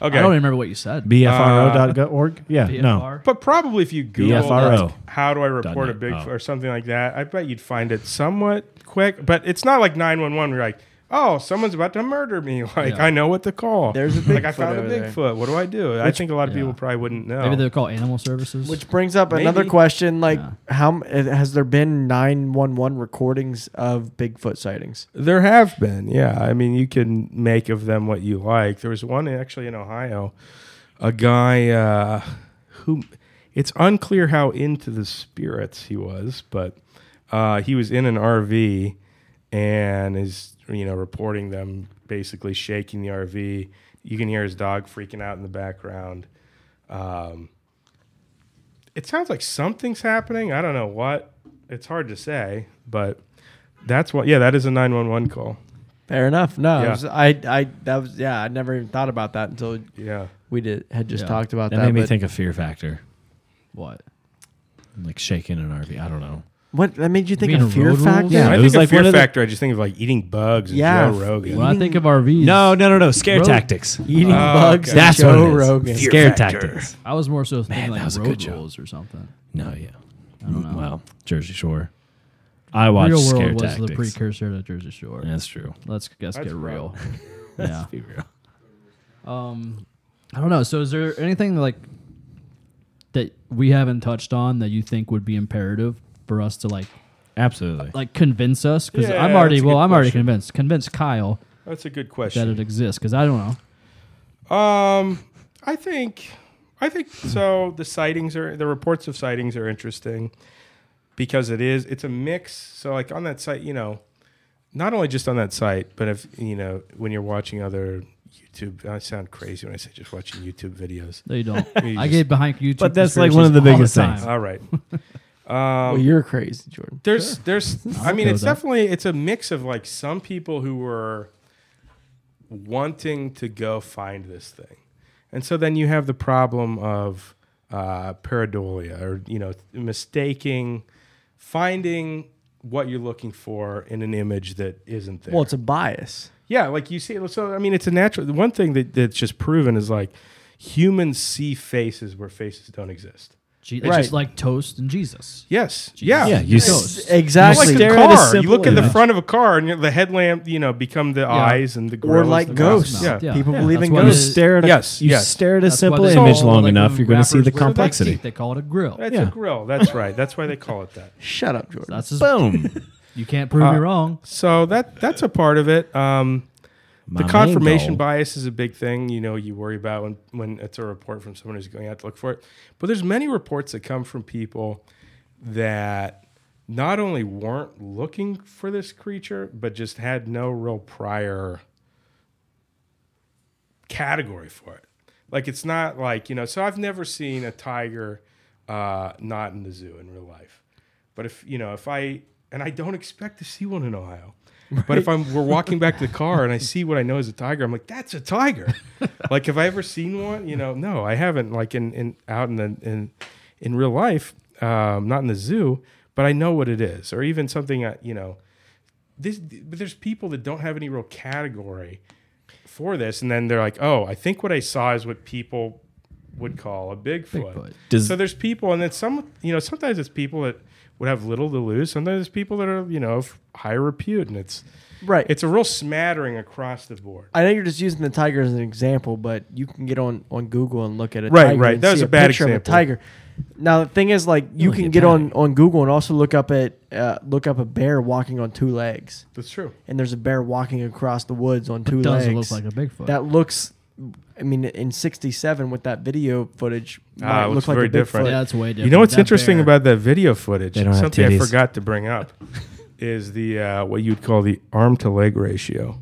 S2: I don't
S5: Okay.
S2: remember what you said.
S1: BFRO.org? Yeah, no.
S2: BFR?
S5: But probably if you Google
S1: BFRO.
S5: like, how do I report a
S1: net.
S5: big
S1: Oh.
S5: or something like that, I bet you'd find it somewhat quick. But it's not like nine one one. You're like, oh, someone's about to murder me. Like
S2: Yeah.
S5: I know what to call.
S3: There's a
S5: like I
S3: Bigfoot
S5: found a
S3: over there.
S5: Bigfoot. What do I do? I think a lot of
S2: yeah.
S5: people probably wouldn't know.
S2: Maybe they're called animal services.
S3: Which brings up another
S5: Maybe.
S3: question: like, how m- eh, has there been nine one one recordings of Bigfoot sightings?
S5: There have been, yeah. I mean, you can make of them what you like. There was one actually in Ohio, a guy uh, who it's unclear how into the spirits he was, but uh, he was in an RV and is you know reporting them basically shaking the RV. You can hear his dog freaking out in the background. Um, it sounds like something's happening. I don't know what. It's hard to say, but that's what. Yeah, that is a nine one one call.
S3: Fair enough. No,
S5: Yeah.
S3: it was- I, I, that was yeah. I never even thought about that until
S5: Yeah.
S3: we did had just
S2: Yeah.
S3: talked about
S1: That
S3: that.
S1: made me
S3: but
S1: think of Fear Factor,
S2: what?
S1: like shaking an RV. I don't know.
S3: what that made you think
S2: mean
S3: of Fear
S2: road
S3: Factor?
S2: rules?
S1: Yeah.
S5: When I
S1: it was
S5: think
S1: like
S5: of Fear
S1: one of the-
S5: Factor, I just think of like eating bugs and
S3: Yeah,
S5: Joe Rogan.
S2: When I think of RVs,
S1: No, no, no, no. Scare
S2: Road-
S1: tactics.
S3: eating
S5: Oh,
S3: bugs.
S5: okay.
S3: and
S1: That's
S3: Joe
S1: what it is.
S3: Rogan.
S1: Scare tactics.
S2: I was more so
S1: Man,
S2: thinking
S1: that was
S2: like
S1: a
S2: road
S1: good joke.
S2: rules or something.
S1: No, yeah.
S2: I don't know.
S1: Well, Jersey Shore. I watched
S2: Real
S1: Scare
S2: World was
S1: Tactics.
S2: the precursor to Jersey Shore.
S1: That's true.
S2: Let's let's
S5: That's
S2: get
S5: right.
S2: real. yeah.
S1: Be real.
S2: Um, I don't know. So is there anything like that we haven't touched on that you think would be imperative for us to like
S1: Absolutely.
S2: like convince us? Because
S5: Yeah,
S2: I'm already
S5: that's a
S2: well,
S5: good
S2: I'm already
S5: question.
S2: convinced. Convince Kyle
S5: That's a good
S2: that it
S5: question.
S2: exists. Because I don't know.
S5: Um, I think, I think so. The sightings are the reports of sightings are interesting because it is it's a mix. So like on that site, you know, not only just on that site, but if you know when you're watching other YouTube. I sound crazy when I say just watching YouTube videos.
S2: No, you don't.
S5: You
S2: I
S5: just-
S2: get behind YouTube.
S1: But that's like one of the
S2: conspiracies all
S1: biggest things.
S2: time.
S5: All right.
S3: well,
S5: Um,
S3: you're crazy, Jordan.
S5: there's there's I mean
S2: go
S5: it's
S2: with that.
S5: definitely it's a mix of like some people who were wanting to go find this thing, and so then you have the problem of uh, pareidolia or you know mistaking finding what you're looking for in an image that isn't there.
S3: Well, it's a bias.
S5: Yeah, like you see, so I mean, it's a natural. The one thing that, that's just proven is like humans see faces where faces don't exist.
S2: Je- It's
S3: Right.
S2: just like toast and Jesus.
S5: Yes. Yeah.
S1: Yeah, you
S2: Yes.
S1: s-
S2: Toast.
S5: It's
S3: Exactly.
S5: like
S1: Stare
S5: the
S1: at a
S5: car. You
S1: simple
S5: look at the
S1: image.
S5: front of a car, and the headlamp, you know, become the eyes and the
S3: or
S5: grills,
S3: like
S5: the
S3: ghosts.
S5: mouth. Yeah.
S2: Yeah.
S3: People
S2: Yeah,
S3: believe
S2: that's
S3: in
S2: what
S1: you
S2: it
S3: ghosts.
S2: is.
S1: stare at a,
S5: Yes,
S1: you
S5: yes.
S1: stare at a
S2: That's why
S1: simple
S2: they
S1: image
S2: call,
S1: long
S2: like,
S1: enough,
S2: when
S1: you're going to see
S2: rappers
S1: the
S2: wear their
S1: complexity.
S2: teeth, They call it a grill.
S5: That's
S1: Yeah.
S5: a grill. That's right. That's why they call it that.
S3: Shut up, Jordan.
S2: That's just,
S1: Boom.
S2: you can't prove me wrong.
S5: So that that's a part of it. Um,
S1: My
S5: the
S1: main
S5: confirmation
S1: goal.
S5: bias is a big thing. You know, you worry about when when it's a report from someone who's going out to look for it. But there's many reports that come from people that not only weren't looking for this creature, but just had no real prior category for it. Like it's not like you know. So I've never seen a tiger uh, not in the zoo in real life. But if you know, if I and I don't expect to see one in Ohio. But if I'm we're walking back to the car and I see what I know is a tiger, I'm like, that's a tiger. like have I ever seen one? You know, no, I haven't. Like in, in out in the in in real life, um, not in the zoo, but I know what it is, or even something uh, you know. This, but there's people that don't have any real category for this, and then they're like, "Oh, I think what I saw is what people would call a Bigfoot."
S2: Bigfoot.
S1: Does-
S5: so there's people, and then some. You know, sometimes it's people that would have little to lose. Sometimes it's people that are you know of high repute, and it's
S3: right.
S5: it's a real smattering across the board.
S3: I know you're just using the tiger as an example, but you can get on, on Google and look at it.
S5: Right, right. That was a bad
S3: picture Of a
S5: example.
S3: tiger. Now the thing is, like, you
S1: look
S3: can
S1: at
S3: get
S1: that.
S3: on, on Google and also look up at uh, look up a bear walking on two legs,
S5: That's true.
S3: and there's a bear walking across the woods on two legs.
S2: Doesn't look like a Bigfoot.
S3: that looks. I mean, in '67 with that video footage,
S5: Ah,
S3: might
S5: it
S3: look
S5: looks
S3: like
S5: very
S3: a Bigfoot.
S5: different.
S2: yeah, that's way different.
S5: You know what's
S2: That
S5: interesting
S2: bear-
S5: about that video footage?
S1: They don't have
S5: Something I
S1: titties.
S5: forgot to bring up is the uh, what you'd call the arm to leg ratio.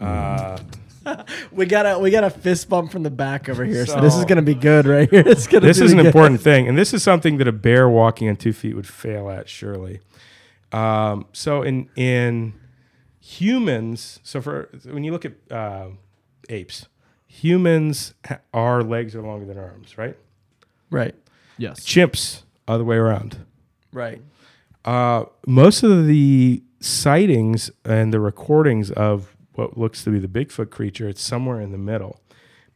S5: Uh,
S3: We got a we got a fist bump from the back over here, so,
S5: So-
S3: this is gonna be good right here. It's gonna
S5: this
S3: be
S5: is an
S3: good.
S5: important thing, and this is something that a bear walking on two feet would fail at, surely. Um, so in in humans, so for when you look at uh, apes, humans ha- our legs are longer than our arms, right?
S3: Right,
S2: Yes.
S5: Chimps, other way around.
S3: right.
S5: Uh, most of the sightings and the recordings of what looks to be the Bigfoot creature, it's somewhere in the middle,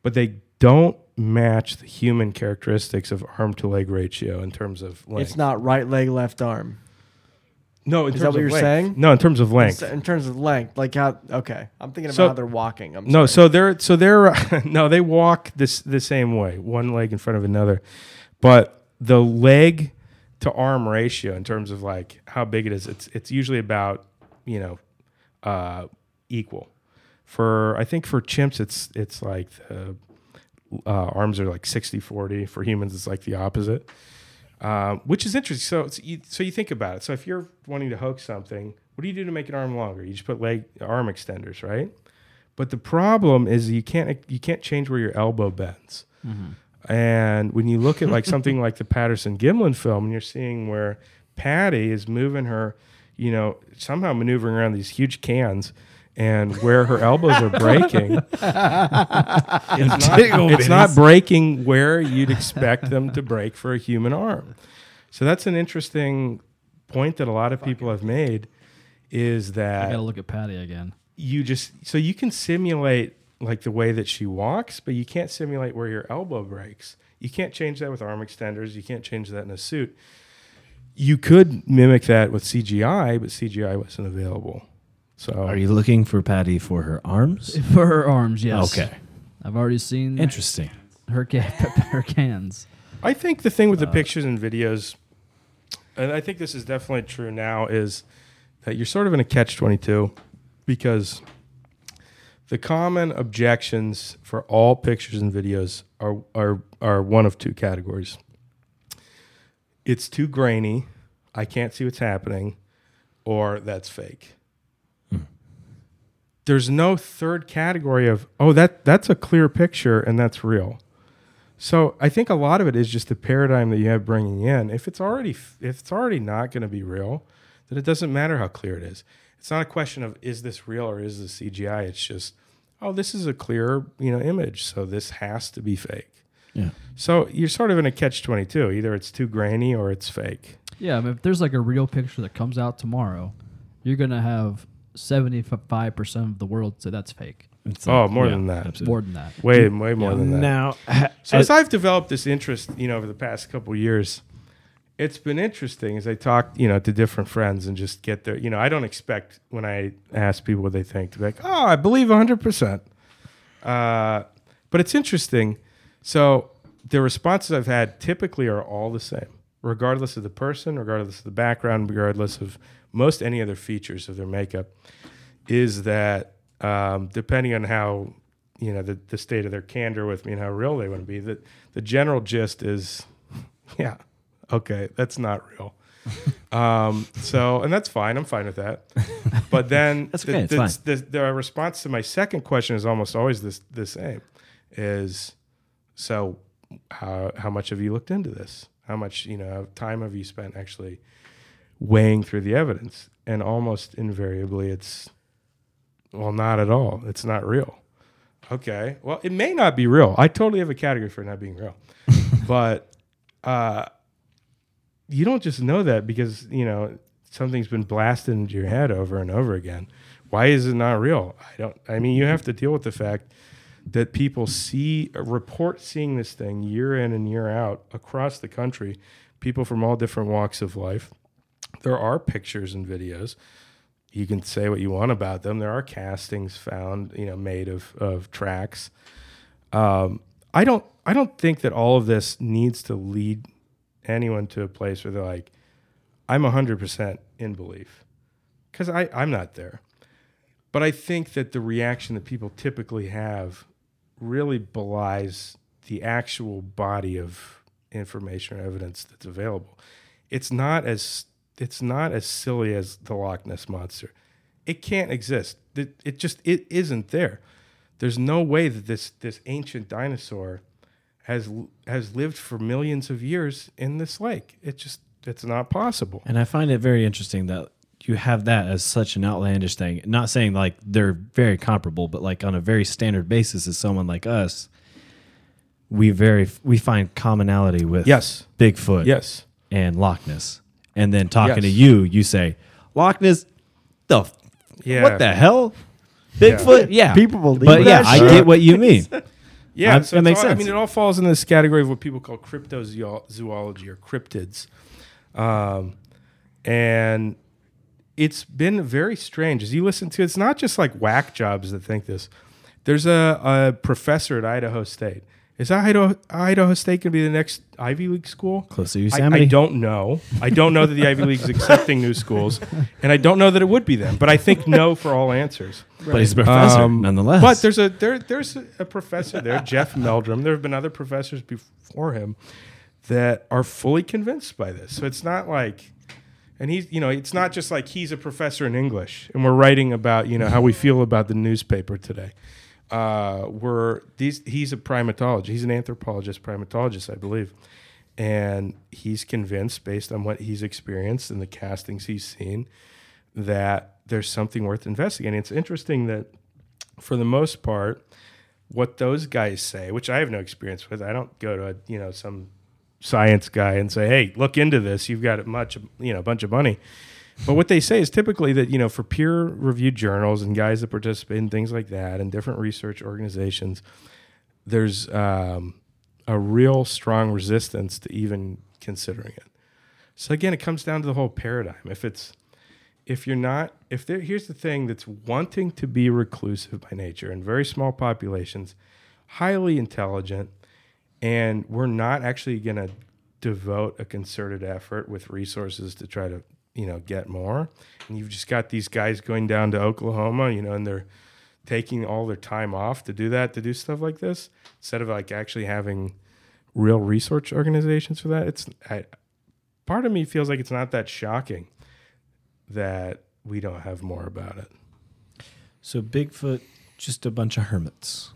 S5: but they don't match the human characteristics of arm to leg ratio in terms of length.
S3: It's not right leg, left arm.
S5: No, in
S3: Is
S5: terms
S3: that what
S5: of
S3: you're
S5: length.
S3: saying?
S5: No, in terms of length.
S3: So in terms of length, like how? Okay, I'm thinking about
S5: So-
S3: how they're walking. I'm
S5: No,
S3: sorry.
S5: so they're so they're no, they walk this the same way, one leg in front of another, but the leg to arm ratio in terms of like how big it is, it's it's usually about you know uh, equal. For I think for chimps, it's it's like the uh, arms are like 60-40. For humans, it's like the opposite. Um, which is interesting. So, it's, you, so you think about it. So, if you're wanting to hoax something, what do you do to make an arm longer? You just put leg arm extenders, right? But the problem is you can't you can't change where your elbow bends. And when you look at like something like the Patterson Gimlin film, and you're seeing where Patty is moving her, you know, somehow maneuvering around these huge cans, and where her elbows are breaking, it's not, it's not breaking where you'd expect them to break for a human arm. So that's an interesting point that a lot of people have made is
S2: I
S5: that
S2: gotta look at Patty again.
S5: you just so you can simulate like the way that she walks, but you can't simulate where your elbow breaks. You can't change that with arm extenders. You can't change that in a suit. You could mimic that with CGI, but CGI wasn't available. So
S1: Are you looking for Patty for her arms?
S2: For her arms, yes.
S1: Okay.
S2: I've already seen
S1: Interesting.
S2: her ca- her cans.
S5: I think the thing with the pictures and videos, and I think this is definitely true now, is that you're sort of in a catch 22 because the common objections for all pictures and videos are, are, are one of two categories it's too grainy, I can't see what's happening, or that's fake. there's no third category of oh that that's a clear picture and that's real so i think a lot of it is just the paradigm that you have bringing in if it's already f- if it's already not going to be real then it doesn't matter how clear it is it's not a question of is this real or is this cgi it's just oh this is a clear you know image so this has to be fake
S1: Yeah.
S5: so you're sort of in a catch 22 either it's too grainy or it's fake
S2: Yeah, I mean, if there's like a real picture that comes out tomorrow, you're gonna have seventy five percent of the world say that's fake.
S1: It's
S5: Oh,
S1: like-
S5: more than that.
S1: absolutely.
S2: More than that.
S5: way way more than that
S4: Now, ha-
S5: So
S4: as-
S5: as I've developed this interest, you know, over the past couple years, it's been interesting as I talk, you know, to different friends and just get their, you know, I don't expect when I ask people what they think to be like, oh, I believe 100%. Uh, but it's interesting. So the responses I've had typically are all the same, regardless of the person, regardless of the background, regardless of most any other features of their makeup, is that um, depending on how you know the, the state of their candor with me and how real they want to be, that the general gist is, yeah, okay, that's not real. um, so and that's fine. I'm fine with that. But then
S1: That's
S5: the-
S1: okay, it's
S5: the-
S1: fine.
S5: the, the response to my second question is almost always this the same is so how how much have you looked into this how much you know time have you spent actually weighing through the evidence and almost invariably it's well not at all it's not real okay well it may not be real i totally have a category for it not being real but uh you don't just know that because you know something's been blasted into your head over and over again why is it not real i don't i mean you have to deal with the fact that people see report seeing this thing year in and year out across the country people from all different walks of life there are pictures and videos you can say what you want about them there are castings found you know made of of tracks um, i don't i don't think that all of this needs to lead anyone to a place where they're like i'm 100% in belief because i i'm not there but I think that the reaction that people typically have really belies the actual body of information or evidence that's available. It's not as it's not as silly as the Loch Ness monster. It can't exist. It, it just it isn't there. There's no way that this this ancient dinosaur has has lived for millions of years in this lake. It just it's not possible.
S1: And I find it very interesting that you have that as such an outlandish thing. Not saying like they're very comparable, but like on a very standard basis, as someone like us, we very we find commonality with
S5: Yes.
S1: Bigfoot,
S5: Yes.
S1: and Loch Ness. And then talking to
S5: Yes.
S1: you, you say Loch Ness, the f-
S5: Yeah.
S1: what the hell, Bigfoot? Yeah,
S3: People believe
S1: but yeah,
S3: that
S1: I
S3: shit.
S1: get what you mean.
S5: Yeah,
S1: I'm-
S5: so
S1: that
S5: it's
S1: makes
S5: all- I
S1: sense.
S5: mean, it all falls in this category of what people call cryptozoology or cryptids, um, and it's been very strange as you listen to. It's not just like whack jobs that think this. There's a, a professor at Idaho State. Is Idaho Idaho State going to be the next Ivy League school?
S1: Close to
S5: I,
S1: Yosemite.
S5: I don't know. I don't know that the Ivy League's accepting new schools, and I don't know that it would be them. But I think no for all answers.
S1: but he's a professor
S5: Um,
S1: nonetheless.
S5: But there's a there there's a professor there, Jeff Meldrum. There have been other professors before him that are fully convinced by this. So it's not like and he's you know, it's not just like he's a professor in English and we're writing about, you know, how we feel about the newspaper today. Uh, we're these he's a primatologist. He's an anthropologist, primatologist, I believe. And he's convinced based on what he's experienced and the castings he's seen that there's something worth investigating. It's interesting that for the most part, what those guys say, which I have no experience with, I don't go to a, you know some science guy and say, "Hey, look into this. You've got a much you know a bunch of money." But what they say is typically that you know for peer-reviewed journals and guys that participate in things like that and different research organizations, there's um, a real strong resistance to even considering it. So again, it comes down to the whole paradigm. If it's if you're not if there here's the thing that's wanting to be reclusive by nature in very small populations highly intelligent and we're not actually going to devote a concerted effort with resources to try to you know get more and you've just got these guys going down to oklahoma you know and they're taking all their time off to do that to do stuff like this instead of like actually having real research organizations for that it's I, part of me feels like it's not that shocking that we don't have more about it.
S1: So Bigfoot, just a bunch of hermits.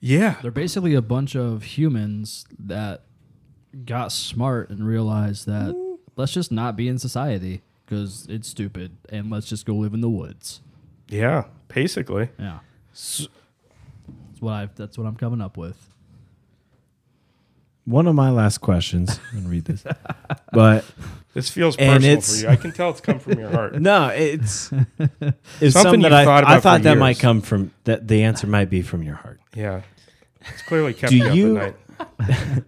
S5: Yeah.
S2: They're basically a bunch of humans that got smart and realized that let's just not be in society because it's stupid and let's just go live in the woods.
S5: Yeah. Basically.
S2: Yeah. That's what I that's what I'm coming up with.
S1: One of my last questions. I'm gonna read this, but
S5: This feels
S1: And
S5: personal
S1: it's-
S5: for you. I can tell it's come from your heart.
S1: no, it's it's something,
S5: you've
S1: that I
S5: thought
S1: thought
S5: about
S1: I thought
S5: for
S1: that might
S5: years.
S1: come from that. The answer might be from your heart.
S5: Yeah. It's clearly kept
S1: Do
S5: me up
S1: you-
S5: at night.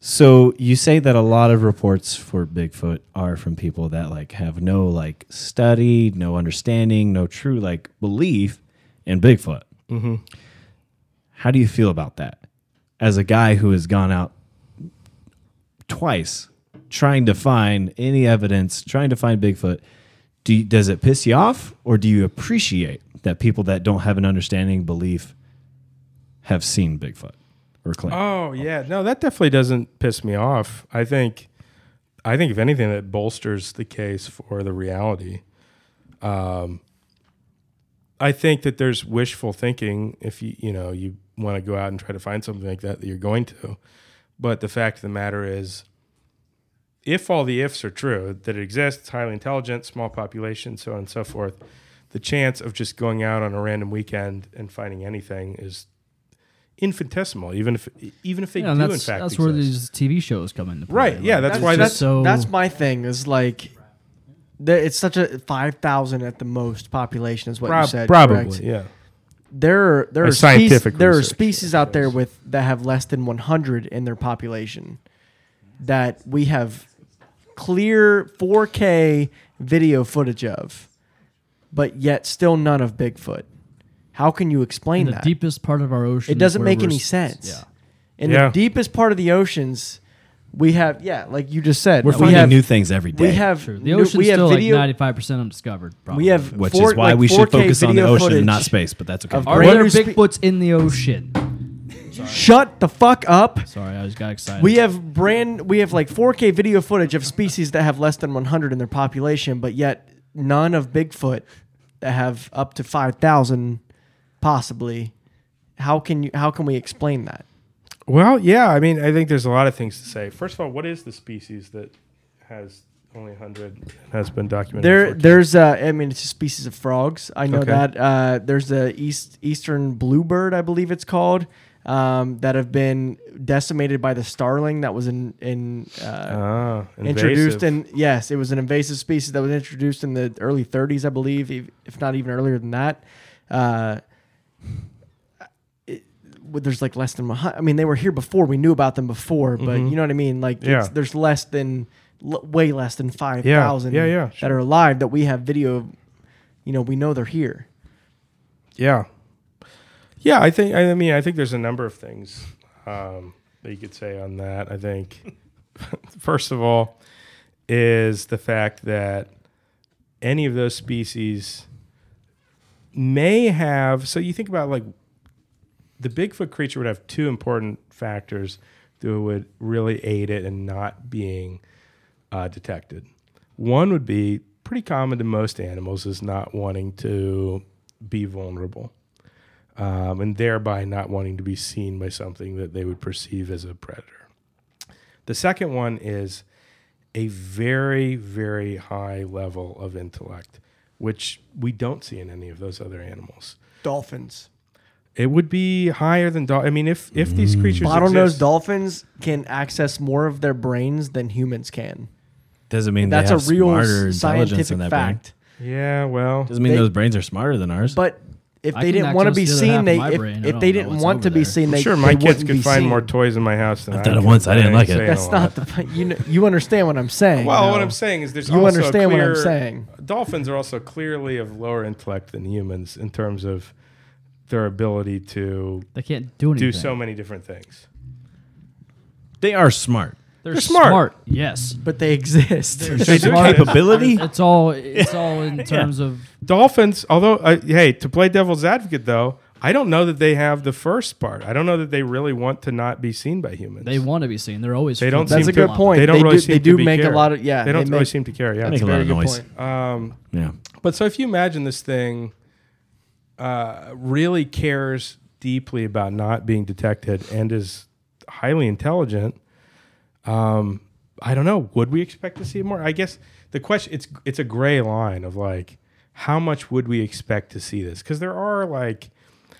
S1: So you say that a lot of reports for Bigfoot are from people that like have no like study, no understanding, no true like belief in Bigfoot.
S3: Mm-hmm.
S1: How do you feel about that? As a guy who has gone out twice trying to find any evidence, trying to find Bigfoot, do you, does it piss you off or do you appreciate that people that don't have an understanding belief have seen Bigfoot or claim?
S3: Uh,
S5: Oh yeah, no, that definitely doesn't piss me off. I think, I think if anything, that bolsters the case for the reality. Um, I think that there's wishful thinking if you you know you want to go out and try to find something like that that you're going to, but the fact of the matter is, if all the ifs are true that it exists, highly intelligent, small population, so on and so forth, the chance of just going out on a random weekend and finding anything is infinitesimal. Even if even if they
S2: Yeah,
S5: do
S2: and
S5: in
S2: that's
S5: fact
S2: that's
S5: exist.
S2: where these TV shows come into play.
S5: Right, yeah, that's
S2: it's
S5: why
S2: just
S5: that's-
S2: so
S3: That's my thing. Is like, there, it's such a five thousand at the most population is what you
S5: Prob-
S3: said.
S5: probably,
S3: correct?
S5: yeah.
S3: There are there
S5: Or
S3: are
S5: scientific
S3: scientific there are
S5: research,
S3: species out there with that have less than one hundred in their population that we have clear four K video footage of, but yet still none of Bigfoot. How can you
S2: in
S3: explain
S2: the
S3: that?
S2: deepest part of our ocean.
S3: It doesn't
S2: where
S3: make
S2: we're
S3: any
S2: s-
S3: sense.
S2: Yeah.
S3: in
S5: Yeah.
S3: the deepest part of the oceans, we have yeah, like you just said,
S1: We're
S3: we
S1: finding
S3: have-
S1: new things every day.
S3: We have
S2: True. The
S3: new-
S2: ocean's
S3: we have
S2: still
S3: video,
S2: like ninety five percent undiscovered. Probably.
S3: we have
S1: which
S3: four-
S1: is why
S3: like
S1: we should
S3: 4K
S1: focus on the
S3: video
S1: ocean
S3: footage
S1: and not space, but that's okay.
S3: of
S2: are
S3: great-
S2: there
S3: Greater spe-
S2: Bigfoots in the ocean?
S3: Shut the fuck up.
S2: Sorry, I just got excited.
S3: We have brand we have like 4K video footage of species that have less than 100 in their population, but yet none of Bigfoot that have up to 5,000 possibly. How can you how can we explain that?
S5: Well, yeah. I mean, I think there's a lot of things to say. First of all, what is the species that has only 100 and has been documented?
S3: There,
S5: for-
S3: there's uh, I mean, it's a species of frogs. I know
S5: Okay.
S3: that. Uh, there's the east eastern bluebird, I believe it's called, um, that have been decimated by the starling that was in in uh,
S5: ah,
S3: introduced
S5: invasive.
S3: in yes, it was an invasive species that was introduced in the early 30s, I believe, if- if not even earlier than that. Uh, it- well, there's like less than 100 I mean, they were here before. We knew about them before, but you know what I mean. Like,
S5: Mm-hmm. Yeah.
S3: it's, there's less than, l- way less than five thousand
S5: yeah, yeah,
S3: that
S5: sure.
S3: are alive that we have video. You know, we know they're here.
S5: yeah, yeah. I think. I mean, I think there's a number of things um, that you could say on that. I think. First of all, is the fact that any of those species may have. So you think about like the Bigfoot creature would have two important factors that would really aid it in not being uh, detected. One would be pretty common to most animals is not wanting to be vulnerable um, and thereby not wanting to be seen by something that they would perceive as a predator. The second one is a very, very high level of intellect, which we don't see in any of those other animals.
S3: Dolphins,
S5: It would be higher than dol I mean, if if these creatures
S3: bottlenose
S5: exist,
S3: dolphins can access more of their brains than humans can.
S1: Doesn't mean
S3: That's
S1: they
S3: a
S1: have smarter
S3: real
S1: intelligence in
S3: scientific
S1: that brain.
S3: fact.
S5: yeah, well,
S1: Doesn't mean
S3: They-
S1: those brains are smarter than ours.
S3: But if
S2: I
S3: they
S2: can
S3: didn't want to
S2: access
S3: be
S2: the other half
S3: seen,
S2: of
S3: they
S2: my
S3: if,
S2: brain. I
S3: if
S2: don't
S3: they
S2: know
S3: didn't
S2: what's
S3: want to
S2: over
S3: be
S2: there.
S3: seen, they
S5: sure,
S3: they
S5: my kids
S3: wouldn't
S5: could
S3: be
S5: find
S3: seen.
S5: more toys in my house than
S1: I've
S5: I
S1: done it
S5: could,
S1: once. I
S5: but
S1: didn't
S5: ain't
S1: like it.
S5: saying a
S3: That's
S5: lot.
S3: not the point. You know, you understand what I'm saying.
S5: Well,
S3: though.
S5: what I'm saying is there's
S3: You
S5: also a
S3: understand what I'm
S5: clear-
S3: saying.
S5: Dolphins are also clearly of lower intellect than humans in terms of their ability to
S2: They can't do anything.
S5: do so many different things.
S1: they are smart.
S2: They're,
S5: They're smart.
S2: smart. Yes.
S3: but they exist.
S1: They do capability.
S2: It's all. It's all in terms of.
S5: Dolphins, although uh, hey, to play devil's advocate though, I don't know that they have the first part. I don't know that they really want to not be seen by humans.
S2: They want to be seen. They're always.
S5: They don't
S2: flipping.
S3: That's
S5: seem
S3: a good
S5: to,
S3: point.
S5: They don't
S3: They
S5: really
S3: do-
S5: seem
S3: they
S5: to
S3: do
S5: be
S3: make a
S5: care.
S3: lot of- yeah,
S5: They don't
S3: they
S5: really
S3: make-
S5: seem to care. Yeah.
S1: Make a lot
S3: very
S1: of
S3: good
S1: noise.
S3: point.
S5: Um,
S1: Yeah.
S5: but so if you imagine this thing uh, really cares deeply about not being detected and is highly intelligent, um, I don't know. Would we expect to see more? I guess the question it's it's a gray line of like how much would we expect to see this? Because there are like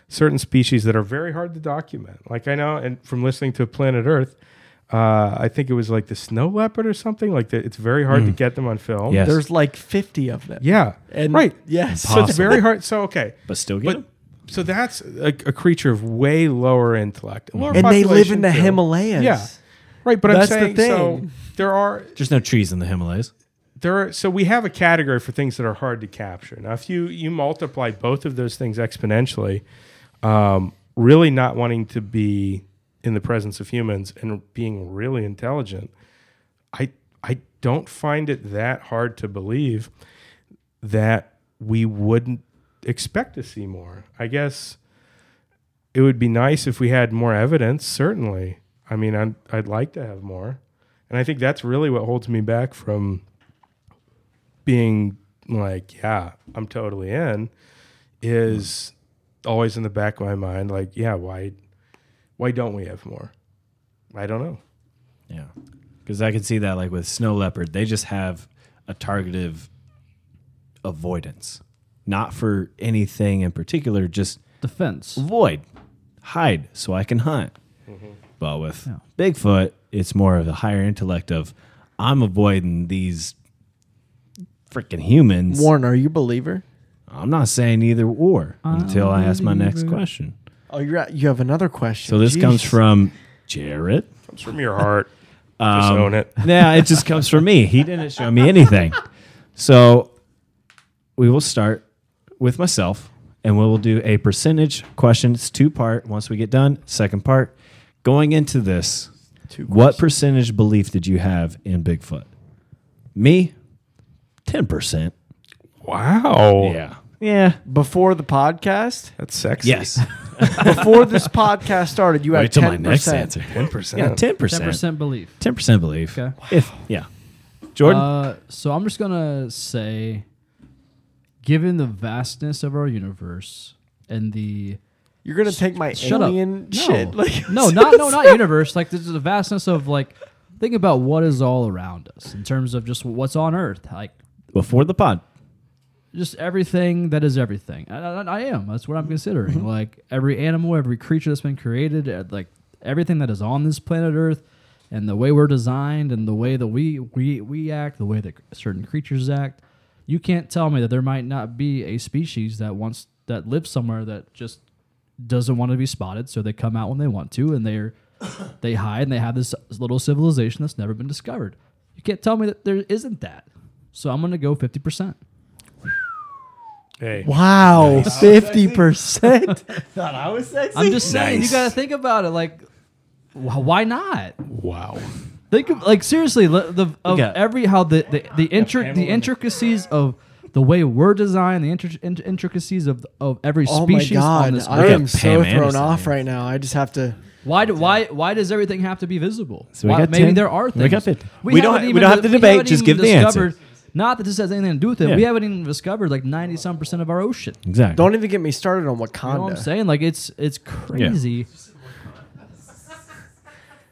S5: certain species that are very hard to document. Like I know, and from listening to Planet Earth. Uh, I think it was like the snow leopard or something. Like the, it's very hard to get them on film.
S1: Yes.
S3: There's like 50 of them.
S5: Yeah.
S3: And
S5: right.
S3: Yes.
S5: So it's very hard. So okay,
S1: but still get
S5: but
S1: them.
S5: so that's a, a creature of way lower intellect, lower
S3: and they live
S5: population,
S3: in the
S5: too.
S3: Himalayas.
S5: Yeah, right. But
S3: That's the
S5: I'm saying so
S3: thing.
S5: there are
S1: There's no trees in the Himalayas.
S5: there are, so we have a category for things that are hard to capture. Now, if you you multiply both of those things exponentially, um, really not wanting to be in the presence of humans and being really intelligent, I I don't find it that hard to believe that we wouldn't expect to see more. I guess it would be nice if we had more evidence. Certainly, I mean, I'm, I'd like to have more, and I think that's really what holds me back from being like, yeah, I'm totally in, is always in the back of my mind. Like, yeah, why, why don't we have more? I don't know.
S1: Yeah. Because I can see that, like with snow leopard, they just have a targetive avoidance, not for anything in particular, just
S2: Defense.
S1: avoid, hide so I can hunt. But with Bigfoot, it's more of a higher intellect of I'm avoiding these freaking humans.
S3: Warren, are you a believer?
S1: I'm not saying either or until I ask my next question.
S3: Oh, you're at, you have another question.
S1: So this
S3: Jeez.
S1: comes from Jarrett.
S5: Comes from your heart.
S1: Um,
S5: Just own it.
S1: Nah, it just comes from me. He didn't show me anything. So we will start with myself and we will do a percentage question. It's two part. Once we get done, second part. Going into this, what percentage belief did you have in Bigfoot? Me, 10%.
S5: Wow.
S1: Yeah. Yeah.
S3: before the podcast.
S5: That's sexy.
S1: Yes.
S3: Before this podcast started, you had
S1: Wait till
S3: 10%.
S1: my next answer.
S5: Ten percent.
S1: Yeah, 10%. 10%,
S2: 10% belief.
S1: belief.
S2: Okay.
S1: If, yeah. Jordan?
S2: Uh, so I'm just gonna say, given the vastness of our universe and the
S3: You're gonna take my
S2: shut
S3: alien
S2: up,
S3: shit.
S2: no,
S3: Like,
S2: no, not no, not universe. Like this is the vastness of like, think about what is all around us in terms of just what's on Earth, like
S1: Before the pod.
S2: just everything that is everything. And I, I am. That's what I'm considering. Like every animal, every creature that's been created, uh, like everything that is on this planet Earth, and the way we're designed, and the way that we we we act, the way that certain creatures act. You can't tell me that there might not be a species that wants that lives somewhere that just doesn't want to be spotted, so they come out when they want to, and they're they hide and they have this little civilization that's never been discovered. You can't tell me that there isn't that. So I'm gonna go fifty percent.
S5: Hey.
S3: Wow, fifty percent. Thought I was sexy.
S2: I'm just saying,
S5: Nice.
S2: you got to think about it. Like, wh- why not?
S5: Wow.
S2: Think of, like seriously le- the of
S1: got-
S2: every how the the, the, intri- the intricacies of the way we're designed, the intri- int- intricacies of of every
S3: Oh my
S2: species on
S3: god,
S2: this
S3: I
S1: Look
S2: earth.
S1: at
S3: am so
S1: Pam
S3: thrown
S1: Anderson
S3: off
S1: here.
S3: right now. I just have to.
S2: Why do why why does everything have to be visible?
S1: So we
S2: Why-
S1: got
S2: maybe
S1: 10.
S2: there are
S1: We
S2: things
S1: got 50. We don't
S2: haven't
S1: ha- we
S2: even
S1: don't have to
S2: di-
S1: debate,
S2: haven't
S1: just
S2: even
S1: give the answer.
S2: discovered- Not that this has anything to do with it.
S1: Yeah.
S2: We haven't even discovered like ninety some percent of our ocean. You
S1: Exactly.
S3: Don't even get me started on
S2: know what I'm
S3: Wakanda.
S2: saying? Like it's it's crazy.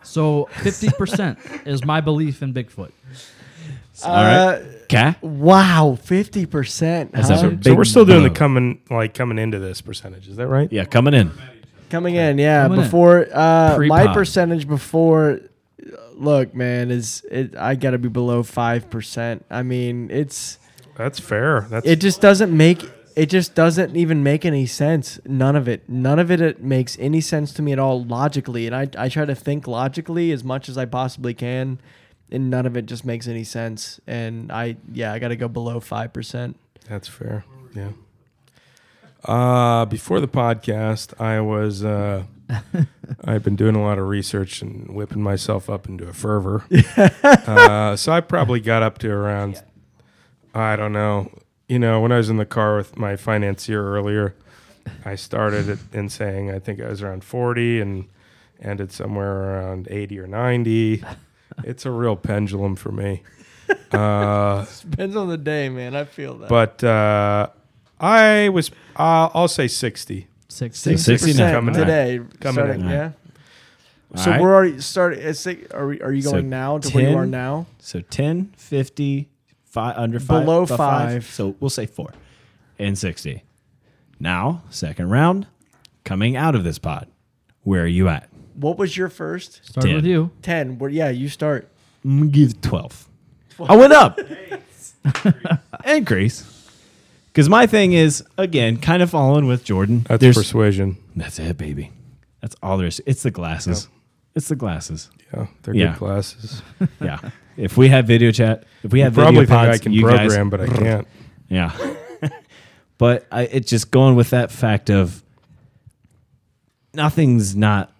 S2: So fifty percent is my belief in Bigfoot.
S1: All right. Okay.
S3: Uh, wow, fifty percent.
S1: That's a
S5: So
S1: big
S5: we're still doing the
S1: blow.
S5: coming like coming into this percentage. Is that right?
S1: Yeah, coming in.
S3: Coming in, yeah.
S2: Coming in.
S3: before uh, my
S1: Pre-pod.
S3: percentage before, look, man, is it? I gotta be below five percent. I mean, it's
S5: That's fair. That's
S3: it just doesn't make it just doesn't even make any sense. None of it. None of it, it makes any sense to me at all logically. And I I try to think logically as much as I possibly can, and none of it just makes any sense. And I yeah, I gotta go below five percent.
S5: That's fair. Yeah. Uh, before the podcast, I was uh, I've been doing a lot of research and whipping myself up into a fervor. uh, so I probably got up to around I don't know. You know, when I was in the car with my financier earlier, I started it in saying I think I was around forty and ended somewhere around eighty or ninety. It's a real pendulum for me. Uh,
S3: Depends on the day, man. I feel that.
S5: but uh, I was. Uh, I'll say sixty.
S2: Six.
S1: Six.
S2: six.
S1: 69.
S5: Coming in.
S3: today.
S5: Coming
S3: starting,
S5: in.
S3: yeah.
S1: All
S3: So
S1: right.
S3: we're already starting. At six, are, we, are you
S1: So
S3: going now to where you
S1: 10,
S3: are now?
S1: So 10, 50, five, under 5.
S3: Below
S1: above
S3: five.
S1: So we'll say 4 and 60. Now, second round, coming out of this pod, where are you at?
S3: What was your first
S2: Started with
S1: Ten.
S2: you.
S3: ten? Where yeah, you start.
S1: I'm going to give 12. I went up. Increase. Because my thing is, again, kind of following with Jordan.
S5: That's
S1: There's-
S5: persuasion.
S1: that's it, baby. That's all there is. It's the glasses. It's the glasses.
S5: Yeah, they're
S1: Yeah.
S5: good classes.
S1: Yeah. if we had video chat, if we had video
S5: Probably think
S1: pods,
S5: I can
S1: you guys,
S5: program, but I can't.
S1: Yeah. but I, it's just going with that fact of nothing's not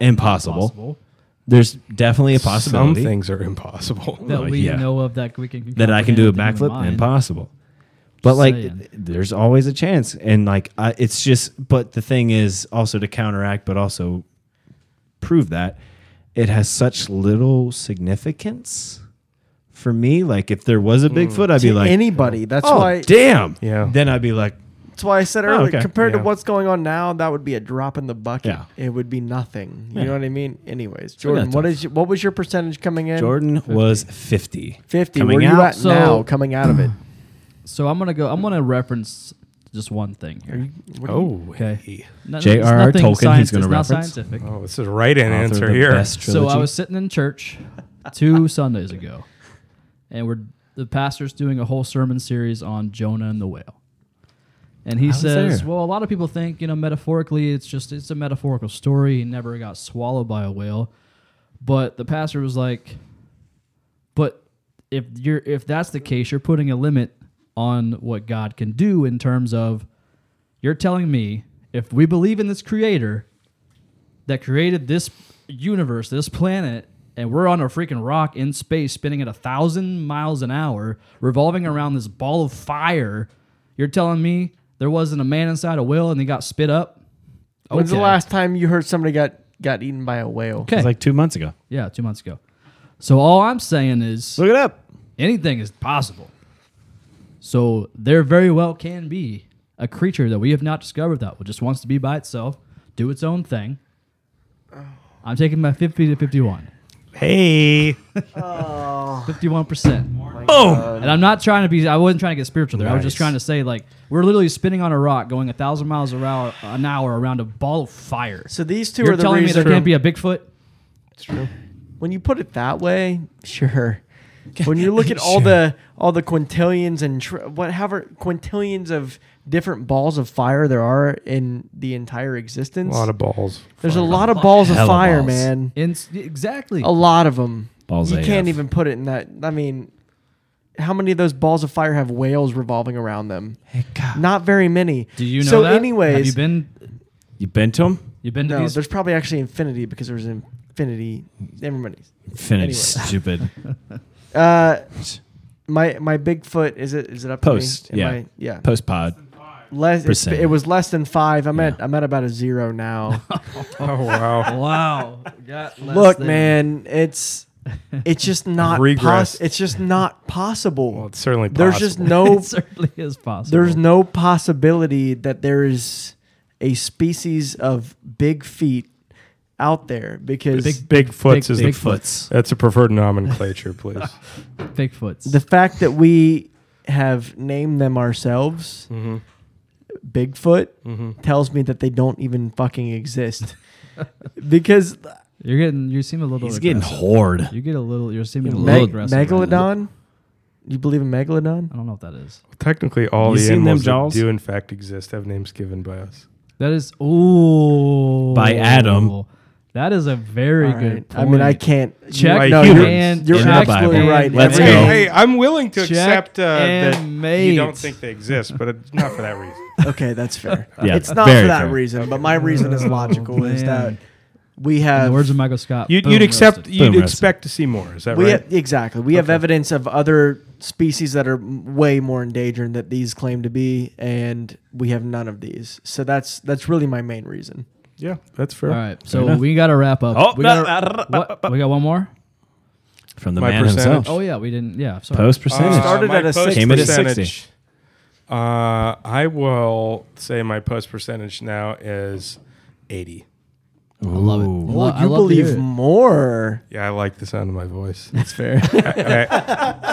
S1: impossible.
S2: Possible.
S1: There's definitely a possibility
S5: Some things are impossible.
S2: That
S1: Oh,
S2: we
S1: yeah.
S2: know of that we can.
S1: that I can do a
S2: comprehend with the
S1: backflip.
S2: human mind.
S1: Impossible. But like,
S2: saying.
S1: there's always a chance, and like, I, it's just. But the thing is, also to counteract, but also prove that it has such little significance for me. Like, if there was a Bigfoot, I'd be
S3: to
S1: like,
S3: anybody. That's
S1: oh
S3: why.
S1: damn,
S5: Yeah.
S1: Then I'd be like,
S3: That's why I said
S1: Oh,
S3: earlier.
S1: okay.
S3: Compared to
S5: Yeah.
S3: what's going on now, that would be a drop in the bucket.
S1: Yeah.
S3: It would be nothing. You
S1: Yeah.
S3: know what I mean? Anyways,
S1: we got
S3: Jordan, what is your, what was your percentage coming in?
S1: Jordan was 50.
S3: fifty.
S1: coming
S3: Where you
S1: out,
S3: at
S2: so-
S3: now? Coming out of it.
S2: So I'm gonna go. I'm gonna reference just one thing here.
S3: What do you-
S5: Oh,
S2: Okay.
S5: hey.
S2: Not- it's
S1: J.R.R.
S2: nothing
S1: Tolkien, he's
S2: science-
S1: gonna
S2: it's not
S1: reference.
S2: scientific.
S5: Oh, this is the right in
S1: Author
S5: answer
S1: of the
S5: here.
S1: best
S2: So I
S1: trilogy.
S2: was sitting in church two Sundays ago, and we're the pastor's doing a whole sermon series on Jonah and the whale. And he
S1: was
S2: says,
S1: there.
S2: "Well, a lot of people think, you know, metaphorically, it's just it's a metaphorical story. He never got swallowed by a whale." But the pastor was like, "But if you're if that's the case, you're putting a limit on what God can do in terms of you're telling me if we believe in this creator that created this universe, this planet, and we're on a freaking rock in space spinning at a thousand miles an hour, revolving around this ball of fire. You're telling me there wasn't a man inside a whale and he got spit up?
S3: When's the
S2: Oh, Okay.
S3: last time you heard somebody got got eaten by a whale?
S1: It
S2: Okay.
S1: was like two months ago.
S2: yeah, two months ago. So all I'm saying is
S1: Look it up.
S2: anything is possible. So there very well can be a creature that we have not discovered that just wants to be by itself, do its own thing.
S3: Oh.
S2: I'm taking my 50 to 51.
S1: Hey.
S2: 51%.
S1: Boom.
S2: Oh! And I'm not trying to be. I wasn't trying to get spiritual there. I was just
S1: Nice.
S2: trying to say like we're literally spinning on a rock, going a thousand miles an hour, an hour around a ball of fire.
S3: So these 2
S2: You're
S3: are the
S2: telling me
S3: reason
S2: there can't be a Bigfoot?
S3: when you put it that way, sure. When you look at all the all the quintillions and tr- whatever quintillions of different balls of fire there are in the entire
S5: A
S3: existence,
S5: lot of balls.
S3: there's a lot of balls of
S1: Hella
S3: fire,
S1: balls.
S3: man.
S2: In, exactly.
S3: A lot of them.
S1: Balls
S3: you
S1: AF.
S3: can't even put it in that. I mean, how many of those balls of fire have whales revolving around them? Not very many.
S2: Do you know
S3: So
S2: that? have you
S3: anyways,
S2: been?
S1: You bent him?
S2: You been to
S3: no,
S2: these?
S3: there's probably actually infinity because there's infinity. Everybody.
S1: Finished.
S3: Anyway.
S1: Stupid.
S3: Uh, my my Bigfoot is it is it up
S1: Post.
S3: To me?
S1: yeah.
S3: Am I- yeah.
S1: Post pod.
S3: Less, it's-
S1: percent.
S3: it was less than five. I'm at I'm at about a zero now.
S5: Oh wow.
S2: Wow. Got less
S3: Look,
S2: than-
S3: man, it's it's just not pos-
S5: Regressed.
S3: it's just not possible.
S5: Well, it's certainly possible.
S3: there's just no
S2: it certainly is possible.
S3: Oh, there's no possibility that there is a species of big feet out there because
S5: Bigfoots is the
S1: Bigfoots.
S5: That's a preferred nomenclature, please.
S2: Bigfoots.
S3: the fact that we have named them ourselves
S1: Mm-hmm.
S3: Bigfoot tells me that they don't even fucking exist. because
S2: you're getting. You seem a little.
S1: He's getting
S2: aggressive.
S1: horde.
S2: You get a little. You're seeming a
S1: Meg-
S2: little
S3: Meg-
S2: aggressive. right now.
S3: Megalodon? You believe in Megalodon?
S2: I don't know what that is.
S5: Technically, all
S1: You
S5: the
S1: seen them
S5: animals that
S1: jaws?
S5: do in fact exist have names given by us.
S2: That is ooh
S1: By Adam.
S2: That is a very
S3: All
S2: good.
S3: right. I mean, I
S2: point.
S3: can't
S2: Check
S5: Like
S3: No,
S5: humans.
S3: you're,
S2: and
S3: you're
S1: in the
S3: absolutely
S1: Bible.
S3: right.
S1: Let's
S3: Every-
S1: go.
S5: Hey, hey, I'm willing to
S2: Check
S5: accept uh,
S2: and
S5: that you don't
S2: mate.
S5: think they exist, but it, not for that reason.
S3: Okay, that's fair.
S1: Yeah,
S3: it's not for
S1: very
S3: that
S1: fair.
S3: reason, but my reason is logical. is that
S2: Oh, man.
S3: we
S2: In
S3: have
S2: the words of Michael Scott.
S5: You'd,
S2: boom,
S5: you'd accept.
S2: roasted.
S5: You'd
S1: Boom,
S5: expect to see more. Is that
S3: we
S5: right?
S3: have, exactly we have evidence of other species that are m- way more endangered that these claim to be, and we have none of these. So that's that's really my main reason.
S5: yeah, that's fair.
S2: All right, so we got to wrap up.
S1: Oh, uh,
S2: we, gotta, what, we got one more.
S1: From the
S5: My
S1: man
S5: percentage.
S1: himself.
S2: Oh yeah, we didn't. Yeah, sorry.
S1: Post percentage.
S3: Started
S5: uh, my
S3: at a
S5: post
S1: 60. Came in at
S5: percentage.
S1: 60.
S5: Uh, I will say my post percentage now is 80.
S2: I love it.
S1: Ooh.
S2: Lo-
S3: Well,
S2: I
S3: you
S2: love to hear
S3: believe
S2: it.
S3: more.
S5: Yeah, I like the sound of my voice.
S3: That's fair.
S5: I,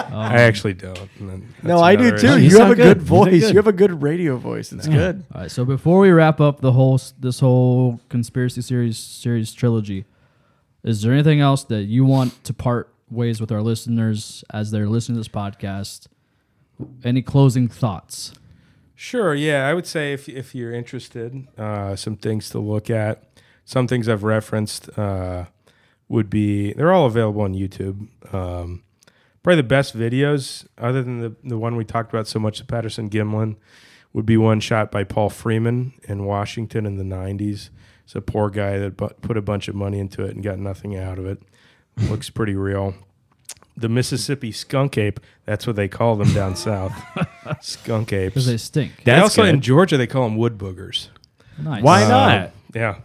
S2: Um,
S5: I actually don't. and then that's
S3: no, I do
S5: another
S3: too.
S1: No,
S5: issue.
S1: you
S3: you have
S1: sound
S3: a good,
S1: good. You sound
S3: voice.
S1: good.
S3: You have a good radio voice. It's good.
S2: All right, so before we wrap up the whole s- this whole conspiracy series series trilogy, is there anything else that you want to part ways with our listeners as they're listening to this podcast? Any closing thoughts?
S5: Sure. Yeah, I would say if if you're interested, uh, some things to look at. Some things I've referenced uh, would be they're all available on YouTube. Um, probably the best videos, other than the the one we talked about so much, the Patterson Gimlin, would be one shot by Paul Freeman in Washington in the '90s. It's a poor guy that bu- put a bunch of money into it and got nothing out of it. Looks pretty real. The Mississippi skunk ape, that's what they call them down south. Skunk apes.
S2: Because they stink.
S5: They
S1: That's
S5: also
S1: good.
S5: in Georgia they call them wood boogers.
S2: nice.
S1: Why
S5: Uh,
S1: not?
S5: Yeah.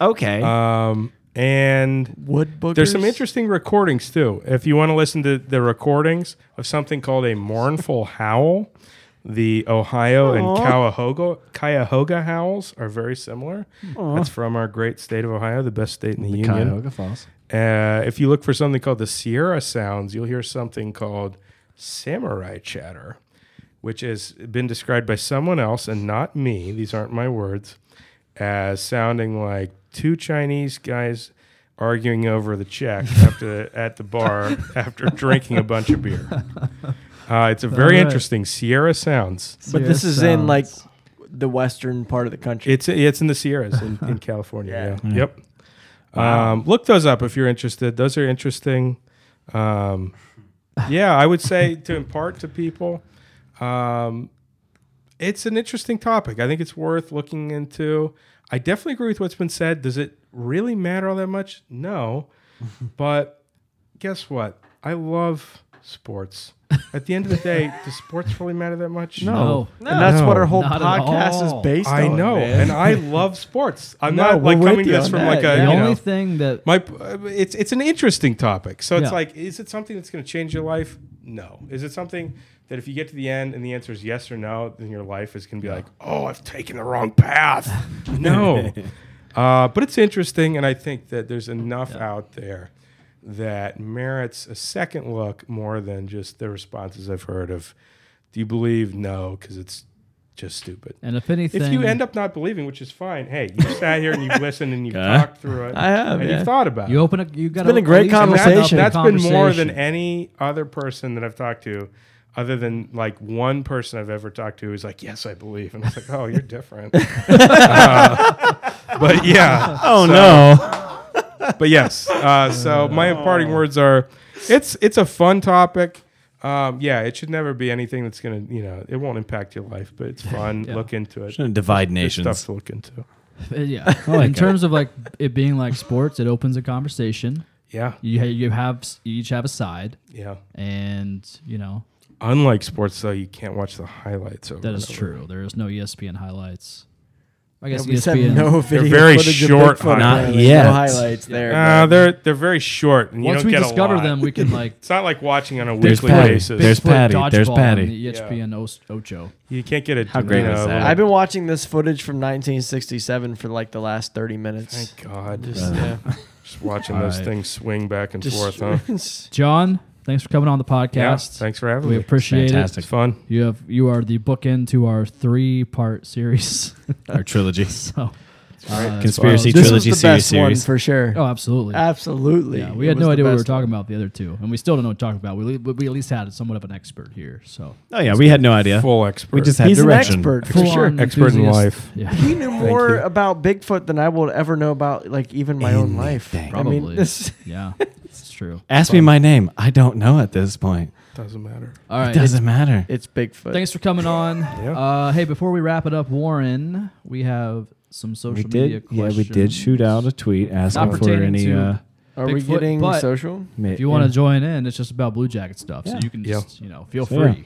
S1: Okay.
S5: Um, and
S3: Wood bookers.
S5: there's some interesting recordings too. If you want to listen to the recordings of something called a mournful howl, the Ohio and
S3: Aw.
S5: Cuyahoga, Cuyahoga howls are very similar. That's from our great state of Ohio, the best state in the, union.
S1: Falls.
S5: Uh, if you look for something called the Sierra Sounds, you'll hear something called samurai chatter, which has been described by someone else and not me. These aren't my words. As sounding like two Chinese guys arguing over the check after at the bar after drinking a bunch of beer. Uh, it's a very
S2: Alright.
S5: interesting Sierra Sounds.
S3: But this
S2: Serious
S3: is in like
S2: sounds.
S3: the western part of the country.
S5: It's it's in the Sierras in, in California.
S3: Yeah.
S5: Yeah. Yep. Um, look those up if you're interested. Those are interesting. Um, yeah, I would say to impart to people, um, it's an interesting topic. I think it's worth looking into. I definitely agree with what's been said. Does it really matter all that much? No. But guess what? I love sports. At the end of the day, does sports really matter that much?
S2: No.
S3: and that's what our whole
S2: Not at
S3: podcast is
S2: all.
S3: based
S5: I
S3: on.
S5: know,
S3: man.
S5: and I love sports. I'm
S3: No,
S5: not
S3: we're
S5: like
S3: with
S5: coming to
S3: you
S5: this
S3: on
S5: from
S3: that,
S5: like a
S3: yeah.
S5: you
S2: The only
S5: know,
S2: thing that
S5: my it's it's an interesting topic. So it's
S2: Yeah.
S5: like, is it something that's going to change your life? No. Is it something that if you get to the end and the answer is yes or no, then your life is going to be like, oh, I've taken the wrong path. no. Uh, but it's interesting, and I think that there's enough out there that merits a second look more than just the responses I've heard of. Do you believe? No, because it's just stupid.
S2: and if anything,
S5: If you end up not believing, which is fine, hey, you sat here and you've listened and you've
S1: Okay.
S5: talked through it.
S3: I have,
S5: And
S3: yeah.
S5: you've thought about
S2: you
S5: it.
S2: open a you got
S3: been a great
S5: That's,
S3: conversation.
S5: that's been more than any other person that I've talked to, other than like one person I've ever talked to who's like, yes, I believe. And I was like, oh, you're different. Uh, but yeah.
S1: Oh
S5: so-
S1: no.
S5: But yes. Uh, so my parting words are it's it's a fun topic. Um, yeah, it should never be anything that's going to, you know, it won't impact your life, but it's fun.
S2: Yeah.
S5: Look into it.
S1: Shouldn't divide
S5: There's stuff
S1: nations.
S5: to look into.
S2: Uh, yeah. in terms of like it being like sports, it opens a conversation.
S5: Yeah.
S2: You ha- you have s- you each have a side,
S5: Yeah.
S2: and you know
S5: Unlike sports, though, you can't watch the highlights over
S2: That
S5: and
S2: is
S5: over.
S2: true. There is no E ESPN highlights. I guess E
S3: we said
S2: ESPN.
S3: no video.
S5: very
S3: footage of
S5: short
S3: Bigfoot,
S1: Not
S3: apparently.
S1: yet.
S3: No highlights there.
S5: Uh,
S3: but-
S5: they're they're very short. And you
S2: Once
S5: don't
S2: we
S5: get a
S2: discover
S5: lot.
S2: them, we can like
S5: it's not like watching on a
S1: There's
S5: weekly
S1: Patty.
S5: basis.
S1: There's
S2: Bigfoot
S1: Patty. There's
S2: dodgeball
S1: Patty.
S2: on the E ESPN Os- Ocho.
S5: you can't get a
S1: How great
S5: you
S1: is
S5: know,
S1: that?
S3: I've been watching this footage from 1967 for like the last 30 minutes.
S5: Thank God, just,
S3: Just, yeah.
S5: just watching
S2: All
S5: those
S2: right.
S5: things swing back and
S3: Just-
S5: forth. Huh?
S2: John, thanks for coming on the
S5: Yeah,
S2: podcast.
S5: thanks for having
S2: we
S5: me.
S2: appreciate
S5: It's
S1: Fantastic.
S5: fun.
S2: it. You have you are the bookend to our three part series.
S1: Our trilogy.
S2: so uh,
S1: Conspiracy
S2: as far
S3: this
S2: as-
S3: was
S1: trilogy
S3: the
S1: series
S3: best one
S1: series.
S3: for sure.
S2: Oh, absolutely.
S3: Absolutely.
S2: yeah, we
S3: It
S2: had
S3: was
S2: no
S3: the
S2: idea what we were
S3: best
S2: talking about the other two, and we still don't know what to talk about. We, le- we at least had somewhat of an expert here. So
S1: Oh yeah, we had no idea.
S5: Full expert.
S1: We just had
S3: one. He's
S1: direction.
S3: an expert for
S2: Full-on
S3: sure.
S5: Expert in
S2: enthusiast.
S5: life.
S2: Yeah.
S3: He knew more
S5: you.
S3: about Bigfoot than I will ever know about like even my own life. I
S2: Probably.
S3: mean, this,
S2: yeah, it's true.
S1: Ask me my name. I don't know at this point.
S5: doesn't matter.
S2: All right.
S1: It doesn't matter.
S3: it's Bigfoot.
S2: Thanks for coming on. Uh, hey, before we wrap it up, Warren, we have some
S1: We
S2: social media
S1: did. Yeah,
S2: questions.
S1: we did shoot out a tweet asking for
S2: pertaining
S1: any.
S2: to-
S1: Uh,
S3: Are we
S2: Bigfoot,
S3: getting
S2: but-
S3: social?
S1: ma-
S2: If you want to
S1: yeah.
S2: join in, it's just about Blue Jacket stuff. So
S1: Yeah.
S2: you can
S5: Yeah.
S2: just, you know, feel
S1: So, yeah.
S2: free.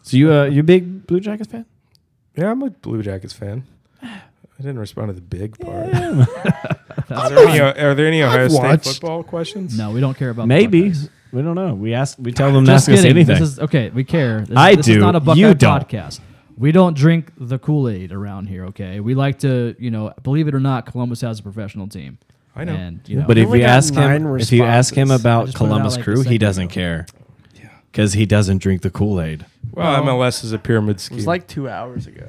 S1: So you, uh, you a big Blue Jackets fan?
S5: Yeah, I'm a Blue Jackets fan. I didn't respond to the big part.
S2: That's
S5: Are, there any, are there any Ohio State
S1: watched.
S5: football questions?
S2: No, we don't care about the
S1: Maybe.
S2: Buckeyes.
S1: We don't know. We ask. We tell them to
S2: Just
S1: ask us
S2: kidding.
S1: anything.
S2: This is okay. We care. This,
S1: I
S2: this
S1: do.
S2: Is not a Buckeye
S1: You don't.
S2: podcast. we don't drink the Kool Aid around here. Okay, we like to, you know, believe it or not, Columbus has a professional team.
S5: I know.
S2: And you know,
S1: But
S3: We
S1: if
S3: only
S1: you
S3: got
S1: ask him,
S3: nine
S1: if you ask him
S3: responses.
S2: I
S1: about
S2: just put it out
S1: Columbus
S2: like a
S1: Crew, he
S2: second
S1: doesn't
S2: ago.
S1: care because he doesn't drink the Kool Aid.
S5: Well,
S3: Well,
S5: MLS is a pyramid
S3: It
S5: scheme.
S3: was like two hours ago.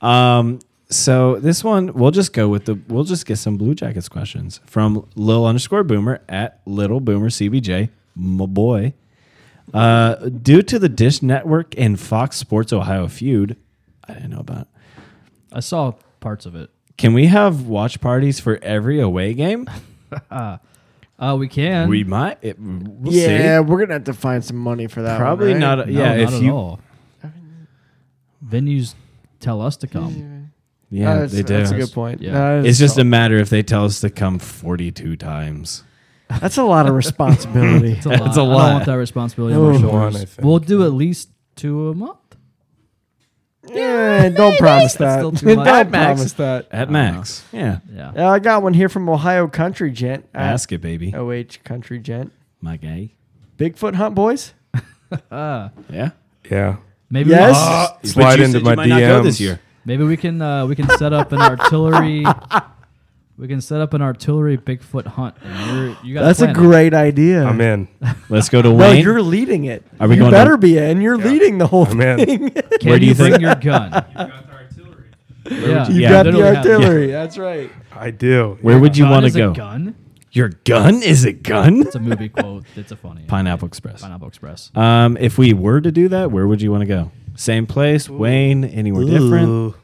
S1: Um, so this one, we'll just go with the, we'll just get some Blue Jackets questions from Lil underscore Boomer at Little Boomer CBJ, my boy. Uh, due to the Dish Network and Fox Sports Ohio feud, I didn't know about. it.
S2: I saw parts of it.
S1: Can we have watch parties for every away game?
S2: Uh, we can.
S1: we might. It, we'll
S3: yeah,
S1: see.
S3: we're gonna have to find some money for that.
S1: Probably
S3: one, right?
S1: not.
S2: No,
S1: Uh, yeah,
S2: not
S1: if
S2: at
S1: you.
S2: all. venues tell us to come.
S1: Yeah,
S3: No, that's,
S1: they do.
S3: That's a good point.
S2: Yeah.
S3: No, that
S1: It's
S3: is
S1: just a
S3: solid.
S1: matter if they tell us to come 42 times.
S3: that's a lot of responsibility.
S2: It's a,
S1: That's
S2: lot.
S1: a
S2: I
S1: lot.
S2: don't want that responsibility
S3: Oh.
S2: on my
S5: One, I
S2: shoulders.
S5: think.
S2: We'll do at least two a month.
S3: yeah, Eh, don't promise that. Eh,
S2: still too much.
S3: don't
S2: Max.
S3: promise that.
S1: At max. Yeah.
S2: Yeah.
S3: Uh, I got one here from Ohio Country Gent. at
S1: Ask it, baby.
S3: OH Country Gent.
S1: My guy.
S3: Bigfoot hunt boys.
S2: Ah,
S1: Yeah.
S5: yeah.
S2: maybe
S3: Yes.
S2: we,
S5: Uh,
S1: But
S5: slide
S1: you
S5: into
S1: said
S5: my
S1: you might not go
S5: DMs.
S1: this year.
S2: maybe we can uh, we can set up an artillery. We can set up an artillery Bigfoot hunt. and you're- you gotta
S3: That's a
S2: plan it.
S3: great idea.
S5: I'm in.
S1: Let's go to
S3: No,
S1: Wayne.
S3: you're leading it.
S1: Are we
S3: you
S1: going to-
S3: better be in. You're leading the whole
S5: I'm
S3: thing.
S5: in.
S2: Can
S1: Where do
S2: you,
S1: you
S2: bring
S1: think-
S2: your gun? yeah.
S1: you-
S3: You
S1: Yeah,
S3: got
S2: literally
S3: the
S2: have-
S3: artillery. That's right.
S5: I do.
S1: Where would you
S2: Gun
S1: want to
S2: is a
S1: go?
S2: gun?
S1: Your gun is a gun?
S2: It's a movie quote. It's a funny
S1: Pineapple Express.
S2: Pineapple Express.
S1: Um, if we were to do that, where would you want to go? Same place, Wayne, anywhere different?
S5: Ooh.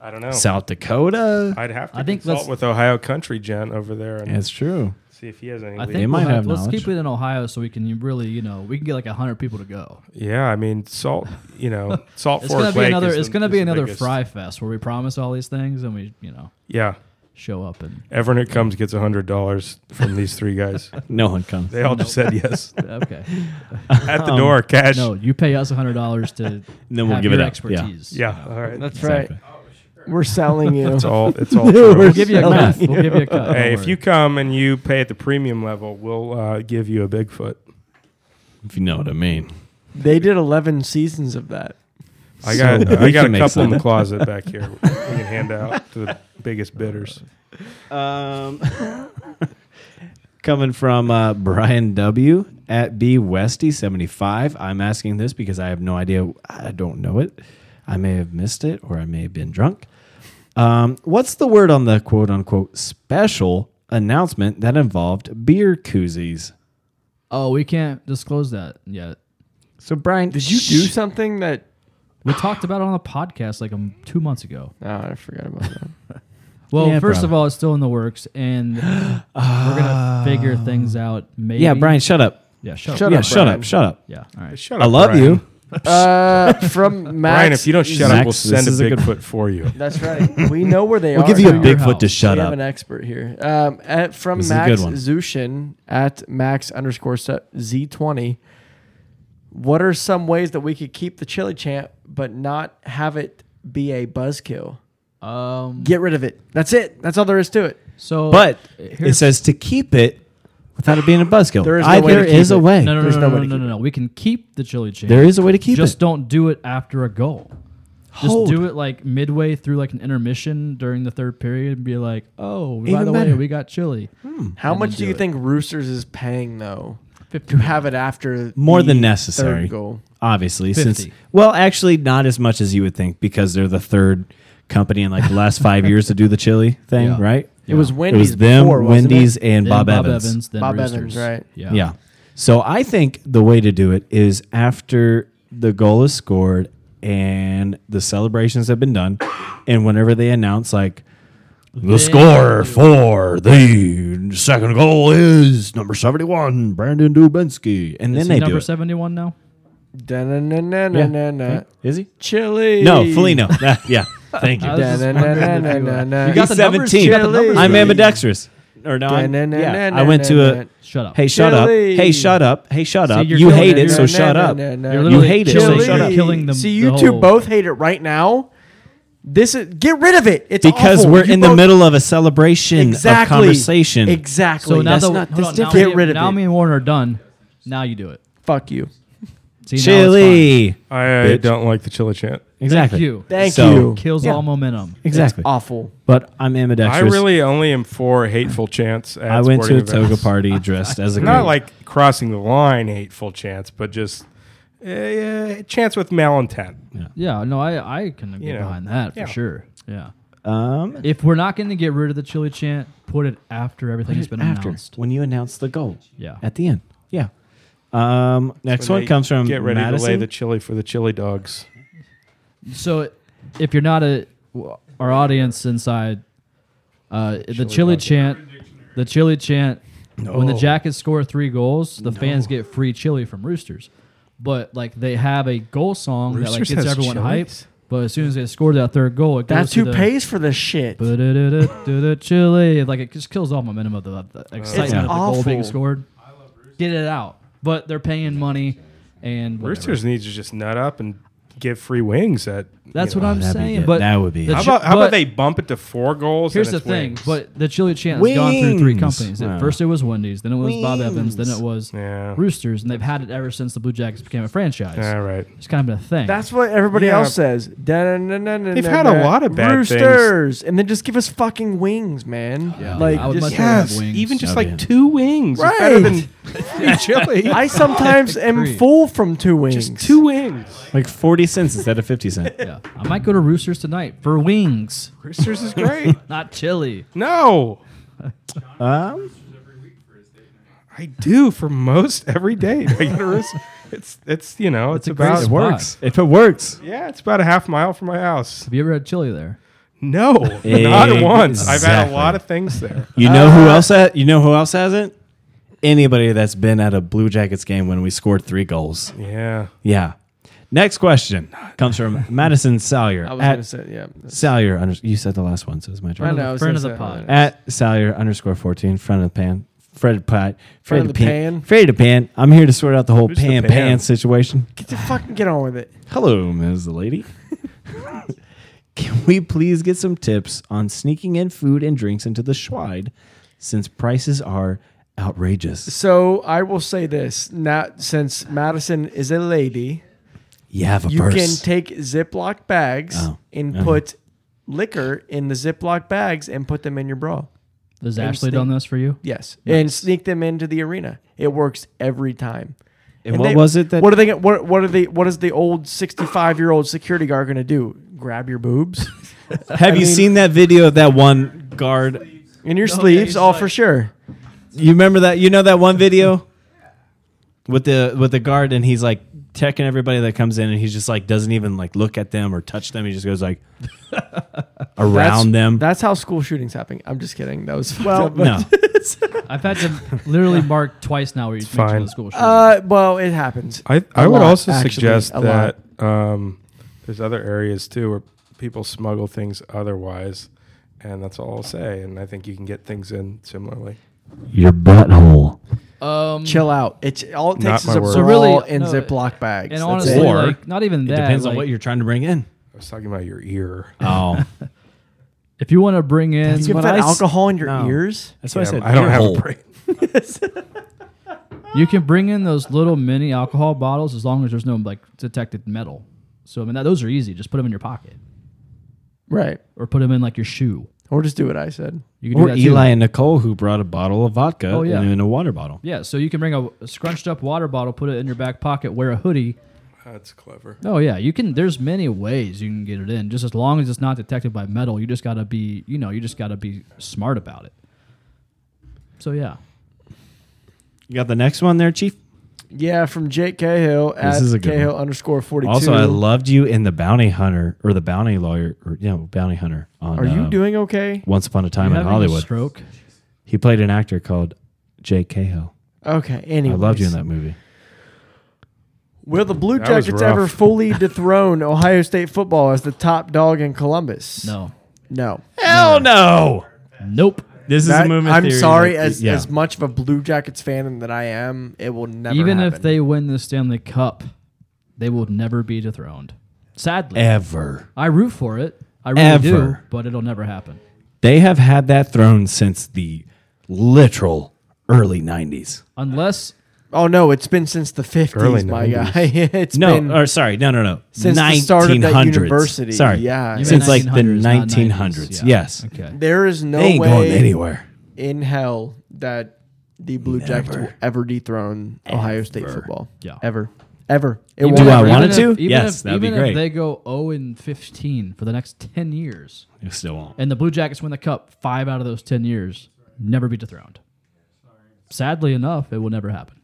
S5: I don't know.
S1: South Dakota.
S5: I'd have to
S2: I think
S5: consult
S2: let's-
S5: with Ohio Country Gent over there and
S1: That's true.
S5: see if he has any.
S2: I
S5: lead.
S2: think
S1: might
S2: we'll
S1: have
S2: let's
S1: knowledge.
S2: keep it in Ohio so we can really, you know, we can get like hundred people to go.
S5: yeah, I mean salt. You know, salt
S2: It's
S5: Fork
S2: gonna be
S5: Lake
S2: another.
S5: is
S2: It's
S5: the-
S2: gonna
S5: is
S2: be
S5: the
S2: another
S5: biggest.
S2: fry fest where we promise all these things and we, you know,
S5: Yeah,
S2: show up and
S5: everyone who comes gets hundred dollars from these three guys.
S1: No one comes.
S5: They all just said yes
S2: okay.
S5: at the door, cash.
S2: Um, No, you pay us hundred dollars to
S1: Then we'll
S2: have
S1: give it
S2: your
S1: up.
S2: expertise.
S5: Yeah, all right.
S3: That's
S1: Exactly.
S3: right. We're selling you.
S5: It's all. It's all.
S3: We're
S5: true.
S2: We'll give you a
S3: selling
S2: cut. We'll give you a cut. Don't
S5: Hey, if
S2: worry.
S5: you come and you pay at the premium level, we'll uh, give you a Bigfoot.
S1: If you know what I mean.
S3: They did 11 seasons of that.
S5: I got
S1: So
S5: I
S1: we
S5: got
S1: can
S5: a
S1: make
S5: couple in the
S1: some.
S5: closet back here. We can hand out to the biggest bidders.
S1: Um, coming from uh, Brian W at B Westy seventy five. I'm asking this because I have no idea. I don't know it. I may have missed it, or I may have been drunk. Um, what's the word on the quote unquote special announcement that involved beer koozies?
S2: oh, we can't disclose that yet.
S1: So Brian,
S3: Did you do something that.
S2: We talked about it on the podcast like um, two months ago.
S3: Oh, I forgot about that.
S2: Well,
S1: Yeah,
S2: first
S1: probably.
S2: of all, it's still in the works, and we're gonna figure things out. Maybe.
S1: Ah. Yeah, Brian, shut up.
S2: Yeah, shut,
S3: Shut
S2: up.
S1: yeah,
S3: up,
S1: shut
S3: Brian.
S1: up. Shut up.
S2: Yeah. All right.
S5: Uh, Shut
S1: I love
S5: Brian.
S1: you.
S3: Uh, from Max.
S5: Brian, if you don't shut up,
S1: Max,
S5: we'll send a
S1: this is a good-
S5: Bigfoot for you.
S3: That's right. We know where they
S1: We'll
S3: are.
S1: give you a
S2: your
S1: big
S2: house.
S1: foot to shut
S3: we have an
S1: up.
S3: expert here. Um, at, from
S1: This is a
S3: Max
S1: good one.
S3: Zushin at Max underscore se- Z20. What are some ways that we could keep the chili champ but not have it be a buzzkill?
S2: Um.
S3: Get rid of it. That's it. That's all there is to it.
S2: So,
S1: But it
S2: here's-
S1: says to keep it without it being a buzzkill.
S3: There is no
S1: I-
S3: way to
S1: there
S3: keep
S1: is a
S3: it.
S1: way.
S2: no, no, no,
S3: there's
S2: no,
S3: no
S2: no,
S3: way to
S2: no,
S3: keep
S2: no, no. We can keep the chili chain.
S1: There is a way to keep
S2: Just
S1: it.
S2: don't do it after a goal.
S1: Hold.
S2: Just do it like midway through like an intermission during the third period and be like, oh, by
S1: Even
S2: the way,
S1: better.
S2: we got chili.
S3: How
S1: Hmm,
S2: And
S3: much
S2: then
S3: do
S2: do
S3: you
S2: it.
S3: think Roosters is paying though to
S2: 50.
S3: have it after
S1: More
S3: the
S1: than necessary.
S3: third goal?
S1: obviously since
S2: 50.
S1: well actually not as much as you would think because they're the third company in like the last five years to do the chili thing
S2: Yeah.
S1: right
S2: Yeah.
S3: It was
S2: It
S1: it
S3: Wendy's.
S1: was them
S3: before, wasn't it?
S1: wendy's and
S2: Then
S1: bob, evans,
S2: then
S3: Bob
S2: Roosters.
S3: Evans, right.
S2: Yeah.
S1: Yeah. so i think the way to do it is after the goal is scored and the celebrations have been done and whenever they announce like the score for the second goal is number 71 brandon dubinsky and
S2: Is
S1: then
S2: he
S1: they do
S2: number
S1: it.
S2: 71 now?
S3: Da-na-na-na-na-na.
S1: is he
S3: Chili.
S1: no Felino. yeah thank you
S2: I was just
S3: Da-na-na-na-na-na.
S2: You got
S1: He's
S2: the numbers,
S1: 17.
S2: Chad, the numbers
S1: I'm
S2: right.
S1: ambidextrous. Or no, I'm, yeah. I went to a
S2: Shut up.
S1: hey, shut up,
S3: Chili.
S1: hey, shut up, hey, shut
S2: See,
S1: up.
S2: you're
S1: you
S2: killing
S1: hate
S2: it.
S1: it, so
S2: You're-
S1: shut up.
S2: You're
S1: You
S2: literally
S1: hate it, so
S2: killing-
S1: shut up.
S2: killing them.
S3: See,
S2: the
S3: you two
S2: whole-
S3: both hate it right now. This is get rid of it. It's
S1: Because
S3: awful.
S1: we're
S3: You
S1: in the
S3: both-
S1: middle of a celebration
S3: exactly
S1: of conversation.
S3: Exactly.
S2: So now
S3: That's
S2: that
S3: not
S2: hold
S3: this
S2: on, now
S3: different.
S2: me-
S3: Get rid of
S2: now
S3: it.
S2: me and Warren are done. Now you do it.
S3: Fuck you.
S2: See, now it's
S1: Chili.
S5: I, I
S1: Bitch.
S5: don't like the chili chant.
S1: Exactly.
S2: you.
S3: Thank
S1: So-
S2: fine.
S3: you.
S2: Kills
S3: Yeah.
S2: all momentum.
S1: Exactly.
S3: It's awful.
S1: But I'm ambidextrous.
S5: I really only am for hateful chants. At
S1: I went to
S5: sporting
S1: a toga
S5: events.
S1: party dressed as a
S5: Not
S1: goat.
S5: like crossing the line, hateful chants, but just uh, uh, chants with malintent.
S2: Yeah, no, I, I can get
S5: You know,
S2: behind that
S5: yeah.
S2: for sure. Yeah.
S1: um
S2: If we're not going to get rid of the chili chant, put it after everything's been
S1: after
S2: announced.
S1: when you announce the goal.
S2: Yeah.
S1: At the end. Yeah. Um next
S5: When
S1: one
S5: they
S1: comes from
S5: get ready
S1: Madison.
S5: to lay the chili for the chili dogs.
S2: So if you're not a our audience inside, uh, the chili chant, the chili chant, when the
S5: No.
S2: Jackets score three goals, the fans get free chili from Roosters. But like they have a goal song
S5: Roosters
S2: that like
S5: has
S2: gets everyone
S5: chilies?
S2: hyped. But as soon as they score that third goal, it goes
S3: That's
S2: to
S3: who
S2: the,
S3: pays for this shit.
S2: Ba-da-da-da-da-da, chili. Like it just kills all momentum of the, the excitement of the goal
S3: awful.
S2: being scored. Get it out. But they're paying money and whatever.
S5: Roosters needs to just nut up and give free wings. At
S2: That's
S5: you
S2: what
S5: know.
S2: I'm
S1: that'd be
S2: saying.
S1: good.
S2: But
S1: That would be
S2: the
S1: good.
S5: How
S2: chi-
S5: about how
S2: but
S5: about they bump it to four goals?
S2: Here's
S5: and
S2: the
S5: it's
S2: thing.
S5: wings?
S2: But the chili chant has gone through three
S1: Wings.
S2: companies. At
S1: Oh.
S2: first it was Wendy's, then it was Bob Evans, then
S1: Wings.
S2: it was
S5: Yeah.
S2: Roosters, and they've had it ever since the Blue Jackets became a franchise.
S5: all right.
S2: It's kind of been a thing.
S3: That's what everybody
S5: Yeah.
S3: else says. They've
S5: They've had a lot of bad things.
S3: roosters, and then just give us fucking wings, man.
S2: Yeah.
S3: Like,
S2: I would much
S3: just-
S2: rather have
S5: Yes,
S2: wings.
S5: even just
S1: That'd
S5: like
S1: be-
S5: two wings. Right. better
S3: Right.
S5: than free chili.
S3: I sometimes am
S2: Agreed.
S3: full from two wings.
S5: just two wings.
S1: like forty cents instead of fifty cents.
S2: yeah. I might go to Roosters tonight for wings,
S5: Roosters is great.
S2: not chili.
S5: No,
S1: um
S5: I do for most every day. I go to Roos- It's it's you know it's,
S2: a great
S5: about
S1: it
S2: spot.
S1: works. If it works.
S5: yeah it's about a half mile from my house.
S2: Have you ever had chili there?
S5: No, not once. I've had a lot of things there.
S1: You know who else ha- you know who else hasn't? Anybody that's been at a Blue Jackets game when we scored three goals.
S5: Yeah,
S1: Yeah. Next question comes from Madison Salyer.
S3: I was
S1: At
S3: gonna say, yeah.
S1: Salyer, under- you said the last one, so it's my turn.
S3: I
S2: Friend
S3: know. I
S2: of
S3: was
S2: the, friend of
S3: gonna
S2: the
S3: say uh,
S2: pod.
S3: that.
S1: At Salyer underscore 14, front of the pan. Fred Pat.
S3: Front
S1: Fred
S3: of the pan?
S1: Fred the pan. I'm here to sort out the whole
S5: Who's the
S1: pan,
S5: pan?
S1: pan situation.
S3: Get to fucking get on with it.
S1: Hello, Ms. the Lady. Can we please get some tips on sneaking in food and drinks into the Schweid since prices are outrageous?
S3: So I will say this: now, since Madison is a lady,
S1: You have a
S3: you
S1: purse.
S3: can take Ziploc bags
S1: Oh,
S3: and
S1: okay.
S3: put liquor in the Ziploc bags and put them in your bra.
S2: Has
S3: And
S2: Ashley
S3: steak.
S2: done this for you?
S3: Yes, and sneak them into the arena. It works every time.
S1: And what was it that-
S3: What are they? What What are they? What is the old sixty-five-year-old security guard going to do? Grab your boobs
S1: have
S3: I
S1: you
S3: mean-
S1: seen that video of that one guard?
S3: and your
S2: No,
S3: sleeves?
S2: he's
S3: Oh,
S2: like-
S3: for sure.
S1: You remember that? You know that one video with the with the guard, and he's like checking everybody that comes in, and he's just like doesn't even like look at them or touch them. He just goes like around
S3: That's-
S1: them.
S3: That's how school shootings happen. I'm just kidding. That was
S1: well,
S3: fucked up.
S1: no,
S2: I've had to literally mark twice now where you
S5: fine.
S2: mentioned the school shooting.
S3: Uh, well, it happens.
S5: I I
S3: A
S5: would
S3: lot,
S5: also
S3: actually,
S5: suggest
S3: a
S5: that um, there's other areas too where people smuggle things otherwise, and that's all I'll say. And I think you can get things in similarly.
S1: your butthole.
S2: um,
S3: Chill out. It's all it
S5: Not
S3: takes is
S5: my
S3: a
S5: word.
S3: brawl
S5: So
S2: really,
S3: and
S2: no,
S3: Ziploc bags.
S2: and
S3: That's
S2: honestly,
S3: it.
S1: Or-
S2: like not even
S1: It
S2: that.
S1: depends on
S2: like,
S1: what you're trying to bring in.
S5: I was talking about your ear.
S1: Oh,
S2: If you want to bring in,
S3: you can
S1: what
S3: put
S1: I s-
S3: alcohol in your
S1: no.
S3: ears.
S1: that's what I
S5: Yeah,
S1: said.
S5: I don't
S1: ear
S5: have
S1: hole.
S5: a brain.
S2: You can bring in those little mini alcohol bottles as long as there's no like detected metal. So I mean, that, those are easy. Just put them in your pocket
S3: Right.
S2: or put them in like your shoe.
S3: Or just do what I said.
S2: You can
S1: Or
S2: do that
S1: Eli
S2: Too.
S1: and Nicole, who brought a bottle of vodka
S2: Oh, yeah.
S1: and then a water bottle.
S2: Yeah, so you can bring a, a scrunched up water bottle, put it in your back pocket, wear a hoodie.
S5: That's clever.
S2: Oh yeah, you can. There's many ways you can get it in. Just as long as it's not detected by metal, you just gotta be, you know, you just gotta be smart about it. So yeah,
S1: You got the next one there, Chief.
S3: Yeah, from Jake Cahill at
S1: is a good
S3: Cahill
S1: one.
S3: underscore forty two.
S1: Also, I loved you in the Bounty Hunter or the Bounty Lawyer or you know Bounty Hunter on.
S3: Are you
S1: uh,
S3: doing okay?
S1: Once Upon a Time
S2: You
S1: in
S2: having a
S1: Hollywood?
S2: stroke.
S1: He played an actor called Jake Cahill.
S3: Okay. Anyway,
S1: I loved you in that movie.
S3: Will the Blue
S5: That was
S3: Jackets
S5: rough.
S3: ever fully dethrone Ohio State football as the top dog in Columbus?
S2: No,
S3: No.
S1: Hell no!
S2: nope.
S1: This is
S3: That-
S1: a movement.
S3: I'm
S1: theory
S3: sorry,
S1: that-
S3: as,
S1: yeah.
S3: as much of a Blue Jackets fan that I am, it will never
S2: Even if
S3: happen.
S2: they win the Stanley Cup, they will never be dethroned. Sadly,
S1: ever
S2: I root for it. I really do,
S1: Ever.
S2: but it'll never happen.
S1: they have had that throne since the literal early '90s.
S2: Unless
S3: Oh no, it's been since the
S5: Early
S3: fifties, my
S5: 90s.
S3: guy. it's
S1: No,
S3: been
S1: or sorry, no, no, no.
S3: since the start of that university.
S1: Sorry,
S3: yeah.
S2: You meant
S1: Since like the
S2: 1900s, not
S1: 1900s. Yes,
S2: Okay.
S3: There is no
S1: they ain't
S3: way
S1: going anywhere.
S3: in hell that the Blue Jackets will ever dethrone Ohio State football.
S2: Yeah.
S3: Ever. Ever. It
S2: Even
S3: won't
S1: Do I
S2: if-
S3: happen.
S1: want
S2: even
S1: it to?
S2: if- even
S1: Yes,
S2: if-
S1: that'd be
S2: even if
S1: great.
S2: they go 0 and 15 for the next 10 years,
S1: It still won't.
S2: and the Blue Jackets win the cup five out of those 10 years, never be dethroned. Sadly enough, it will never happen.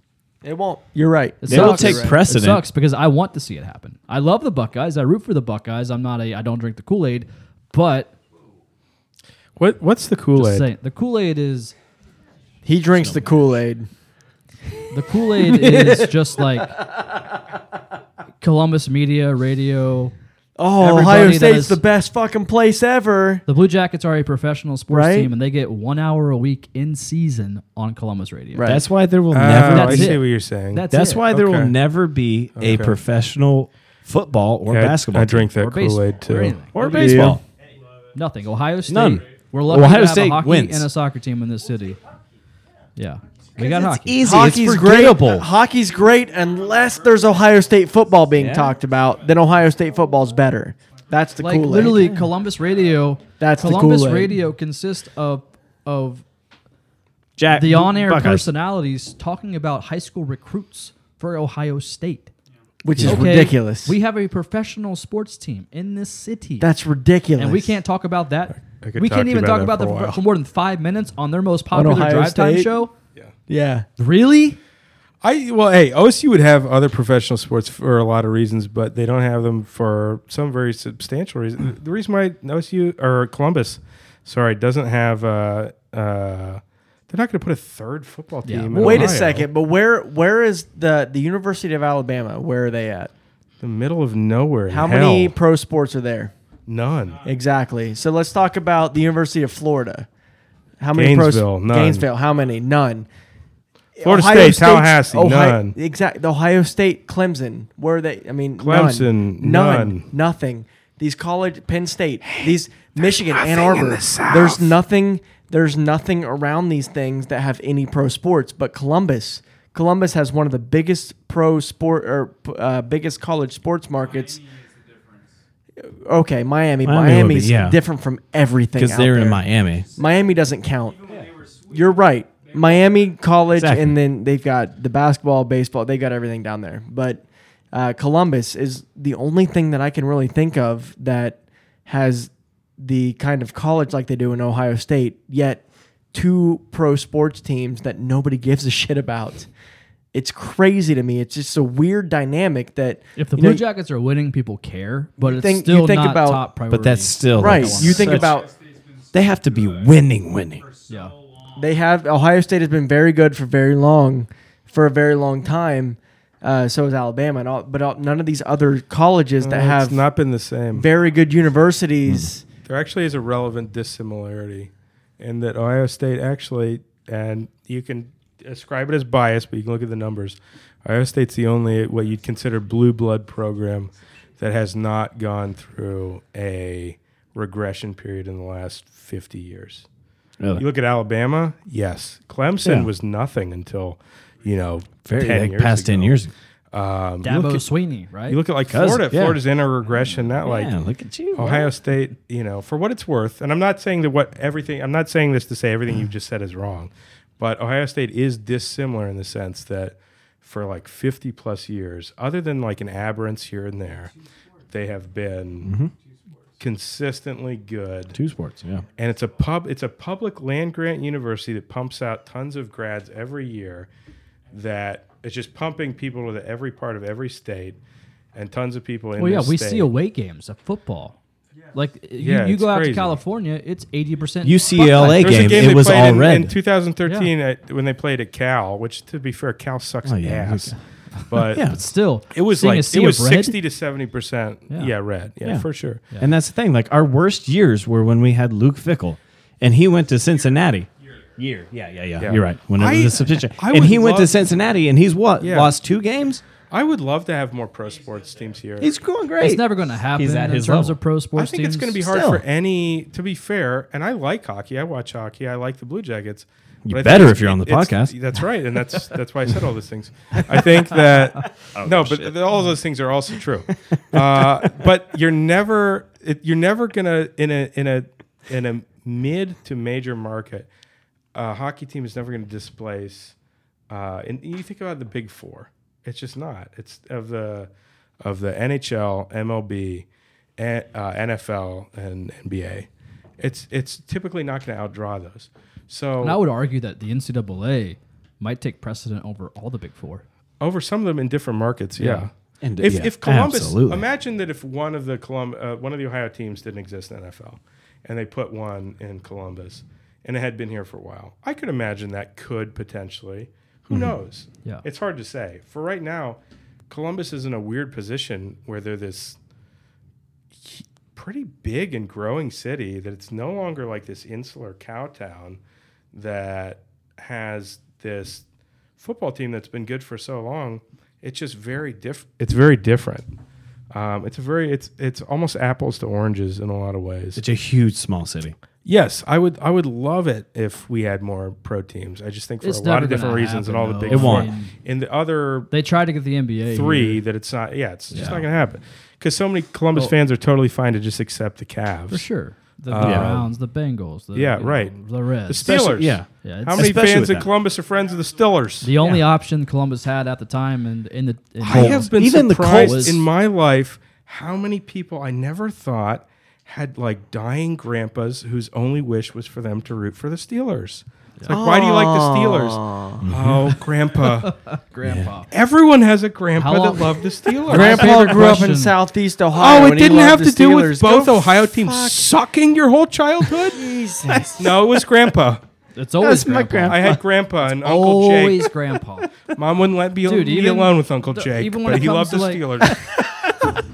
S3: It won't. You're right.
S2: It
S1: It'll
S2: sucks.
S1: take
S2: It
S1: precedent.
S2: sucks because I want to see it happen. I love the Buckeyes. I root for the Buckeyes. I'm not a. I don't drink the Kool Aid, but
S5: What What's the Kool
S2: just
S5: Aid?
S2: saying, the Kool Aid is
S3: He drinks the Kool Aid.
S2: the Kool Aid is just like Columbus media, radio.
S3: Oh,
S2: Everybody
S3: Ohio
S2: that
S3: State's
S2: is-
S3: the best fucking place ever.
S2: The Blue Jackets are a professional sports
S3: Right.
S2: team, and they get one hour a week in season on Columbus radio.
S3: Right.
S1: That's why there will
S5: Oh,
S1: never.
S5: I
S2: That's
S1: be,
S5: see
S2: it.
S5: what you're saying.
S2: That's,
S1: that's
S2: it.
S1: why there will
S5: Okay.
S1: never be a
S5: Okay.
S1: professional football or
S5: Yeah, I-
S1: basketball
S5: I drink
S2: Or
S5: that Kool Aid
S2: baseball, or
S5: too.
S2: anything.
S1: or baseball.
S2: Nothing. Ohio State.
S1: None.
S2: We're lucky
S1: Ohio
S2: to have
S1: State
S2: a hockey
S1: wins.
S2: and a soccer team in this city. Yeah, we got hockey.
S1: Easy.
S3: Hockey's
S1: it's
S3: great.
S1: forgettable.
S3: Hockey's great unless there's Ohio State football being
S1: Yeah.
S3: talked about. Then Ohio State football's better. That's the
S2: like
S3: Kool Aid.
S2: literally Columbus radio.
S3: That's the
S2: Columbus
S3: Kool-Aid.
S2: radio consists of of
S1: Jack,
S2: the on air
S1: Buckeyes.
S2: personalities talking about high school recruits for Ohio State.
S3: which is
S2: Okay,
S3: ridiculous.
S2: We have a professional sports team in this city.
S3: That's ridiculous.
S2: and we can't talk about that.
S5: I could
S2: we
S5: talk
S2: can't
S5: to you
S2: even talk
S5: about that
S2: about
S5: for
S2: that
S5: a
S2: for,
S5: while.
S2: for more than five minutes on their most popular
S3: Ohio
S2: drive time
S3: State?
S2: show.
S3: Yeah.
S2: Really?
S5: I well, hey, OSU would have other professional sports for a lot of reasons, but they don't have them for some very substantial reason. The reason why OSU or Columbus, sorry, doesn't have uh, uh, they're not going to put a third football team.
S2: Yeah.
S5: in
S3: Wait a
S5: Ohio.
S3: second, but where where is the the University of Alabama? Where are they at?
S5: the middle of nowhere.
S3: How
S5: hell.
S3: many pro sports are there?
S5: None.
S3: Exactly. So let's talk about the University of Florida. How many
S5: Gainesville,
S3: pros?
S5: none.
S3: Gainesville. How many? None.
S5: Florida State, Tallahassee, none.
S3: Exactly. Ohio State, Clemson. Where are they? I mean, none.
S5: Clemson, none.
S3: nothing. These college, Penn State, these Michigan, Ann
S5: nothing in
S3: Arbor.
S5: the South.
S3: There's nothing. There's nothing around these things that have any pro sports. But Columbus, Columbus has one of the biggest pro sport or uh, biggest college sports markets. Okay,
S1: Miami
S3: Miami.
S1: would be,
S3: Miami's
S1: yeah.
S3: different from everything.
S1: because
S3: out
S1: they're in
S3: there.
S1: Miami.
S3: Miami doesn't count. You're right. Miami college,
S1: Exactly.
S3: and then they've got the basketball, baseball. They got everything down there. But uh, Columbus is the only thing that I can really think of that has the kind of college like they do in Ohio State. Yet two pro sports teams that nobody gives a shit about. It's crazy to me. It's just a weird dynamic that
S2: If the
S3: you
S2: Blue
S3: know,
S2: Jackets are winning, people care, but it's
S3: think-
S2: still
S3: you think
S2: not
S3: about-
S2: top priority.
S1: But that's still
S3: right.
S1: Like,
S3: You think
S1: such-
S3: about
S1: they have to be winning, winning.
S5: Um,
S2: yeah.
S3: They have Ohio State has been very good for very long, for a very long time. Uh, so is Alabama, and all, but all, none of these other colleges that
S5: Uh,
S3: have
S5: it's not been the same.
S3: very good universities.
S5: There actually is a relevant dissimilarity in that Ohio State actually, and you can ascribe it as bias, but you can look at the numbers. Ohio State's the only what you'd consider blue blood program that has not gone through a regression period in the last 50 years. You
S1: Really.
S5: look at Alabama, yes. Clemson
S1: Yeah.
S5: was nothing until, you know,
S1: Very
S5: 10
S1: like
S5: years
S1: past ten
S5: ago.
S1: years. ago.
S5: Um, you,
S2: Dabo
S5: look at,
S2: Sweeney, right?
S5: you look at like
S1: Cousin,
S5: Florida.
S1: yeah.
S5: Florida's in a regression, not like
S1: yeah, look at you.
S5: Ohio State, you know, for what it's worth, and I'm not saying that what everything, I'm not saying this to say everything you've just said is wrong, but Ohio State is dissimilar in the sense that for like 50 plus years, other than like an aberrance here and there, they have been
S2: Mm-hmm.
S5: consistently good
S1: Two sports. Yeah.
S5: and it's a pub it's a public land grant university that pumps out tons of grads every year that it's just pumping people to every part of every state and tons of people in
S2: well, Oh, yeah,
S5: this
S2: we
S5: state.
S2: see away games of football. Like
S5: Yeah,
S2: you, you
S5: it's
S2: go out to
S5: crazy.
S2: California, it's eighty percent
S1: UCLA
S5: There was
S1: game.
S5: a game
S1: It
S5: they
S1: was
S5: played
S1: all
S5: in,
S1: red.
S5: in 2013 at, when they played at Cal, which to be fair, Cal sucks
S1: Oh, yeah,
S5: ass. But
S1: Yeah.
S2: But still,
S5: it was
S2: seeing
S5: like
S2: a sea
S5: it was
S2: of red,
S5: 60 to 70 percent.
S2: Yeah.
S5: Yeah. red. Yeah,
S1: Yeah.
S5: for sure.
S1: And that's the thing. Like our worst years were when we had Luke Fickle, and he went to Cincinnati. Year, yeah, yeah, yeah,
S5: Yeah.
S1: You're right. When it
S5: I-
S1: was a substitution,
S5: I
S1: and
S5: would
S1: he went to
S5: love-
S1: Cincinnati, and he's what
S5: Yeah.
S1: lost two games.
S5: I would love to have more pro sports teams here.
S1: He's going great.
S2: It's never going to happen
S1: He's at
S2: in
S1: his
S2: terms
S1: level.
S2: of pro
S5: I
S2: sports
S5: think it's
S2: teams.
S5: going to be hard
S1: still.
S5: for any. To be fair, and I like hockey. I watch hockey. I like the Blue Jackets.
S1: You
S5: But I think
S1: better
S5: it's-
S1: if you're on the
S5: it's-
S1: podcast.
S5: That's right, and that's that's why I said all those things. I think that no, but th- all those things are also true. Uh, but you're never it, you're never gonna in a in a in a mid to major market, a hockey team is never gonna displace. Uh, and you think about the big four. It's just not. It's of the of the NHL, MLB, and, uh, NFL, and NBA. It's it's typically not going to outdraw those. So
S2: And I would argue that the NCAA might take precedent over all the Big Four.
S5: over some of them in different markets. Yeah.
S1: And,
S5: if,
S1: yeah,
S5: if Columbus,
S1: absolutely.
S5: imagine that if one of the Colum, uh, one of the Ohio teams didn't exist in the NFL, and they put one in Columbus, and it had been here for a while, I could imagine that could potentially. Who
S1: Mm-hmm.
S5: knows?
S2: Yeah.
S5: it's hard to say. For right now, Columbus is in a weird position where they're this he- pretty big and growing city that it's no longer like this insular cow town that has this football team that's been good for so long. It's just very diff. It's very different. Um, it's a very it's it's almost apples to oranges in a lot of ways.
S1: it's a huge small city.
S5: Yes, I would I would love it if we had more pro teams. I just think for
S2: It's
S5: a lot
S2: never
S5: of different
S2: gonna
S5: reasons and all the
S2: happen,
S5: big
S2: though.
S1: It won't.
S5: four. in the other
S2: They tried to get the NBA
S5: three
S2: here.
S5: that it's not. Yeah, it's just
S2: Yeah.
S5: not going to happen because so many Columbus
S2: Well-
S5: fans are totally fine to just accept the Cavs.
S2: for sure. The, the
S5: Yeah.
S2: Browns, the Bengals, the
S5: Yeah,
S2: you know,
S5: right.
S2: the Reds,
S5: The Steelers.
S1: Yeah.
S2: Yeah,
S5: How
S2: it's
S5: many
S1: Especially
S5: fans
S1: with
S5: in
S1: that.
S5: Columbus are friends of the Steelers?
S2: the only option Columbus had at the time, and in the in
S5: I have been
S1: Even the
S5: surprised
S1: Colts-
S5: in my life how many people I never thought had like dying grandpas whose only wish was for them to root for the Steelers. It's like, why do you like the Steelers? Oh, grandpa.
S2: grandpa.
S5: Everyone has a grandpa
S2: How long-
S5: that loved the Steelers.
S3: Grandpa
S2: favorite
S3: grew up
S2: Hmm. question-
S3: in Southeast Ohio.
S5: Oh, it
S3: and he
S5: didn't
S3: loved
S5: have
S3: the
S5: to do with
S3: Steelers.
S5: both
S3: Go
S5: Ohio teams sucking your whole childhood?
S3: Jesus.
S5: no, it was grandpa.
S2: It's always
S3: That's my
S2: grandpa.
S5: I had grandpa and Uncle
S2: Always
S5: Jake.
S2: grandpa.
S5: Mom wouldn't let me
S2: Dude,
S5: be
S2: even
S5: alone with Uncle
S2: the-
S5: Jake,
S2: even when
S5: but
S2: it
S5: he
S2: comes
S5: loved
S2: to,
S5: the
S2: like-
S5: Steelers.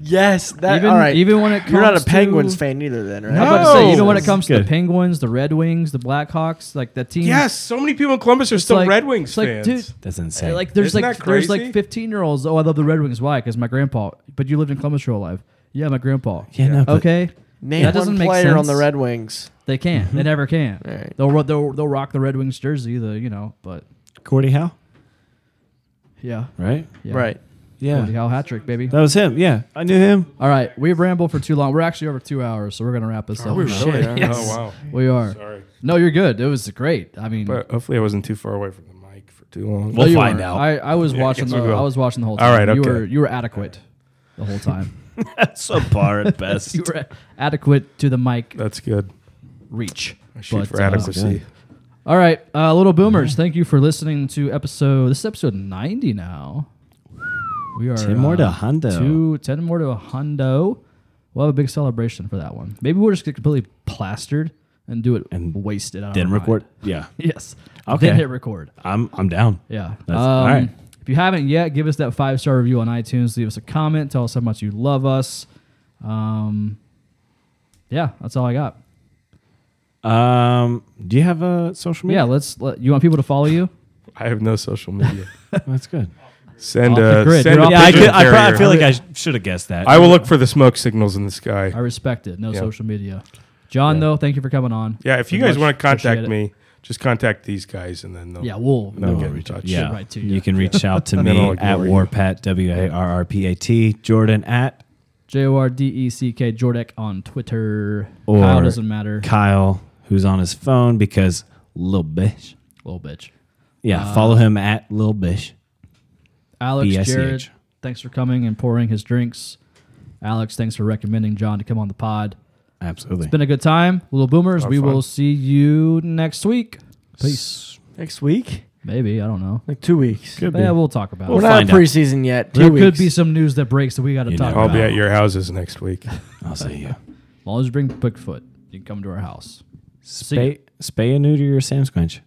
S3: Yes. That,
S2: Even-
S3: all right.
S2: even when it
S3: You're not
S2: comes
S3: a Penguins
S2: to-
S3: fan either, then, right?
S2: I was about to say, even when it
S1: That's
S2: comes to the
S1: good.
S2: Penguins, the Red Wings, the Blackhawks, like the team.
S5: Yes, so many people in Columbus are still
S2: like-
S5: Red Wings
S2: it's like,
S5: fans.
S2: dude,
S1: That's
S2: Uh,
S1: insane.
S2: Like there's
S5: Isn't
S2: like
S5: that
S2: there's like
S5: crazy?
S2: 15 year olds. Oh, I love the Red Wings. Why? Because my grandpa. But you lived in Columbus your whole life. Yeah, my grandpa.
S1: yeah, no, but
S2: Okay.
S3: Name
S2: That doesn't
S3: one
S2: make
S3: player on the
S2: sense.
S3: Red Wings.
S2: They can't.
S1: Mm-hmm.
S2: They never can.
S3: Right.
S2: They'll, ro- they'll they'll rock the Red Wings jersey. The you know, but
S1: Gordie Howe,
S2: yeah,
S1: right?
S2: yeah.
S3: Right.
S1: Yeah,
S2: Gordie Howe hat trick, baby.
S1: that was him. Yeah, I knew him.
S2: All right, we've rambled for too long. We're actually over two hours, so we're gonna wrap this up.
S5: we
S2: now.
S5: really?
S3: Yes.
S5: Oh wow.
S2: We are.
S5: Sorry.
S2: No, you're good. It was great. I mean,
S5: But hopefully I wasn't too far away from the mic for too long.
S2: no,
S1: We'll
S2: you
S1: find
S2: weren't.
S1: out.
S2: I, I was
S5: Yeah, I
S2: watching.
S5: guess
S2: The,
S5: we will.
S2: I was watching the whole time.
S5: All right,
S2: You
S5: okay.
S2: were you were adequate the whole time.
S1: That's a bar at best.
S2: you were adequate to the mic
S5: That's good.
S2: reach.
S5: I shoot
S2: But,
S5: for
S2: uh,
S5: adequacy.
S2: all right, uh, little boomers, thank you for listening to episode. This is episode ninety now. We are uh,
S1: Ten more to a hundo.
S2: Two, ten more to a hundo. We'll have a big celebration for that one. Maybe we'll just get completely plastered and do it
S1: And
S2: and waste it. out of
S1: Then
S2: our mind.
S1: record. Yeah,
S2: Yes.
S1: Okay.
S2: Then hit record.
S1: I'm I'm down.
S2: Yeah.
S1: That's- all
S2: Um,
S1: right.
S2: If you haven't yet, give us that five star review on iTunes. Leave us a comment. Tell us how much you love us. Um, yeah, that's all I got.
S1: Um, do you have a social
S2: Yeah,
S1: media?
S2: let's. Let, you want people to follow you?
S5: I have no social media.
S1: that's good.
S5: Send
S2: Off the
S5: uh,
S2: grid.
S5: send
S2: You're
S5: a
S2: off
S1: Yeah, I,
S5: pigeon
S1: could, I,
S5: carrier.
S1: probably, feel like I should have guessed that.
S5: I will look for the smoke signals in the sky.
S2: I respect it. No
S5: Yeah.
S2: social media. John, though, thank you for coming on.
S5: Yeah, if you
S2: We
S5: guys
S2: much
S5: want to
S2: appreciate
S5: contact
S2: it.
S5: me, just contact these guys and then they'll
S2: yeah, we'll.
S5: they'll
S1: No,
S5: get in touch.
S1: yeah,
S2: right to you.
S1: you can reach out to
S5: Then I'll
S1: me
S5: ignore
S1: at
S5: you.
S1: warpat w a r r p a t Jordan at
S2: J O R D E C K Jordek on Twitter.
S1: Or-
S2: Kyle doesn't matter.
S1: Kyle who's on his phone because Lil Bish.
S2: Little bitch.
S1: Yeah,
S2: Ah.
S1: follow him at Lil Bish. E
S2: Alex,
S1: BSCH.
S2: Jared, thanks for coming and pouring his drinks. Alex, thanks for recommending John to come on the pod.
S1: Absolutely.
S2: It's been a good time. Little Boomers, we will
S5: fun.
S2: see you next week.
S1: Peace.
S3: Next week?
S2: Maybe. I don't know.
S3: Like two weeks.
S1: Could
S2: But yeah, we'll talk about
S3: We're
S1: We'll
S2: it.
S3: not in
S1: find out.
S3: preseason yet. Two
S2: There
S3: weeks.
S2: could be some news that breaks that we got to
S1: You
S2: talk
S1: never
S5: I'll
S2: about.
S5: be at your houses next week.
S1: I'll see you.
S2: As long as you bring Bigfoot, you can come to our house. See ya.
S1: Spay, spay and neuter your Sam's Quench.